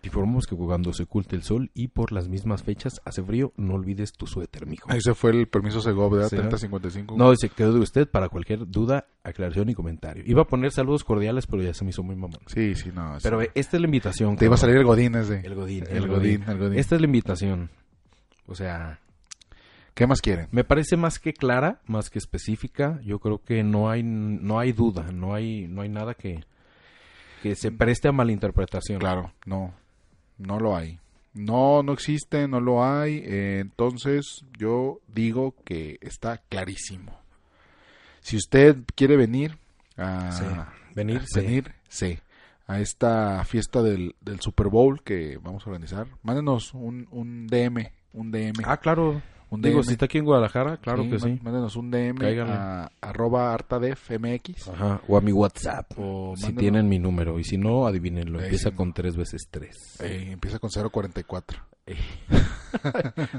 [SPEAKER 2] Te informamos que cuando se oculte el sol y por las mismas fechas hace frío, no olvides tu suéter, mijo.
[SPEAKER 1] Ese fue el permiso Segov, ¿verdad?
[SPEAKER 2] Sí, ¿no?
[SPEAKER 1] 3055.
[SPEAKER 2] No, se quedó de usted para cualquier duda, aclaración y comentario. Iba a poner saludos cordiales, pero ya se me hizo muy mamón.
[SPEAKER 1] Sí, sí, no. sí.
[SPEAKER 2] Pero eh, esta es la invitación.
[SPEAKER 1] Te iba a
[SPEAKER 2] cabrón.
[SPEAKER 1] salir el Godín ese.
[SPEAKER 2] El Godín.
[SPEAKER 1] El Godín, el Godín.
[SPEAKER 2] Esta es la invitación. O sea,
[SPEAKER 1] ¿Qué más quieren?
[SPEAKER 2] Me parece más que clara, más que específica. Yo creo que no hay, no hay duda, no hay, no hay nada que, que se preste a malinterpretación.
[SPEAKER 1] Claro, no. No lo hay. No, no existe, no lo hay. Eh, entonces, yo digo que está clarísimo. Si usted quiere venir a...
[SPEAKER 2] Sí. Venir, sí.
[SPEAKER 1] venir, sí, a esta fiesta del, del Super Bowl que vamos a organizar, mándenos un, un DM, un DM.
[SPEAKER 2] Ah, claro.
[SPEAKER 1] un
[SPEAKER 2] Digo,
[SPEAKER 1] DM.
[SPEAKER 2] si está aquí en Guadalajara, claro que
[SPEAKER 1] má-
[SPEAKER 2] sí.
[SPEAKER 1] Mándenos un DM
[SPEAKER 2] Cáiganle.
[SPEAKER 1] a arroba artadefmx.
[SPEAKER 2] Ajá. O a mi WhatsApp.
[SPEAKER 1] O
[SPEAKER 2] si
[SPEAKER 1] mándenos-
[SPEAKER 2] tienen mi número. Y si no, adivínenlo.
[SPEAKER 1] Eh,
[SPEAKER 2] Empieza
[SPEAKER 1] sí.
[SPEAKER 2] con tres veces tres.
[SPEAKER 1] Eh, empieza con 044.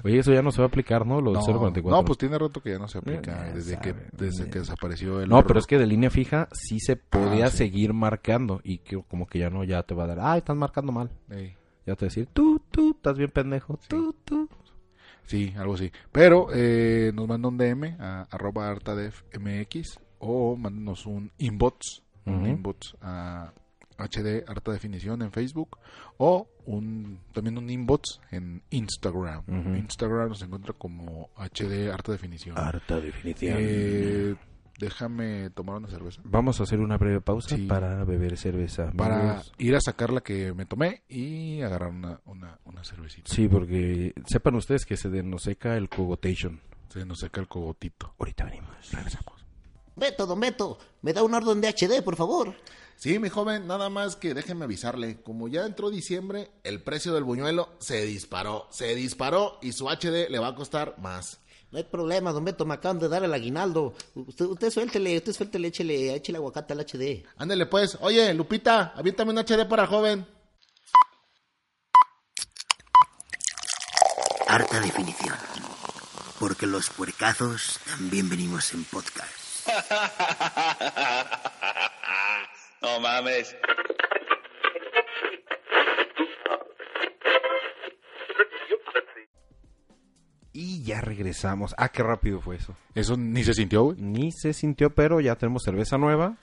[SPEAKER 2] Oye, eso ya no se va a aplicar, ¿no? Lo del 044.
[SPEAKER 1] no, pues tiene rato que ya no se aplica.
[SPEAKER 2] Ya
[SPEAKER 1] desde que,
[SPEAKER 2] sabe,
[SPEAKER 1] desde
[SPEAKER 2] ya.
[SPEAKER 1] que desapareció el.
[SPEAKER 2] No, pero es que de línea fija sí se podía
[SPEAKER 1] Ah, sí.
[SPEAKER 2] seguir marcando y que como que ya no, ya te va a dar, ay, estás marcando mal.
[SPEAKER 1] Ey,
[SPEAKER 2] Ya te va a decir, tú, tú, estás bien pendejo, tú, tú.
[SPEAKER 1] Sí, algo así. Pero eh, nos manda un DM a arroba artadefmx o mándanos un inbox. Un
[SPEAKER 2] Ujú.
[SPEAKER 1] inbox a HD Harta Definición en Facebook o un también un inbox en Instagram.
[SPEAKER 2] Ujú. Ah,
[SPEAKER 1] Instagram nos encuentra como HD Harta Definición.
[SPEAKER 4] Harta definición.
[SPEAKER 1] Eh, déjame tomar una cerveza.
[SPEAKER 2] Vamos a hacer una breve pausa
[SPEAKER 1] Sí.
[SPEAKER 2] para beber cerveza.
[SPEAKER 1] Para
[SPEAKER 2] amigos.
[SPEAKER 1] ir a sacar la que me tomé y agarrar una, una, una cervecita.
[SPEAKER 2] Sí, porque sepan ustedes que se nos seca el cogotation.
[SPEAKER 1] Se nos seca el cogotito.
[SPEAKER 2] Ahorita venimos.
[SPEAKER 1] Regresamos.
[SPEAKER 6] Beto, don Beto, me da un orden de HD, por favor.
[SPEAKER 7] Sí, mi joven, nada más que déjenme avisarle, como ya entró diciembre, el precio del buñuelo se disparó, se disparó y su HD le va a costar más.
[SPEAKER 6] No hay problema, don Beto, me acaban de dar el aguinaldo. Usted, usted suéltele, usted suéltele, échele, échele aguacate al HD.
[SPEAKER 7] Ándele pues, oye, Lupita, aviéntame un HD para el joven.
[SPEAKER 8] Harta definición. Porque los puercazos también venimos en podcast.
[SPEAKER 9] No mames.
[SPEAKER 2] Y ya regresamos. Ah, qué rápido fue eso.
[SPEAKER 1] Eso ni se sintió, güey.
[SPEAKER 2] Ni se sintió, pero ya tenemos cerveza nueva.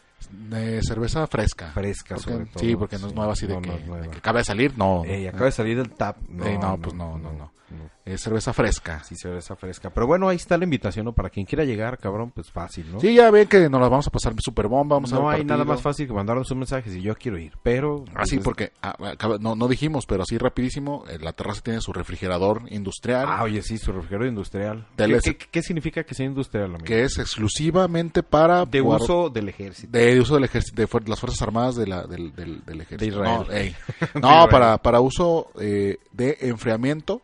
[SPEAKER 1] Eh, cerveza fresca.
[SPEAKER 2] Fresca,
[SPEAKER 1] Porque-
[SPEAKER 2] sobre todo.
[SPEAKER 1] Sí, porque no es
[SPEAKER 2] Sí.
[SPEAKER 1] nueva así de,
[SPEAKER 2] No,
[SPEAKER 1] que,
[SPEAKER 2] no es nueva.
[SPEAKER 1] de que acaba de salir. No.
[SPEAKER 2] Ey, Eh, acaba de salir del tap.
[SPEAKER 1] Ey, no, pues no, no, no. Es cerveza fresca. Sí.
[SPEAKER 2] Sí, cerveza fresca. Pero bueno, ahí está la invitación, ¿no? Para quien quiera llegar, cabrón, pues fácil, ¿no?
[SPEAKER 1] ya ven que nos la vamos a pasar super bomba. Vamos a
[SPEAKER 2] no
[SPEAKER 1] ver
[SPEAKER 2] hay nada
[SPEAKER 1] partido.
[SPEAKER 2] más fácil que mandarnos un mensaje si yo quiero ir, pero...
[SPEAKER 1] Así,
[SPEAKER 2] pues,
[SPEAKER 1] porque ah, acaba- no, no dijimos, pero así rapidísimo, eh, la terraza tiene su refrigerador industrial.
[SPEAKER 2] Ah, oye, sí, su refrigerador industrial. ¿Qué,
[SPEAKER 1] Del-
[SPEAKER 2] qué- qué significa que sea industrial, amigo?
[SPEAKER 1] que es exclusivamente para
[SPEAKER 2] De
[SPEAKER 1] guar-
[SPEAKER 2] uso del ejército.
[SPEAKER 1] de, de uso del ejército de fuer- las fuerzas armadas de la, del, del- del ejército
[SPEAKER 2] De Israel.
[SPEAKER 1] no, ey.
[SPEAKER 2] De
[SPEAKER 1] No,
[SPEAKER 2] Israel.
[SPEAKER 1] para para uso eh, de enfriamiento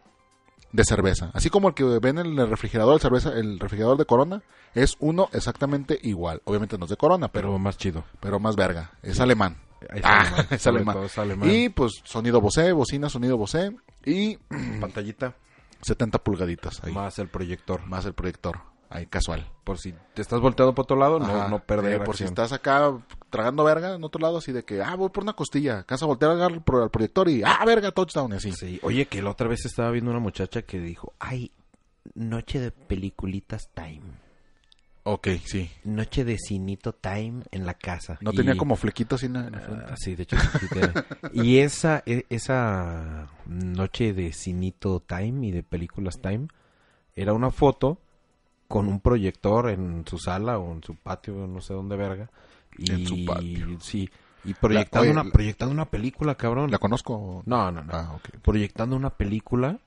[SPEAKER 1] de cerveza así como el que ven en el refrigerador el cerveza el refrigerador de Corona es uno exactamente igual obviamente no es de Corona pero
[SPEAKER 2] Pero más chido.
[SPEAKER 1] pero más verga es alemán
[SPEAKER 2] Es
[SPEAKER 1] Ah,
[SPEAKER 2] alemán,
[SPEAKER 1] es
[SPEAKER 2] sobre
[SPEAKER 1] alemán.
[SPEAKER 2] todo es alemán.
[SPEAKER 1] y pues sonido Bose bocina sonido Bose y
[SPEAKER 2] pantallita.
[SPEAKER 1] 70 pulgaditas ahí más,
[SPEAKER 2] Más el proyector.
[SPEAKER 1] el proyector ahí casual
[SPEAKER 2] Por si te estás volteado para otro lado, no,
[SPEAKER 1] Ajá.
[SPEAKER 2] no perder
[SPEAKER 1] Eh, por si
[SPEAKER 2] acción.
[SPEAKER 1] estás acá tragando verga en otro lado, así de que, ah, voy por una costilla, casa voltear a agarrar pro- al proyector y, ah, verga, touchdown, y así.
[SPEAKER 2] Sí, Oye, que la otra vez estaba viendo una muchacha que dijo,
[SPEAKER 4] Ay, noche de peliculitas time.
[SPEAKER 1] Ok, sí.
[SPEAKER 4] Noche de cinito time en la casa.
[SPEAKER 1] No
[SPEAKER 4] Y-
[SPEAKER 1] tenía como flequito así en la- en la frente.
[SPEAKER 4] Ah, sí, de hecho sí tiene.
[SPEAKER 2] y esa, e- esa noche de cinito time y de películas time era una foto con un proyector en su sala o en su patio, no sé dónde verga. Y,
[SPEAKER 1] En su patio.
[SPEAKER 2] Sí, y proyectando,
[SPEAKER 1] oye,
[SPEAKER 2] una,
[SPEAKER 1] la-
[SPEAKER 2] proyectando una película, cabrón.
[SPEAKER 1] ¿La conozco?
[SPEAKER 2] No, no, no.
[SPEAKER 1] Ah, ok.
[SPEAKER 2] Proyectando una película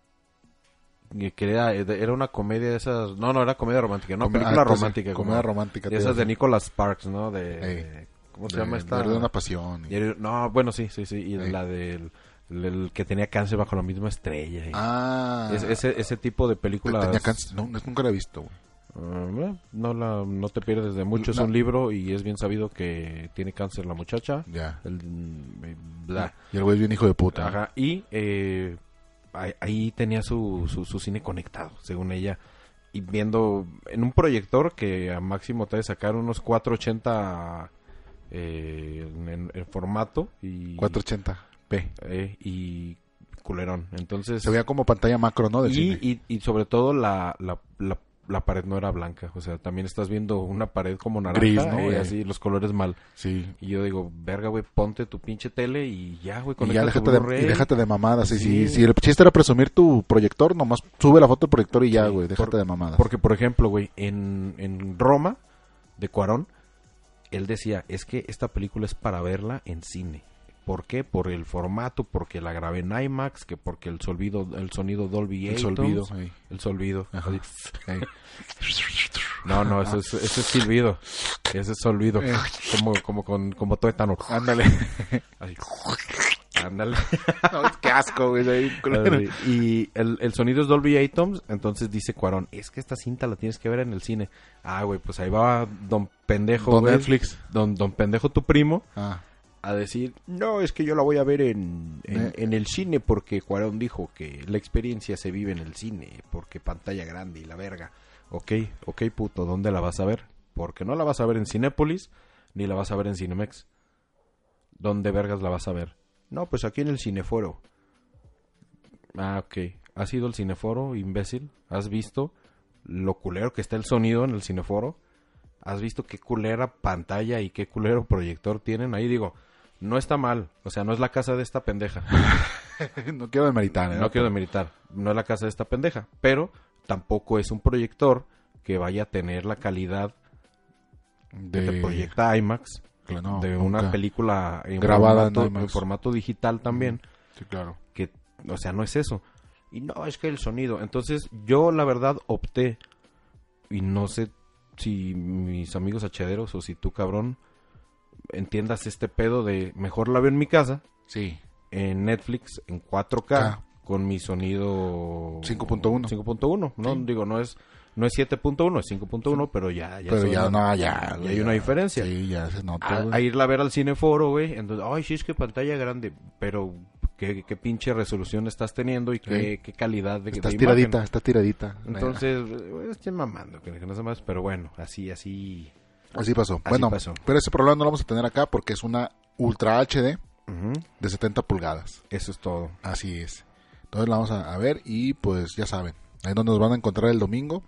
[SPEAKER 2] que que era, era una comedia de esas... No, no, era comedia romántica, no,
[SPEAKER 1] Come-
[SPEAKER 2] película
[SPEAKER 1] ah, entonces,
[SPEAKER 2] romántica. como-
[SPEAKER 1] Comedia romántica.
[SPEAKER 2] de esas de
[SPEAKER 1] tío.
[SPEAKER 2] Nicholas Sparks, ¿no? De,
[SPEAKER 1] Ey.
[SPEAKER 2] de- ¿Cómo se
[SPEAKER 1] De-
[SPEAKER 2] llama esta?
[SPEAKER 1] de una pasión. y-
[SPEAKER 2] Diario- No, bueno, sí, sí, sí. Y
[SPEAKER 1] Ey.
[SPEAKER 2] la del el- el que tenía cáncer bajo la misma estrella. y-
[SPEAKER 1] Ah.
[SPEAKER 2] Es- ese, ese tipo de películas.
[SPEAKER 1] Tenía cáncer. No, no, nunca la he visto, güey.
[SPEAKER 2] Mm, eh, no, la, no te pierdes de mucho. Es
[SPEAKER 1] No.
[SPEAKER 2] un libro y es bien sabido que tiene cáncer la muchacha.
[SPEAKER 1] Ya.
[SPEAKER 2] El- mm, bla.
[SPEAKER 1] Y el güey es bien hijo de puta.
[SPEAKER 2] Ajá, y eh, ahí, ahí tenía su, su, su cine conectado, según ella. Y viendo en un proyector que a máximo te ha de sacar unos 480 eh, en, en- en formato y,
[SPEAKER 1] 480p.
[SPEAKER 2] eh, y culerón. Entonces,
[SPEAKER 1] Se veía como pantalla macro, ¿no? Del cine.
[SPEAKER 2] y, y, y sobre todo la, la, la, la pared no era blanca. O sea, también estás viendo una pared como naranja.
[SPEAKER 1] Gris, ¿no?
[SPEAKER 2] eh,
[SPEAKER 1] Eh.
[SPEAKER 2] así, los colores mal.
[SPEAKER 1] Sí.
[SPEAKER 2] Y yo digo, verga, güey, ponte tu pinche tele y ya, güey,
[SPEAKER 1] Y ya
[SPEAKER 2] conéctate
[SPEAKER 1] déjate
[SPEAKER 2] tu
[SPEAKER 1] de,
[SPEAKER 2] Blu-ray.
[SPEAKER 1] y déjate de mamadas. Sí, sí.
[SPEAKER 2] Sí.
[SPEAKER 1] Si el chiste era presumir tu proyector, nomás sube la foto del proyector y ya,
[SPEAKER 2] Sí,
[SPEAKER 1] güey. Déjate
[SPEAKER 2] por-
[SPEAKER 1] de mamadas.
[SPEAKER 2] Porque, por ejemplo, güey, en, en Roma, de Cuarón, él decía, es que esta película es para verla en cine. ¿Por qué? Por el formato, porque la grabé en IMAX, que porque el solvido, el sonido Dolby
[SPEAKER 1] el
[SPEAKER 2] Atmos,
[SPEAKER 1] solvido. ahí.
[SPEAKER 2] El solvido.
[SPEAKER 1] Ajá.
[SPEAKER 2] Así.
[SPEAKER 1] Ey.
[SPEAKER 2] No, no, eso es, eso es silbido. Eso es solvido. Como, como con, como tuétano.
[SPEAKER 1] Eh. Ándale.
[SPEAKER 2] Así. Ándale.
[SPEAKER 1] No, es- qué asco, güey. ahí, culero.
[SPEAKER 2] Así. Y el, el sonido es Dolby Atoms, entonces dice Cuarón, es que esta cinta la tienes que ver en el cine. Ah, güey, pues ahí va Don Pendejo,
[SPEAKER 1] Don
[SPEAKER 2] güey.
[SPEAKER 1] Netflix.
[SPEAKER 2] Don, don Pendejo, tu primo,
[SPEAKER 1] Ah,
[SPEAKER 2] a decir, no, es que yo la voy a ver en, en,
[SPEAKER 1] Eh.
[SPEAKER 2] en el cine porque Cuarón dijo que la experiencia se vive en el cine, porque pantalla grande y la verga. Ok, ok, puto, ¿dónde la vas a ver? Porque no la vas a ver en Cinépolis ni la vas a ver en Cinemex. ¿Dónde vergas la vas a ver? No, pues aquí en el Cineforo. Ah, ok. ¿Has ido al Cineforo, imbécil? ¿Has visto lo culero que está el sonido en el Cineforo? ¿Has visto qué culera pantalla y qué culero proyector tienen? Ahí digo, no está mal. O sea, no es la casa de esta pendeja.
[SPEAKER 1] no quiero demeritar, ¿eh?
[SPEAKER 2] No quiero demeritar. No es la casa de esta pendeja. Pero tampoco es un proyector que vaya a tener la calidad que te
[SPEAKER 1] De-
[SPEAKER 2] proyecta IMAX
[SPEAKER 1] Claro, Eh, no,
[SPEAKER 2] de
[SPEAKER 1] nunca.
[SPEAKER 2] una película en
[SPEAKER 1] Grabada en
[SPEAKER 2] formato,
[SPEAKER 1] IMAX.
[SPEAKER 2] en formato digital también
[SPEAKER 1] Sí, claro.
[SPEAKER 2] que, o sea, no es eso. Y no, es que el sonido. Entonces, yo la verdad opté, y no sé si mis amigos hachaderos o si tú, cabrón, entiendas este pedo de mejor la veo en mi casa,
[SPEAKER 1] Sí.
[SPEAKER 2] en Netflix, en 4K,
[SPEAKER 1] Ah.
[SPEAKER 2] con mi sonido
[SPEAKER 1] 5.1.
[SPEAKER 2] 5.1, no digo, no es, no es 7.1, es 5.1, pero ya, ya
[SPEAKER 1] Pero ya,
[SPEAKER 2] suena-
[SPEAKER 1] no, ya.
[SPEAKER 2] ya hay una diferencia Ah,
[SPEAKER 1] Sí, ya se nota,
[SPEAKER 2] a,
[SPEAKER 1] güey.
[SPEAKER 2] a irla a ver al cineforo, güey. Entonces, ay, sí, es que pantalla grande, pero qué, qué pinche resolución estás teniendo y qué,
[SPEAKER 1] Sí.
[SPEAKER 2] qué calidad de,
[SPEAKER 1] Estás
[SPEAKER 2] de imagen.
[SPEAKER 1] tiradita, estás tiradita.
[SPEAKER 2] Entonces, eh, estoy mamando, que que no sé más, pero bueno, así, así.
[SPEAKER 1] Así pasó.
[SPEAKER 2] Así
[SPEAKER 1] bueno,
[SPEAKER 2] pasó.
[SPEAKER 1] pero ese problema no lo vamos a tener acá porque es una Ultra HD
[SPEAKER 2] Ujú,
[SPEAKER 1] de 70 pulgadas.
[SPEAKER 2] Eso es todo.
[SPEAKER 1] Así es. Entonces la vamos a, a ver y pues ya saben. Ahí donde nos van a encontrar el domingo.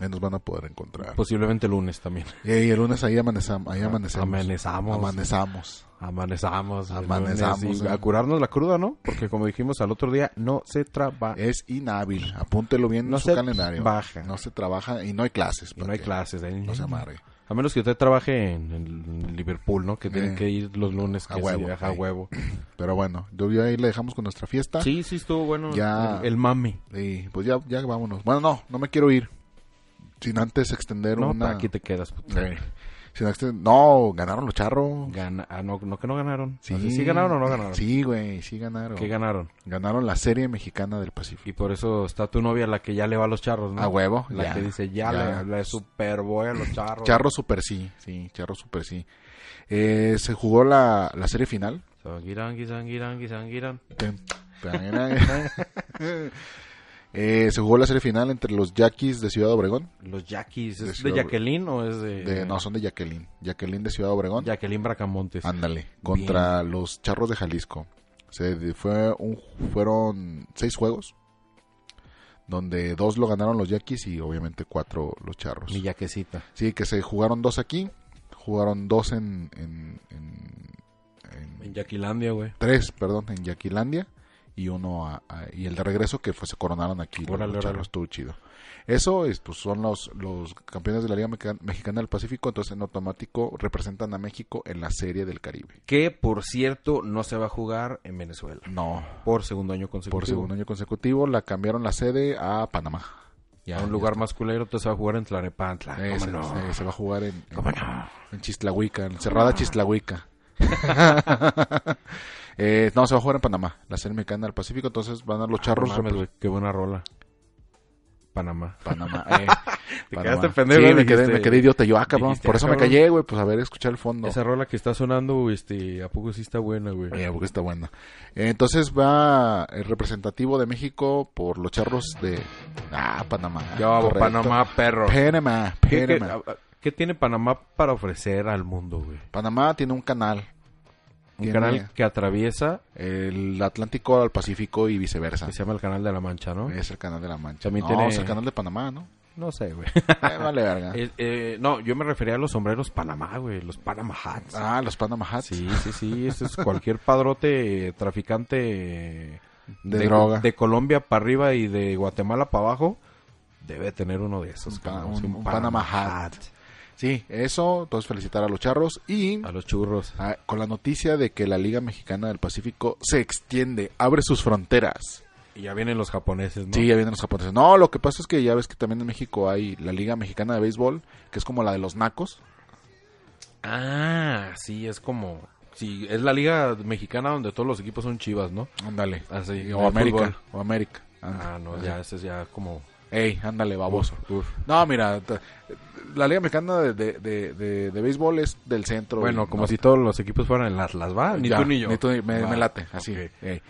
[SPEAKER 1] Ahí nos van a poder encontrar.
[SPEAKER 2] Posiblemente lunes también.
[SPEAKER 1] y ahí el lunes ahí amanezamos. Ahí amanecemos.
[SPEAKER 2] Amanezamos.
[SPEAKER 1] Amanezamos.
[SPEAKER 2] Amanezamos. el
[SPEAKER 1] Amanezamos,
[SPEAKER 2] lunes, y
[SPEAKER 1] eh.
[SPEAKER 2] A curarnos la cruda, ¿no? Porque como dijimos al otro día, no se eh, trabaja.
[SPEAKER 1] Es inhábil. Apúntelo bien
[SPEAKER 2] No
[SPEAKER 1] en su
[SPEAKER 2] se
[SPEAKER 1] calendario.
[SPEAKER 2] trabaja.
[SPEAKER 1] No se trabaja y no hay clases.
[SPEAKER 2] Y
[SPEAKER 1] para
[SPEAKER 2] no hay
[SPEAKER 1] que
[SPEAKER 2] clases. ¿eh?
[SPEAKER 1] No se amarre.
[SPEAKER 2] A menos que usted trabaje en, en Liverpool, ¿no? Que tienen
[SPEAKER 1] Eh.
[SPEAKER 2] que ir los lunes que
[SPEAKER 1] A
[SPEAKER 2] se
[SPEAKER 1] huevo,
[SPEAKER 2] viaja a
[SPEAKER 1] ahí.
[SPEAKER 2] huevo.
[SPEAKER 1] Pero bueno, yo yo ahí le dejamos con nuestra fiesta.
[SPEAKER 2] Sí, sí estuvo bueno.
[SPEAKER 1] Ah. Ya.
[SPEAKER 2] El, el mami.
[SPEAKER 1] Y pues ya, ya vámonos. Bueno, no, no me quiero ir. Sin antes extender
[SPEAKER 2] No,
[SPEAKER 1] una...
[SPEAKER 2] pa, aquí te quedas. puto.
[SPEAKER 1] Sí. Sin extender- No, ganaron los charros.
[SPEAKER 2] Gana... ah, no, no que no ganaron. Sí. sí ganaron o no ganaron.
[SPEAKER 1] Sí, güey, sí ganaron.
[SPEAKER 2] Que ganaron.
[SPEAKER 1] Ganaron la serie mexicana del Pacífico.
[SPEAKER 2] Y por eso está tu novia la que ya le va a los charros, ¿no?
[SPEAKER 1] A huevo,
[SPEAKER 2] La
[SPEAKER 1] ya,
[SPEAKER 2] que dice, ya,
[SPEAKER 1] ya.
[SPEAKER 2] Le, le supervoy a los charros.
[SPEAKER 1] Charro super sí, sí, charro super sí. Eh, se jugó la, la serie final.
[SPEAKER 2] Sanguirán, sanguirán, sanguirán.
[SPEAKER 1] Eh, se jugó la serie final entre los Yaquis de Ciudad Obregón.
[SPEAKER 2] Los Yaquis.
[SPEAKER 1] De
[SPEAKER 2] ¿Es de,
[SPEAKER 1] Ciudad-
[SPEAKER 2] Jacqueline o es de...?
[SPEAKER 1] De, no, Ah, son de Jacqueline. Jacqueline de Ciudad Obregón.
[SPEAKER 2] Jacqueline Bracamontes.
[SPEAKER 1] Ándale, contra los Charros de Jalisco. Se de- fue un, fueron seis juegos, donde dos lo ganaron los Yaquis y obviamente cuatro los Charros.
[SPEAKER 2] Mi yaquecita.
[SPEAKER 1] Sí, que se jugaron dos aquí, jugaron dos en... en- en- en-
[SPEAKER 2] En Yaquilandia, güey.
[SPEAKER 1] tres, perdón, en Yaquilandia y uno a- a- y el de regreso que fue, se coronaron aquí. los
[SPEAKER 2] Órale,
[SPEAKER 1] Charros,
[SPEAKER 2] órale.
[SPEAKER 1] estuvo chido. Eso es, pues, son los, los campeones de la Liga Meca- Mexicana del Pacífico, entonces en automático representan a México en la Serie del Caribe.
[SPEAKER 2] Que, por cierto, no se va a jugar en Venezuela.
[SPEAKER 1] No,
[SPEAKER 2] Por segundo año consecutivo.
[SPEAKER 1] por segundo año consecutivo la cambiaron la sede a Panamá.
[SPEAKER 2] Y a un lugar más culero te se va a jugar en Tlanepantla.
[SPEAKER 1] Eh,
[SPEAKER 2] Ah, ¿Cómo
[SPEAKER 1] se,
[SPEAKER 2] no?
[SPEAKER 1] se- se va a jugar en, en,
[SPEAKER 2] ¿Cómo no?
[SPEAKER 1] en Chislahuica, en Cerrada Chislahuica. Eh, no, se va a jugar en Panamá, la serie mexicana del Pacífico, entonces van a los charros.
[SPEAKER 2] Ah, No mames, güey, qué buena rola. Panamá.
[SPEAKER 1] Panamá. eh,
[SPEAKER 2] Te
[SPEAKER 1] Panamá.
[SPEAKER 2] quedaste pendejo,
[SPEAKER 1] Sí, me
[SPEAKER 2] dijiste-
[SPEAKER 1] quedé, me quedé idiota. Yo, ah, cabrón,
[SPEAKER 2] dijiste,
[SPEAKER 1] por eso me
[SPEAKER 2] cabrón.
[SPEAKER 1] callé, güey, pues a ver, escuchar el fondo.
[SPEAKER 2] Esa rola que está sonando, este, ¿a poco sí está buena, güey?
[SPEAKER 1] Eh, porque está buena. Eh, entonces va el representativo de México por los charros de... Ah, Panamá.
[SPEAKER 2] Yo, hago
[SPEAKER 1] correcto.
[SPEAKER 2] Panamá, perro.
[SPEAKER 1] Panamá,
[SPEAKER 2] ¿Qué, Ah. qué-
[SPEAKER 1] Panamá.
[SPEAKER 2] a- a- qué tiene Panamá para ofrecer al mundo, güey?
[SPEAKER 1] Panamá tiene un canal.
[SPEAKER 2] Un
[SPEAKER 1] Tiene
[SPEAKER 2] canal que atraviesa,
[SPEAKER 1] El Atlántico al Pacífico y viceversa.
[SPEAKER 2] que se llama el Canal de la Mancha, ¿no?
[SPEAKER 1] Es el canal de la Mancha.
[SPEAKER 2] También
[SPEAKER 1] no,
[SPEAKER 2] tiene-
[SPEAKER 1] es el canal de Panamá, ¿no?
[SPEAKER 2] No sé, güey.
[SPEAKER 1] Eh, vale, verga.
[SPEAKER 2] Es- eh, no, yo me refería a los sombreros Panamá, güey, los Panama Hats.
[SPEAKER 1] Ah, los Panama Hats.
[SPEAKER 2] Sí, sí, sí, eso es cualquier padrote eh, traficante eh,
[SPEAKER 1] De droga.
[SPEAKER 2] De Colombia para arriba y de Guatemala para abajo, debe tener uno de esos.
[SPEAKER 1] Un pa-
[SPEAKER 2] cabrón, sí,
[SPEAKER 1] un- un Panama Hat. Sí, eso. Entonces, felicitar a los charros. Y
[SPEAKER 2] A los churros.
[SPEAKER 1] ah, con la noticia de que la Liga Mexicana del Pacífico se extiende, abre sus fronteras.
[SPEAKER 2] Y ya vienen los japoneses, ¿no?
[SPEAKER 1] Sí, ya vienen los japoneses. No, lo que pasa es que ya ves que también en México hay la Liga Mexicana de Béisbol, que es como la de los nacos.
[SPEAKER 2] Ah, sí, es como... Sí, es la liga mexicana donde todos los equipos son chivas, ¿no?
[SPEAKER 1] Ándale.
[SPEAKER 2] Así,
[SPEAKER 1] O
[SPEAKER 2] de fútbol.
[SPEAKER 1] América. O América.
[SPEAKER 2] Ah, no, ya, ese es ya como
[SPEAKER 1] Ey, ándale, baboso. No, mira, t- la Liga Mexicana de, de, de, de- de Béisbol es del centro.
[SPEAKER 2] Bueno,
[SPEAKER 1] y
[SPEAKER 2] como
[SPEAKER 1] norte.
[SPEAKER 2] si todos los equipos fueran en las las va, ni
[SPEAKER 1] Ya,
[SPEAKER 2] tú ni yo.
[SPEAKER 1] ni- me,
[SPEAKER 2] Va.
[SPEAKER 1] me late, así.
[SPEAKER 2] Ok.
[SPEAKER 1] ey.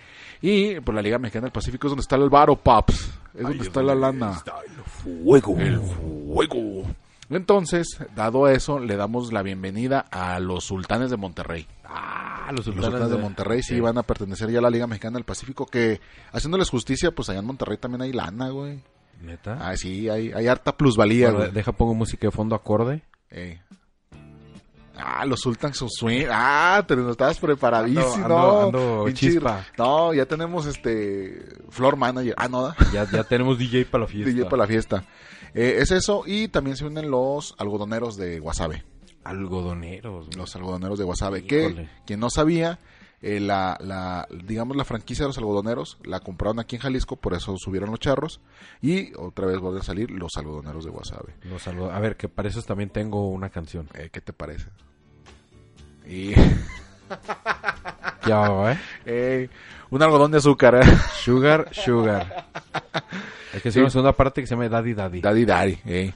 [SPEAKER 1] Y pues la Liga Mexicana del Pacífico es donde está el varo, paps. Es donde está la lana.
[SPEAKER 5] Fuego. El fuego.
[SPEAKER 1] Entonces, dado eso, le damos la bienvenida a los sultanes de Monterrey.
[SPEAKER 2] Ah, los
[SPEAKER 1] Los
[SPEAKER 2] sultanes,
[SPEAKER 1] sultanes de Monterrey sí van a pertenecer ya a la Liga Mexicana del Pacífico, que haciéndoles justicia, pues allá en Monterrey también hay lana, güey.
[SPEAKER 2] Neta.
[SPEAKER 1] Ah, sí, hay, hay harta plusvalía,
[SPEAKER 2] Bueno,
[SPEAKER 1] güey.
[SPEAKER 2] deja pongo música de fondo acorde.
[SPEAKER 1] Ey. Ah, los Sultans son swing. Ah, te lo estabas preparadísimo.
[SPEAKER 2] Ando- ando-
[SPEAKER 1] no,
[SPEAKER 2] ando
[SPEAKER 1] Pinche-
[SPEAKER 2] chispa.
[SPEAKER 1] No, ya tenemos este floor manager. Ah, no, ¿da?
[SPEAKER 2] Ya, ya tenemos DJ para la fiesta.
[SPEAKER 1] DJ para la fiesta. Eh, es eso y también se unen los algodoneros de Wasabe.
[SPEAKER 2] Algodoneros. güey.
[SPEAKER 1] Los algodoneros de Wasabe.
[SPEAKER 2] Híjole.
[SPEAKER 1] Que quien no sabía, eh, la, la, digamos la franquicia de los algodoneros la compraron aquí en Jalisco, por eso subieron los charros y otra vez vuelven a salir los algodoneros de Wasabe.
[SPEAKER 2] Los algo- A ver, que para esos también tengo una canción.
[SPEAKER 1] Eh, ¿Qué te parece? Y
[SPEAKER 2] Ya va, ¿eh?
[SPEAKER 1] Ey, un algodón de azúcar. ¿eh?
[SPEAKER 2] Sugar, Sugar. Es que es una segunda parte que se llama Daddy Daddy.
[SPEAKER 1] Daddy Daddy. ey.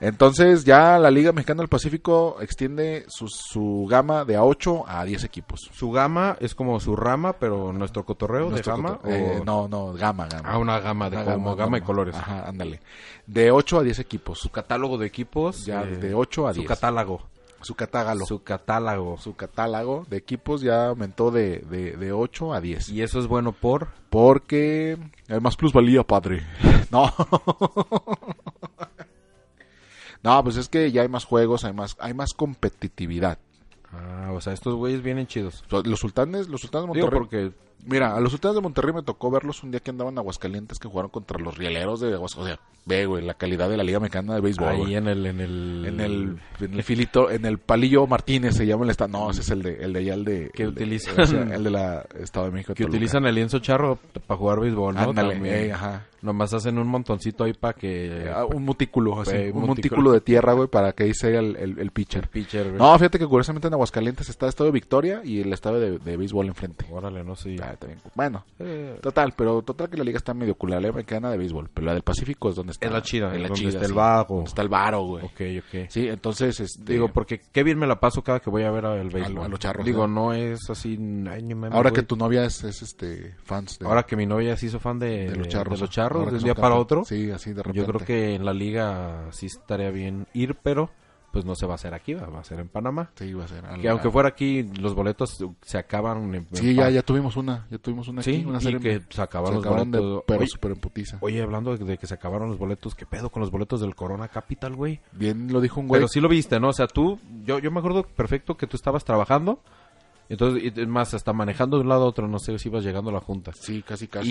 [SPEAKER 1] Entonces ya la Liga Mexicana del Pacífico extiende su, su gama de a 8 a 10 equipos.
[SPEAKER 2] Su gama es como su rama, pero nuestro cotorreo
[SPEAKER 1] Nuestro
[SPEAKER 2] de gama.
[SPEAKER 1] cotor- eh,
[SPEAKER 2] o-
[SPEAKER 1] no, no, gama, gama.
[SPEAKER 2] Ah, una gama de,
[SPEAKER 1] Una
[SPEAKER 2] como gama de colores.
[SPEAKER 1] Ajá, ándale. De 8 a 10 equipos.
[SPEAKER 2] Su catálogo de equipos.
[SPEAKER 1] Ya
[SPEAKER 2] eh,
[SPEAKER 1] de 8 a
[SPEAKER 2] Su
[SPEAKER 1] 10.
[SPEAKER 2] catálogo.
[SPEAKER 1] Su catálogo. Su,
[SPEAKER 2] Su catálogo.
[SPEAKER 1] catálogo de equipos ya aumentó de, de, de 8 a 10.
[SPEAKER 2] Y eso es bueno por.
[SPEAKER 1] Porque hay más plusvalía, padre. No. No, pues es que ya hay más juegos, hay más, hay más competitividad.
[SPEAKER 2] Ah, o sea, estos güeyes vienen chidos.
[SPEAKER 1] O sea, Los sultanes, los sultanes de
[SPEAKER 2] Digo,
[SPEAKER 1] Monterrey.
[SPEAKER 2] porque
[SPEAKER 1] Mira, a los sultanes de Monterrey me tocó verlos un día que andaban en Aguascalientes que jugaron contra los rieleros de Aguascalientes. O sea, ve, güey, la calidad de la Liga Mexicana de Béisbol.
[SPEAKER 2] ahí
[SPEAKER 1] güey.
[SPEAKER 2] en el, en el.
[SPEAKER 1] En el, en el filito, en el palillo Martínez se llama el estado. No, ese es el de, el de allá, el de.
[SPEAKER 2] Que
[SPEAKER 1] el de-
[SPEAKER 2] utilizan-
[SPEAKER 1] o sea, el de la Estado de México.
[SPEAKER 2] Que
[SPEAKER 1] Toluca.
[SPEAKER 2] utilizan el lienzo charro para jugar béisbol, ¿no?
[SPEAKER 1] Ándale,
[SPEAKER 2] También.
[SPEAKER 1] ey, ajá.
[SPEAKER 2] Nomás hacen un montoncito ahí para que.
[SPEAKER 1] Ah, un montículo, así,
[SPEAKER 2] Eh,
[SPEAKER 1] un
[SPEAKER 2] montículo.
[SPEAKER 1] montículo de tierra, güey, para que ahí sea el, el, el pitcher.
[SPEAKER 2] pitcher, güey.
[SPEAKER 1] No, fíjate que curiosamente en Aguascalientes está el estadio Victoria y el estadio de, de béisbol enfrente.
[SPEAKER 2] Órale, no sé.
[SPEAKER 1] Ah, está bien. Bueno,
[SPEAKER 2] Eh,
[SPEAKER 1] total, pero total que la liga está medio culera, la liga mexicana de béisbol, pero la del Pacífico es donde está.
[SPEAKER 2] Es la chida,
[SPEAKER 1] es la
[SPEAKER 2] donde
[SPEAKER 1] chida,
[SPEAKER 2] está el
[SPEAKER 1] sí.
[SPEAKER 2] vago.
[SPEAKER 1] Donde está el varo, güey.
[SPEAKER 2] ok, ok.
[SPEAKER 1] Sí, entonces, este,
[SPEAKER 2] Digo, porque qué bien me la paso cada que voy a ver al béisbol.
[SPEAKER 1] A- a los charros,
[SPEAKER 2] Digo,
[SPEAKER 1] ¿eh?
[SPEAKER 2] no es así. ay, ni mames,
[SPEAKER 1] ahora
[SPEAKER 2] güey.
[SPEAKER 1] que tu novia es, es, este, fans de,
[SPEAKER 2] Ahora que mi novia se hizo fan de,
[SPEAKER 1] de los charros,
[SPEAKER 2] de, los
[SPEAKER 1] ¿eh?
[SPEAKER 2] charros,
[SPEAKER 1] Ahora
[SPEAKER 2] de
[SPEAKER 1] que
[SPEAKER 2] un
[SPEAKER 1] son
[SPEAKER 2] día para
[SPEAKER 1] campeón.
[SPEAKER 2] otro.
[SPEAKER 1] Sí, así de repente.
[SPEAKER 2] Yo creo que en la liga sí estaría bien ir, pero pues no se va a hacer aquí, va va a ser en Panamá.
[SPEAKER 1] Sí, iba a ser. al-
[SPEAKER 2] Que aunque
[SPEAKER 1] al-
[SPEAKER 2] fuera aquí, los boletos se acaban. En,
[SPEAKER 1] Sí,
[SPEAKER 2] en
[SPEAKER 1] ya,
[SPEAKER 2] Pa-
[SPEAKER 1] ya tuvimos una, ya tuvimos una
[SPEAKER 2] Sí,
[SPEAKER 1] aquí, una
[SPEAKER 2] y
[SPEAKER 1] serie-
[SPEAKER 2] que se acabaron los
[SPEAKER 1] acabaron de
[SPEAKER 2] boletos.
[SPEAKER 1] pero
[SPEAKER 2] Oye.
[SPEAKER 1] súper en putiza.
[SPEAKER 2] Oye, hablando de, de que se acabaron los boletos, ¿qué pedo con los boletos del Corona Capital, güey?
[SPEAKER 1] Bien lo dijo un güey.
[SPEAKER 2] Pero sí lo viste, ¿no? O sea, tú, yo, yo me acuerdo perfecto que tú estabas trabajando. Entonces, y- es más, hasta manejando de un lado a otro, no sé si ibas llegando a la junta.
[SPEAKER 1] Sí, casi, casi.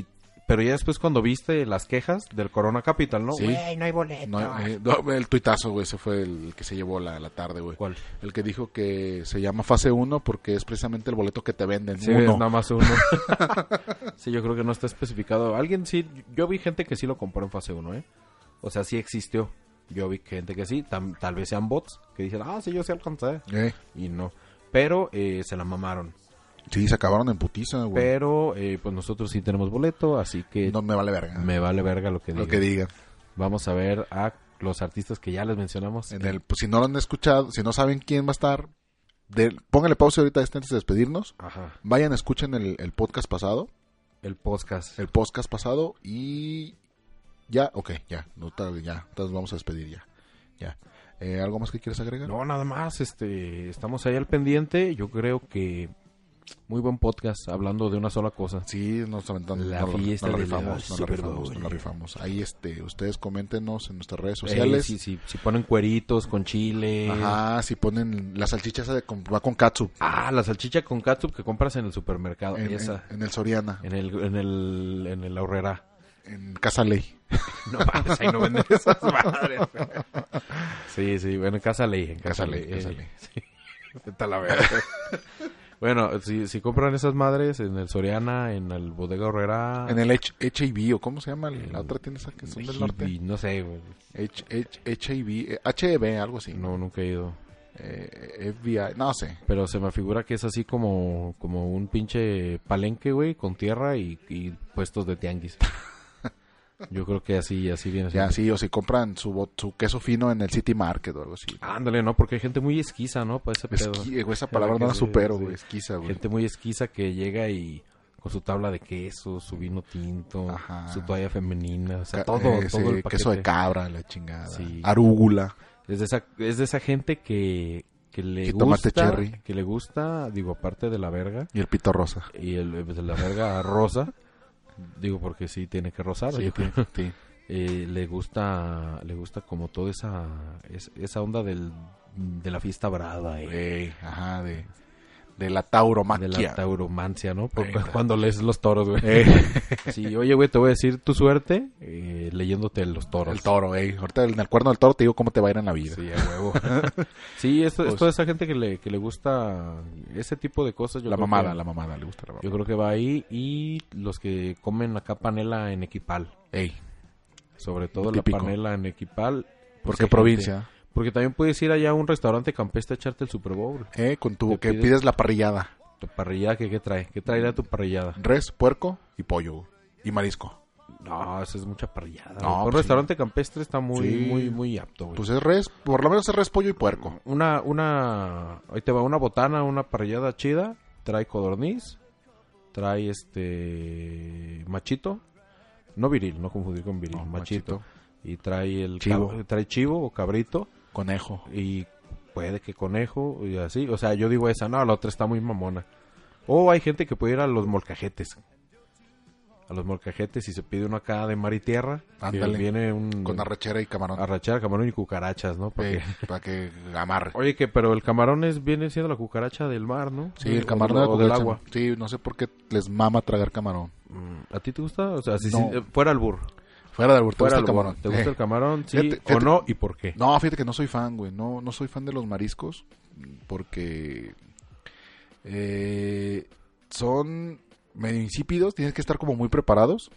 [SPEAKER 2] Y, pero ya después cuando viste las quejas del Corona Capital, ¿no?
[SPEAKER 1] Sí.
[SPEAKER 10] Güey, no hay boleto.
[SPEAKER 1] No, eh, no, el tuitazo, güey, ese fue el que se llevó la, la tarde, güey.
[SPEAKER 2] ¿Cuál?
[SPEAKER 1] El que dijo que se llama fase 1 porque es precisamente el boleto que te venden.
[SPEAKER 2] Sí, es
[SPEAKER 1] uno.
[SPEAKER 2] nada más uno. sí, yo creo que no está especificado. Alguien sí, yo vi gente que sí lo compró en fase 1, ¿eh? O sea, sí existió. Yo vi gente que sí, tam- tal vez sean bots que dicen, ah, sí, yo sí alcancé.
[SPEAKER 1] Eh,
[SPEAKER 2] Y no. Pero eh, se la mamaron.
[SPEAKER 1] sí, se acabaron en putiza, güey.
[SPEAKER 2] Pero eh, pues nosotros sí tenemos boleto, así que
[SPEAKER 1] No me vale verga.
[SPEAKER 2] me vale verga lo que
[SPEAKER 1] lo
[SPEAKER 2] digan.
[SPEAKER 1] que digan.
[SPEAKER 2] Vamos a ver a los artistas que ya les mencionamos.
[SPEAKER 1] En el, pues, si no lo han escuchado, si no saben quién va a estar, del- pónganle pausa ahorita a este antes de despedirnos.
[SPEAKER 2] Ajá.
[SPEAKER 1] Vayan, escuchen el, el podcast pasado,
[SPEAKER 2] El podcast.
[SPEAKER 1] el podcast pasado y ya, ok, ya, no, tal- ya, entonces vamos a despedir ya, ya. Eh, ¿Algo más que quieres agregar?
[SPEAKER 2] No, nada más, este, estamos ahí al pendiente. Yo creo que muy buen podcast, hablando de una sola cosa.
[SPEAKER 1] Sí, nos aventamos.
[SPEAKER 2] La
[SPEAKER 1] no, lo-
[SPEAKER 2] fiesta
[SPEAKER 1] no lo
[SPEAKER 2] de la
[SPEAKER 1] rifamos, no lo
[SPEAKER 2] Super
[SPEAKER 1] rifamos,
[SPEAKER 2] Bowl.
[SPEAKER 1] no lo rifamos. Ahí este, ustedes coméntenos en nuestras redes
[SPEAKER 2] sociales.
[SPEAKER 1] sociales.
[SPEAKER 2] Eh, si, ponen cueritos con chile.
[SPEAKER 1] Ajá, si ponen la salchicha esa de con- va con katsu
[SPEAKER 2] Ah, la salchicha con katsup que compras en el supermercado.
[SPEAKER 1] en,
[SPEAKER 2] esa.
[SPEAKER 1] en- en el Soriana,
[SPEAKER 2] En, el, en el, en el ahorrera.
[SPEAKER 1] en Casa Ley.
[SPEAKER 2] No mames, ahí no venden esas madres. Sí, sí, bueno, en casa ley. En
[SPEAKER 1] Casa
[SPEAKER 2] casa
[SPEAKER 1] Ley,
[SPEAKER 2] ley.
[SPEAKER 1] Casa
[SPEAKER 2] eh,
[SPEAKER 1] Ley.
[SPEAKER 2] sí. Vete a la verga. Bueno, si, si compran esas madres en el Soriana, en el Bodega Horrera.
[SPEAKER 1] En el H- HIV, o cómo se llama, la otra tienda esa que son del
[SPEAKER 2] Hibi,
[SPEAKER 1] norte.
[SPEAKER 2] No sé, güey.
[SPEAKER 1] H- H- HIV, eh, HEB, algo así.
[SPEAKER 2] No, nunca he ido.
[SPEAKER 1] Eh, FBI, no sé.
[SPEAKER 2] Pero se me figura que es así como, como un pinche palenque, güey, con tierra y, y puestos de tianguis. Yo creo que así, así viene.
[SPEAKER 1] Ya,
[SPEAKER 2] siendo.
[SPEAKER 1] sí, o si compran su, bot- su queso fino en el City Market o algo así.
[SPEAKER 2] Ándale, ¿no? Porque hay gente muy esquiza, ¿no? Para ese pedo.
[SPEAKER 1] Esqui- güey, esa palabra no la
[SPEAKER 2] Sí,
[SPEAKER 1] supero,
[SPEAKER 2] sí.
[SPEAKER 1] güey. Esquiza, güey.
[SPEAKER 2] Gente muy esquiza que llega y con su tabla de queso, su vino tinto,
[SPEAKER 1] Ajá.
[SPEAKER 2] su toalla femenina, o sea,
[SPEAKER 1] Ca-
[SPEAKER 2] todo,
[SPEAKER 1] eh,
[SPEAKER 2] todo
[SPEAKER 1] sí,
[SPEAKER 2] el paquete.
[SPEAKER 1] queso de cabra, la chingada.
[SPEAKER 2] Sí.
[SPEAKER 1] Arúgula.
[SPEAKER 2] Es de esa, es de esa gente que, que le
[SPEAKER 1] Jitomate
[SPEAKER 2] gusta,
[SPEAKER 1] cherry.
[SPEAKER 2] que le gusta, digo, aparte de la verga
[SPEAKER 1] Y el pito rosa.
[SPEAKER 2] y el, pues, de la verga rosa, digo porque sí tiene que rosar,
[SPEAKER 1] Sí, pues.
[SPEAKER 2] yo creo.
[SPEAKER 1] sí, sí.
[SPEAKER 2] Eh, le gusta, le gusta como toda esa, es- esa onda del, de la fiesta brava, eh.
[SPEAKER 1] Güey, ajá, de, de la tauromaquia.
[SPEAKER 2] De la tauromancia, ¿no? Por-
[SPEAKER 1] Venga.
[SPEAKER 2] cuando lees los toros, güey.
[SPEAKER 1] Eh.
[SPEAKER 2] Sí, oye, güey, te voy a decir tu suerte eh, leyéndote los toros.
[SPEAKER 1] El toro, ey. Ahorita en el cuerno del toro te digo cómo te va a ir en la vida.
[SPEAKER 2] Sí, a huevo. sí, esto,
[SPEAKER 1] Pues-
[SPEAKER 2] es toda esa gente que le, que le gusta ese tipo de cosas. Yo
[SPEAKER 1] la
[SPEAKER 2] creo
[SPEAKER 1] mamada,
[SPEAKER 2] que-
[SPEAKER 1] la mamada, le gusta la mamada.
[SPEAKER 2] Yo creo que va ahí. Y los que comen acá panela en Equipal.
[SPEAKER 1] Ey,
[SPEAKER 2] Sobre todo
[SPEAKER 1] Típico.
[SPEAKER 2] la panela en Equipal.
[SPEAKER 1] ¿por
[SPEAKER 2] pues
[SPEAKER 1] qué
[SPEAKER 2] hay gente-
[SPEAKER 1] provincia?
[SPEAKER 2] Porque también puedes ir allá a un restaurante campestre a echarte el Super Bowl.
[SPEAKER 1] Eh, con tu,
[SPEAKER 2] Te
[SPEAKER 1] que
[SPEAKER 2] pides-
[SPEAKER 1] pides la parrillada.
[SPEAKER 2] Tu parrillada, ¿qué, qué trae? ¿Qué traerá tu parrillada?
[SPEAKER 1] Res, puerco y pollo. güey. Y marisco.
[SPEAKER 2] No, eso es mucha parrillada.
[SPEAKER 1] No,
[SPEAKER 2] No, un
[SPEAKER 1] pues sí.
[SPEAKER 2] restaurante campestre está muy,
[SPEAKER 1] Sí.
[SPEAKER 2] muy, muy apto, güey.
[SPEAKER 1] Pues es res, por lo menos es res, pollo y puerco.
[SPEAKER 2] una, una, ahí te va, una botana, una parrillada chida, trae codorniz, trae este machito, no viril, no confundir con viril,
[SPEAKER 1] No,
[SPEAKER 2] machito.
[SPEAKER 1] machito.
[SPEAKER 2] Y trae el
[SPEAKER 1] Chivo.
[SPEAKER 2] cab- trae chivo o cabrito
[SPEAKER 1] Conejo.
[SPEAKER 2] y puede que conejo y así, o sea, yo digo esa, no, la otra está muy mamona. O hay gente que puede ir a los molcajetes. A los molcajetes y se pide uno acá de mar y tierra. que
[SPEAKER 1] Ándale.
[SPEAKER 2] Viene un
[SPEAKER 1] Con arrechera y camarón.
[SPEAKER 2] arrachera, camarón y cucarachas, ¿no? Porque-
[SPEAKER 1] Ey, Eh, para que amarre.
[SPEAKER 2] Oye, que pero el camarón es, viene siendo la cucaracha del mar, ¿no?
[SPEAKER 1] Sí, el
[SPEAKER 2] O
[SPEAKER 1] camarón
[SPEAKER 2] del-
[SPEAKER 1] de la
[SPEAKER 2] o del
[SPEAKER 1] cucaracha.
[SPEAKER 2] agua.
[SPEAKER 1] Sí, no sé por qué les mama tragar camarón.
[SPEAKER 2] Mm, ¿A ti te gusta? O sea, si,
[SPEAKER 1] No.
[SPEAKER 2] si- eh, fuera el burro.
[SPEAKER 1] Fuera del burro, te gusta
[SPEAKER 2] Fuera el
[SPEAKER 1] el
[SPEAKER 2] burro.
[SPEAKER 1] camarón.
[SPEAKER 2] ¿Te gusta
[SPEAKER 1] Eh.
[SPEAKER 2] el camarón? Sí
[SPEAKER 1] Fíjate-
[SPEAKER 2] o
[SPEAKER 1] fíjate-
[SPEAKER 2] no y por qué.
[SPEAKER 1] No, fíjate que no soy fan, güey. No, no soy fan de los mariscos porque eh, son medio insípidos. Tienes que estar como muy preparados.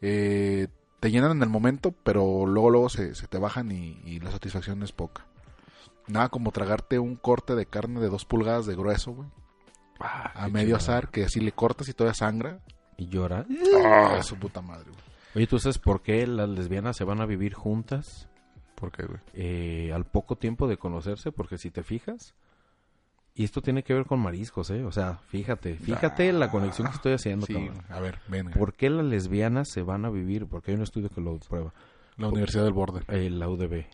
[SPEAKER 1] Eh, te llenan en el momento, pero luego luego se, se te bajan y, y la satisfacción es poca. Nada como tragarte un corte de carne de dos pulgadas de grueso, güey. a medio azar, que así le cortas y todavía sangra.
[SPEAKER 2] Y llora.
[SPEAKER 1] Ah, su puta madre, güey.
[SPEAKER 2] Oye, ¿tú sabes por qué las lesbianas se van a vivir juntas
[SPEAKER 1] ¿Por qué, güey?
[SPEAKER 2] eh, al poco tiempo de conocerse? Porque si te fijas... Y esto tiene que ver con mariscos, ¿eh? O sea, fíjate, fíjate la conexión que estoy haciendo,
[SPEAKER 1] Ah, Sí,
[SPEAKER 2] cabrón.
[SPEAKER 1] a ver, ven. güey.
[SPEAKER 2] ¿Por qué las lesbianas se van a vivir? Porque hay un estudio que lo prueba.
[SPEAKER 1] La Universidad del Borde.
[SPEAKER 2] Eh, la UDB.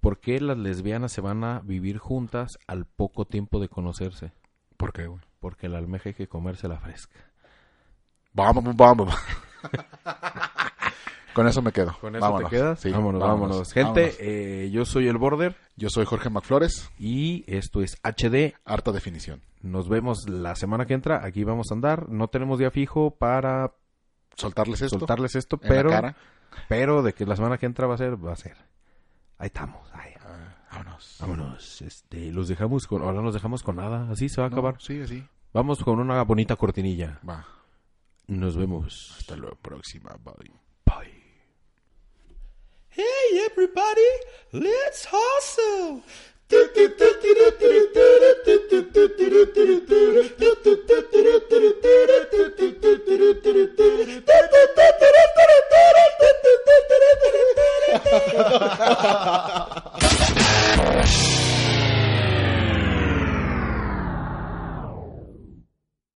[SPEAKER 2] ¿Por qué las lesbianas se van a vivir juntas al poco tiempo de conocerse?
[SPEAKER 1] ¿Por qué, güey?
[SPEAKER 2] Porque la almeja hay que comérsela fresca.
[SPEAKER 1] Vamos, vamos, vamos. Con eso me quedo.
[SPEAKER 2] ¿Con eso te quedas?
[SPEAKER 1] Sí,
[SPEAKER 2] vámonos, vámonos. Gente,
[SPEAKER 1] vámonos.
[SPEAKER 2] eh, yo soy el Border
[SPEAKER 1] Yo soy Jorge McFlores,
[SPEAKER 2] y esto es HD.
[SPEAKER 1] harta definición.
[SPEAKER 2] Nos vemos la semana que entra. Aquí vamos a andar. No tenemos día fijo para
[SPEAKER 1] Soltarles esto
[SPEAKER 2] soltarles esto,
[SPEAKER 1] en
[SPEAKER 2] pero,
[SPEAKER 1] la cara.
[SPEAKER 2] pero de que la semana que entra va a ser, va a ser. Ahí estamos. ahí.
[SPEAKER 1] Vámonos.
[SPEAKER 2] Vámonos. Este, los dejamos con, ahora nos dejamos con nada. Así se va a
[SPEAKER 1] No,
[SPEAKER 2] acabar.
[SPEAKER 1] Sí, así.
[SPEAKER 2] Vamos con una bonita cortinilla.
[SPEAKER 1] Va.
[SPEAKER 2] Nos vemos.
[SPEAKER 1] Hasta luego. Próxima. Bye.
[SPEAKER 5] Hey, everybody, let's hustle.